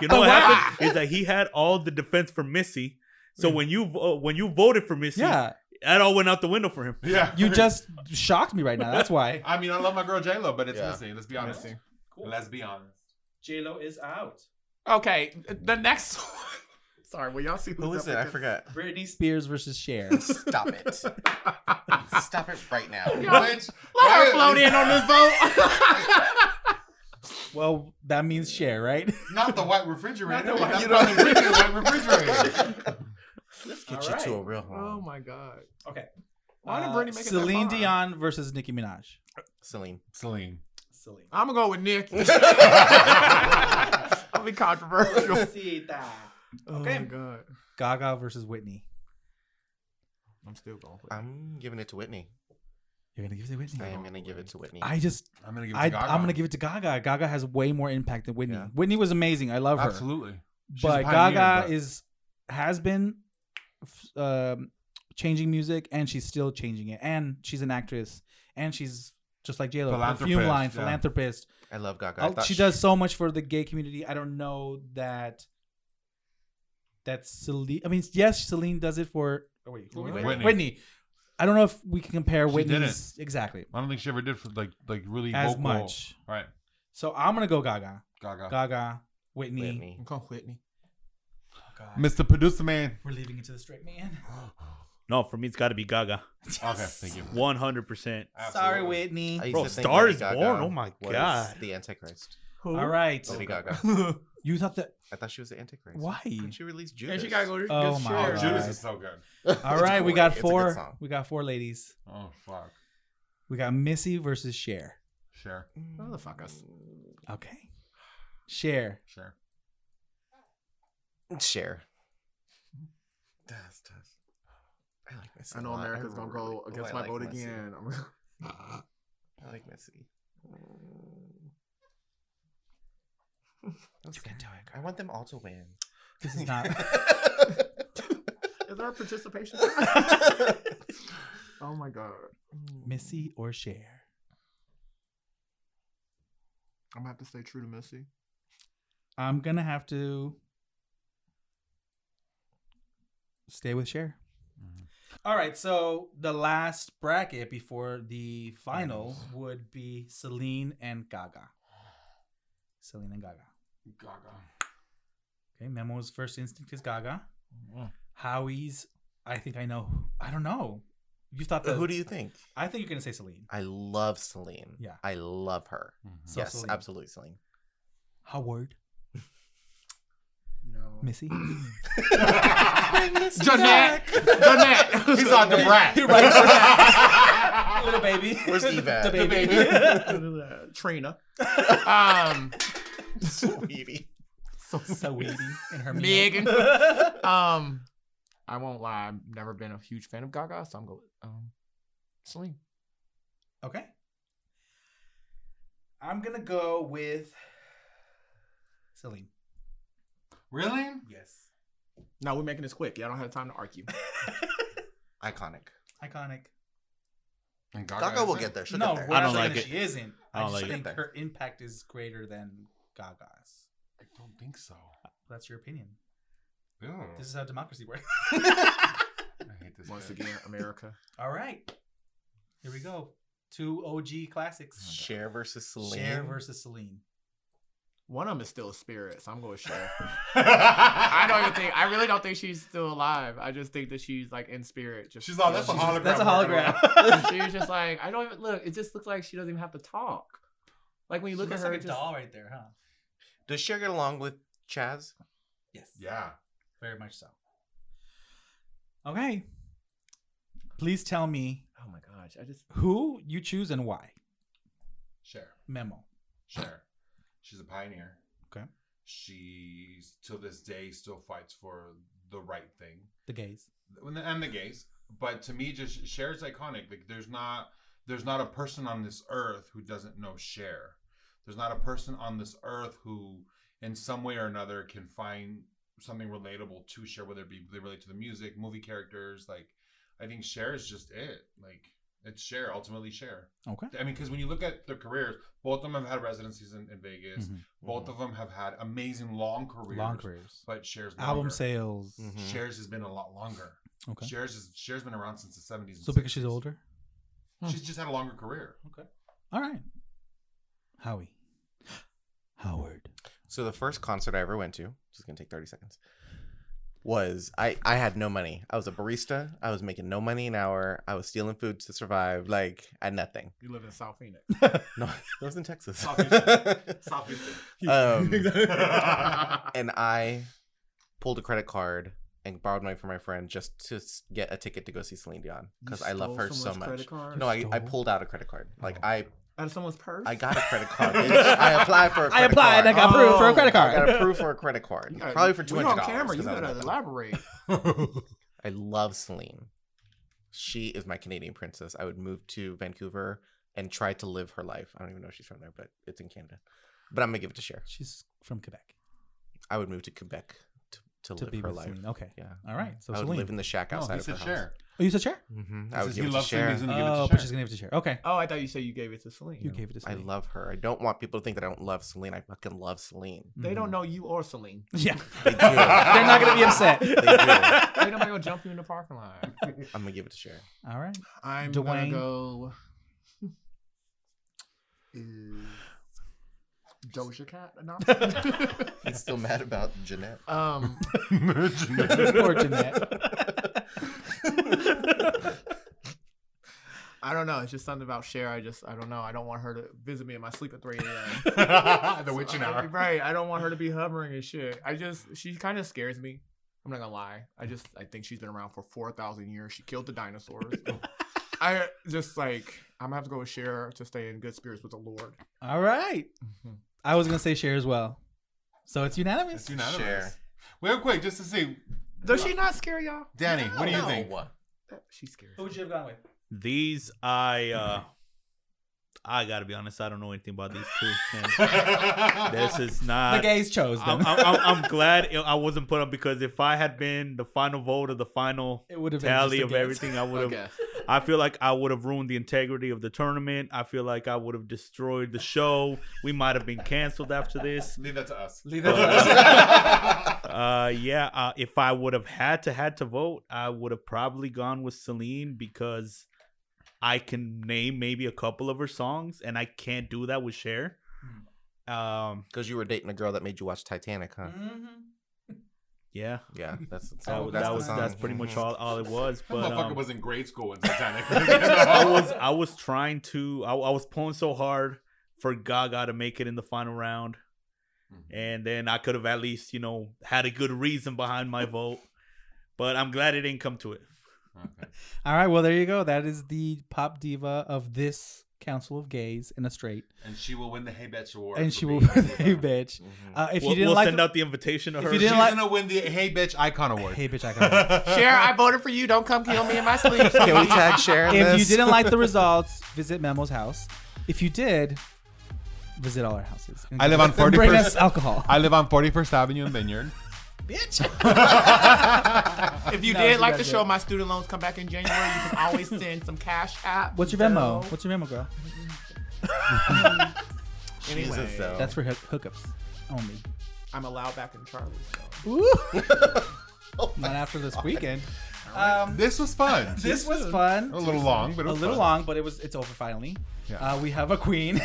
S7: You know what happened is that he had all the defense for Missy. So when you vo- when you voted for Missy,
S4: yeah.
S7: that all went out the window for him.
S6: Yeah.
S4: You just shocked me right now. That's why.
S6: I mean, I love my girl J Lo, but it's
S2: Yeah.
S6: Missy. Let's be honest. Let's be honest.
S5: J Lo is out.
S3: Okay, the next. one. Sorry, will y'all see
S2: Who
S3: who's
S2: is
S3: up
S2: it? I
S3: against-
S2: forgot.
S4: Britney Spears versus Cher.
S2: Stop it. Stop it right now.
S6: Bitch,
S3: Let
S6: why-
S3: her float in on this vote.
S4: well, that means Cher, right?
S6: Not the white refrigerator.
S3: Not the white-
S6: That's not the original white refrigerator.
S2: Let's get you to a real
S3: oh
S2: one.
S3: my god.
S5: Okay.
S3: Why did
S4: Uh,
S3: Brittany make it that
S4: Celine
S3: far?
S4: Dion versus Nicki Minaj.
S2: Celine.
S6: Celine.
S5: Celine.
S3: I'm gonna go with Nick. I'll be controversial. Oh my god.
S4: Gaga versus Whitney.
S3: I'm still going. With
S2: I'm giving it to Whitney.
S4: You're gonna give it to Whitney.
S2: I am gonna give it to Whitney.
S4: I just
S6: I'm gonna give it to
S4: I,
S6: Gaga.
S4: I'm gonna give it to Gaga. Gaga has way more impact than Whitney.
S2: Yeah.
S4: Whitney was amazing. I love her.
S6: Absolutely. She's a
S4: But
S6: pioneer,
S4: Gaga
S6: but-
S4: is has been f- um, changing music, and she's still changing it. And she's an actress, and she's just like J Lo, perfume
S6: Philanthropist,
S4: line,
S6: yeah.
S4: philanthropist.
S2: I love Gaga. I
S4: Oh,
S2: thought
S4: she does so much for the gay community. I don't know that. That's Celine. I mean, yes, Celine does it for
S5: Oh, wait.
S3: Who we
S6: Whitney.
S4: Whitney. I don't know if we can compare
S6: She
S4: Whitney's exactly
S6: I don't think she ever did for like like really
S4: as
S6: vocal.
S4: much.
S6: All right,
S4: So I'm gonna go Gaga,
S6: Gaga.
S4: Gaga, Whitney.
S2: Whitney.
S3: I'm going Whitney.
S4: God.
S6: Mr. Producer Man.
S4: We're leaving it to the straight man.
S7: No, for me it's got to be Gaga,
S6: Okay, thank you.
S7: one hundred percent.
S4: Sorry,
S6: Absolutely.
S4: Whitney.
S2: I used
S7: Bro,
S2: to think
S7: Star
S2: Lady
S7: is
S2: Gaga
S7: Born, oh my
S2: was
S7: God.
S2: The Antichrist.
S3: Who?
S4: All right,
S2: Lady Gaga.
S4: you thought that?
S2: I thought she was the Antichrist.
S4: Why?
S2: Couldn't she released Judas?
S3: And she gotta go to
S4: Oh
S3: get
S4: my
S6: Oh,
S3: shares.
S4: God.
S6: Judas
S4: Alright.
S6: is so good.
S4: All right, we
S2: great.
S4: got
S2: It's a good
S4: four.
S2: song.
S4: We got four ladies.
S6: Oh fuck.
S4: We got Missy versus Cher.
S6: Share,
S3: Motherfuckers.
S4: Okay, Cher.
S6: share.
S2: Share. That's tough. I like Missy.
S3: I know
S2: a lot.
S3: America's gonna
S2: really-
S3: go
S2: oh,
S3: against
S2: I
S3: my
S2: like
S3: vote
S2: Missy.
S3: again.
S2: I like Missy. you can do it. I want them all to win.
S4: This is not.
S3: Is there a participation? oh my god.
S4: Missy or Cher.
S3: I'm gonna have to stay true to Missy.
S4: I'm gonna have to stay with Cher. Mm-hmm. All right, so the last bracket before the final would be Celine and Gaga. Celine and Gaga.
S6: Gaga.
S4: Okay, Memo's first instinct is Gaga.
S6: Mm-hmm.
S4: Howie's, I think I know. I don't know. You thought that?
S2: Who do you think?
S4: I think you're gonna say Celine.
S2: I love Celine.
S4: Yeah.
S2: I love her.
S4: So
S2: yes,
S4: Celine.
S2: absolutely Celine.
S4: Howard,
S3: No.
S4: Missy.
S3: Jeanette! Jeanette!
S6: He's on the brat.
S4: He writes her down. Little baby.
S2: Where's Eva?
S4: The baby.
S3: Trina. Um
S2: Sweetie.
S4: so weedy in her
S3: Megan.
S4: meal.
S3: um I won't lie, I've never been a huge fan of Gaga, so I'm going um Celine.
S4: Okay. I'm gonna go with Celine.
S6: Really?
S4: Yes.
S3: No, we're making this quick. Y'all don't have time to argue.
S2: Iconic.
S4: Iconic.
S6: And
S2: Gaga will
S6: is
S2: get
S6: there.
S2: there. She'll
S4: no,
S2: get
S4: we're
S2: there.
S7: I
S4: not
S7: don't
S4: saying
S7: like
S4: that
S7: it.
S4: She isn't. I,
S7: I don't
S4: just
S7: like it.
S4: think her impact is greater than Gaga's.
S6: I don't think so.
S4: That's your opinion.
S6: Ew.
S4: This is how democracy works.
S6: I hate this.
S3: Once
S6: bitch.
S3: again, America.
S4: All right. Here we go. Two OG classics.
S2: Cher versus Celine.
S4: Cher versus Celine.
S3: One of them is still a spirit, so I'm going to share. I don't even think. I really don't think she's still alive. I just think that she's like in spirit. Just
S6: She's all. That's a
S3: She's just-
S6: hologram.
S4: That's a
S6: working
S4: hologram.
S6: on-
S3: she was just like, I don't even look. It just looks like she doesn't even have to talk. Like when you
S4: She
S3: look at
S4: looks
S3: her,
S4: like a
S3: just,
S4: doll right there, huh?
S2: Does Cher get along with Chaz?
S4: Yes.
S6: Yeah.
S4: Very much so. Okay. Please tell me
S3: oh my gosh, I just
S4: who you choose and why.
S6: Share.
S4: Memo.
S6: Share. She's a pioneer.
S5: Okay.
S6: She till this day still fights for the right thing
S5: The gays.
S6: and the, and the gays. But to me, just Cher's iconic. Like there's not there's not a person on this earth who doesn't know Cher. There's not a person on this earth who, in some way or another, can find something relatable to Cher, whether it be they relate to the music, movie characters. Like I think Cher is just it. Like it's Cher, ultimately Cher.
S4: Okay.
S6: I mean, because when you look at their careers, both of them have had residencies in, in Vegas.
S4: Mhm.
S6: Both of them have had amazing long careers.
S5: Mm-hmm.
S6: Mm.
S5: Long careers.
S6: But Cher's
S5: Album
S6: longer.
S5: sales.
S2: Mhm.
S6: Cher's has been a lot longer.
S4: Okay.
S6: Cher's is Cher's been around since the seventies.
S5: So because she's older.
S6: she's just had a longer career.
S4: All right. Howie. Howard.
S2: So the first concert I ever went to, which is gonna take thirty seconds, was I I had no money. I was a barista. I was making no money an hour. I was stealing food to survive. Like I had nothing.
S3: You live in South Phoenix.
S2: No, that was in Texas.
S6: South Houston. South Houston.
S2: Um,
S6: That's
S2: and I pulled a credit card and borrowed money from my friend just to s- get a ticket to go see Celine Dion because I love her so much. No, I, I
S4: Stole?
S2: pulled out a credit card. Like
S3: Oh.
S2: I
S3: Out of someone's purse.
S2: I got a credit card. bitch. I applied for. A credit card. Um,
S3: got
S5: Oh.
S3: approved for a credit
S2: I got approved for a credit card,
S3: You gotta-
S2: probably for two
S3: we
S2: hundred
S3: on
S2: dollars.
S3: camera. You gotta elaborate.
S2: I love Celine. She is my Canadian princess. I would move to Vancouver and try to live her life. I don't even know if she's from there, but it's in Canada. But I'm gonna give it to Cher.
S4: She's from Quebec.
S2: I would move to Quebec to, to,
S4: To
S2: live
S4: be
S2: her
S4: with
S2: life.
S4: Celine. Okay.
S2: Yeah.
S4: All right. So
S2: I would
S4: Celine.
S2: live in the shack outside
S6: no, he
S2: of her
S6: said
S2: house.
S6: Cher.
S4: oh, you said Cher?
S2: hmm
S6: He
S2: I would
S6: says he
S2: give it to
S6: loves Celine,
S2: Cher.
S6: he's gonna give
S4: Oh,
S6: it to
S4: but she's
S6: Cher.
S4: going to give it to Cher. Okay.
S3: Oh, I thought you said you gave it to Celine.
S4: You gave it to
S2: I
S4: Celine.
S2: love her. I don't want people to think that I don't love Celine. I fucking love Celine.
S3: They don't
S4: Mhm.
S3: know you or Celine.
S4: Yeah.
S2: They do. I'm
S4: They're not going to be upset.
S2: They do.
S3: They don't gonna jump you in the parking lot.
S2: gonna give it to Cher.
S4: All right.
S5: I'm
S3: Gonna go. Is Doja Cat enough?
S2: He's still mad about Jeanette.
S3: um,
S4: Poor Jeanette.
S3: I don't know. It's just something about Cher. I just, I don't know. I don't want her to visit me in my sleep at 3 a.m.
S6: the witching hour.
S3: Right. I don't want her to be hovering and shit. I just she kind of scares me. I'm not gonna lie. I just I think she's been around for four thousand years. She killed the dinosaurs. I just like I'm gonna have to go with Cher to stay in good spirits with the Lord.
S4: All right. I was going to say Cher as well. So it's unanimous.
S6: It's unanimous.
S2: Cher.
S6: Real quick, just to see,
S3: Does she not scare y'all?
S6: Danny, what do you think?
S3: She scares.
S5: Who would you have gone with?
S7: These I uh I gotta be honest, I don't know anything about these two. man. this is
S4: The
S7: not.
S4: gays chose
S7: I'm,
S4: them.
S7: I'm, I'm- I'm glad it- I wasn't put up because if I had been the final vote or the final
S4: it would have been just
S7: tally
S4: the
S7: of
S4: gays.
S7: everything, I would have.
S3: Okay.
S7: I feel like I would have ruined the integrity of the tournament. I feel like I would have destroyed the show. We might have been canceled after this.
S6: Leave that to us.
S4: Leave
S7: that
S6: that
S7: Uh, yeah. Uh, if I would have had to had to vote, I would have probably gone with Celine because I can name maybe a couple of her songs, and I can't do that with Cher.
S4: Hmm.
S7: Um,
S2: Because you were dating a girl that made you watch Titanic, huh?
S4: Mm-hmm.
S7: yeah,
S2: Yeah, that's the
S7: that,
S2: song.
S7: that
S2: Oh, that's the
S7: was
S2: song.
S7: that's pretty much
S2: Mhm.
S7: all, all it was. But
S6: motherfucker
S7: um,
S6: was in grade school when Titanic.
S7: I was I was trying to I, I was pulling so hard for Gaga to make it in the final round, and then I could have at least you know had a good reason behind my vote. But I'm glad it didn't come to it.
S6: Okay.
S4: All right. Well, there you go. That is the pop diva of this council of gays in a straight.
S6: And she will win the Hey Bitch Award.
S4: And
S6: for
S4: she will
S6: being-
S4: hey, bitch. Uh, if
S7: we'll
S4: you didn't
S7: we'll
S4: like
S7: send out the invitation to
S4: if
S7: her.
S4: you
S6: She's
S4: didn't like-
S6: gonna win the Hey Bitch Icon Award.
S4: Hey, bitch, I got it.
S3: Cher, I voted for you. Don't come kill me in my sleep.
S2: Can we tag Cher in
S4: If
S2: this?
S4: you didn't like the results, visit Memo's house. If you did, visit all our houses. And
S6: I live on
S4: bring
S6: 41st
S4: us alcohol.
S6: I live on 41st Avenue in Vineyard.
S4: bitch.
S3: If you
S4: No, she
S3: did like
S4: got
S3: the
S4: it.
S3: show, my student loans come back in January. You can always send some cash app.
S4: What's your Venmo?
S3: Zelle.
S4: What's your Venmo, girl?
S2: Jesus, uh,
S3: Anyway,
S2: though.
S4: That's for hook- hookups only.
S3: I'm allowed back in Charlie's. So.
S4: Not after this weekend. Um,
S6: This was fun.
S4: This was fun.
S6: a little long, but it
S4: A
S6: was
S4: little
S6: fun.
S4: long, but it was. It's over finally.
S6: Yeah.
S4: Uh, we have a queen.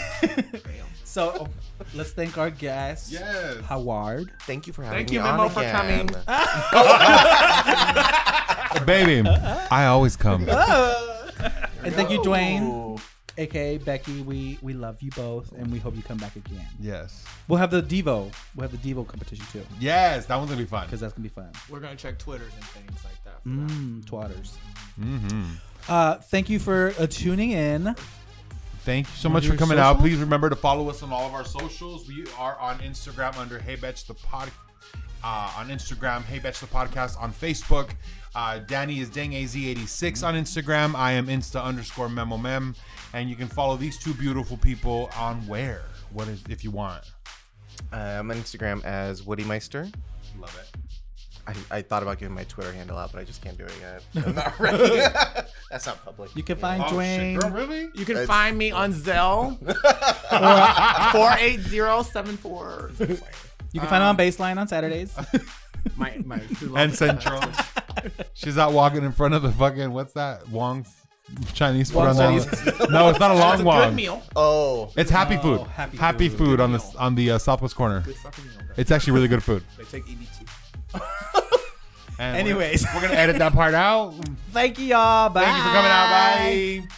S4: so let's thank our guest,
S6: Yes.
S4: Howard.
S2: Thank you for having
S3: Thank
S2: me
S3: you,
S2: on
S3: Memo, for
S2: again. Uh,
S3: coming.
S6: Baby, I always come. Ah.
S4: and thank you, Dwayne, aka Becky. We we love you both, and we hope you come back again.
S6: Yes.
S4: We'll have the Devo. We'll have the Devo competition too,
S6: Yes, that one's gonna be fun.
S4: because that's gonna be fun.
S3: We're gonna check Twitters and things like that. For that.
S4: Mm, twatters.
S6: Mm-hmm.
S4: Uh, thank you for uh, tuning in.
S6: Thank you so
S4: What
S6: much
S4: are
S6: for
S4: your
S6: coming out.
S4: socials?
S6: Please remember to follow us on all of our socials. We are on Instagram under Hey Betch the Pod. Uh, on Instagram, Hey Betch the Podcast on Facebook. Uh, Danny is DangAZ86 on Instagram. I am Insta underscore Memo Mem. And you can follow these two beautiful people on where? What is, if you want.
S2: I'm on Instagram as Woody Meister.
S6: Love it.
S2: I, I thought about giving my Twitter handle out, but I just can't do it yet. I'm not ready. That's not public.
S4: You can find
S6: Oh,
S4: Dwayne.
S6: shit, girl, really?
S3: You can
S2: It's-
S3: find me on Zelle. 48074.
S4: You can find him on Baseline on Saturdays.
S3: My, my
S6: And Central. She's out walking in front of the fucking, what's that? Wong Chinese food on
S4: Wong
S6: the No, it's not a long
S3: Good
S6: Wong.
S3: meal.
S2: Oh,
S6: It's happy
S5: Oh,
S6: food. Happy,
S5: Happy
S6: food, on the on the uh, Southwest corner.
S3: Good fucking meal. bro.
S6: It's actually really good food.
S3: They take E EBT.
S6: And we're-
S4: Anyways,
S6: we're gonna edit that part out.
S4: thank you all. Bye.
S6: Thank you for coming out. Bye.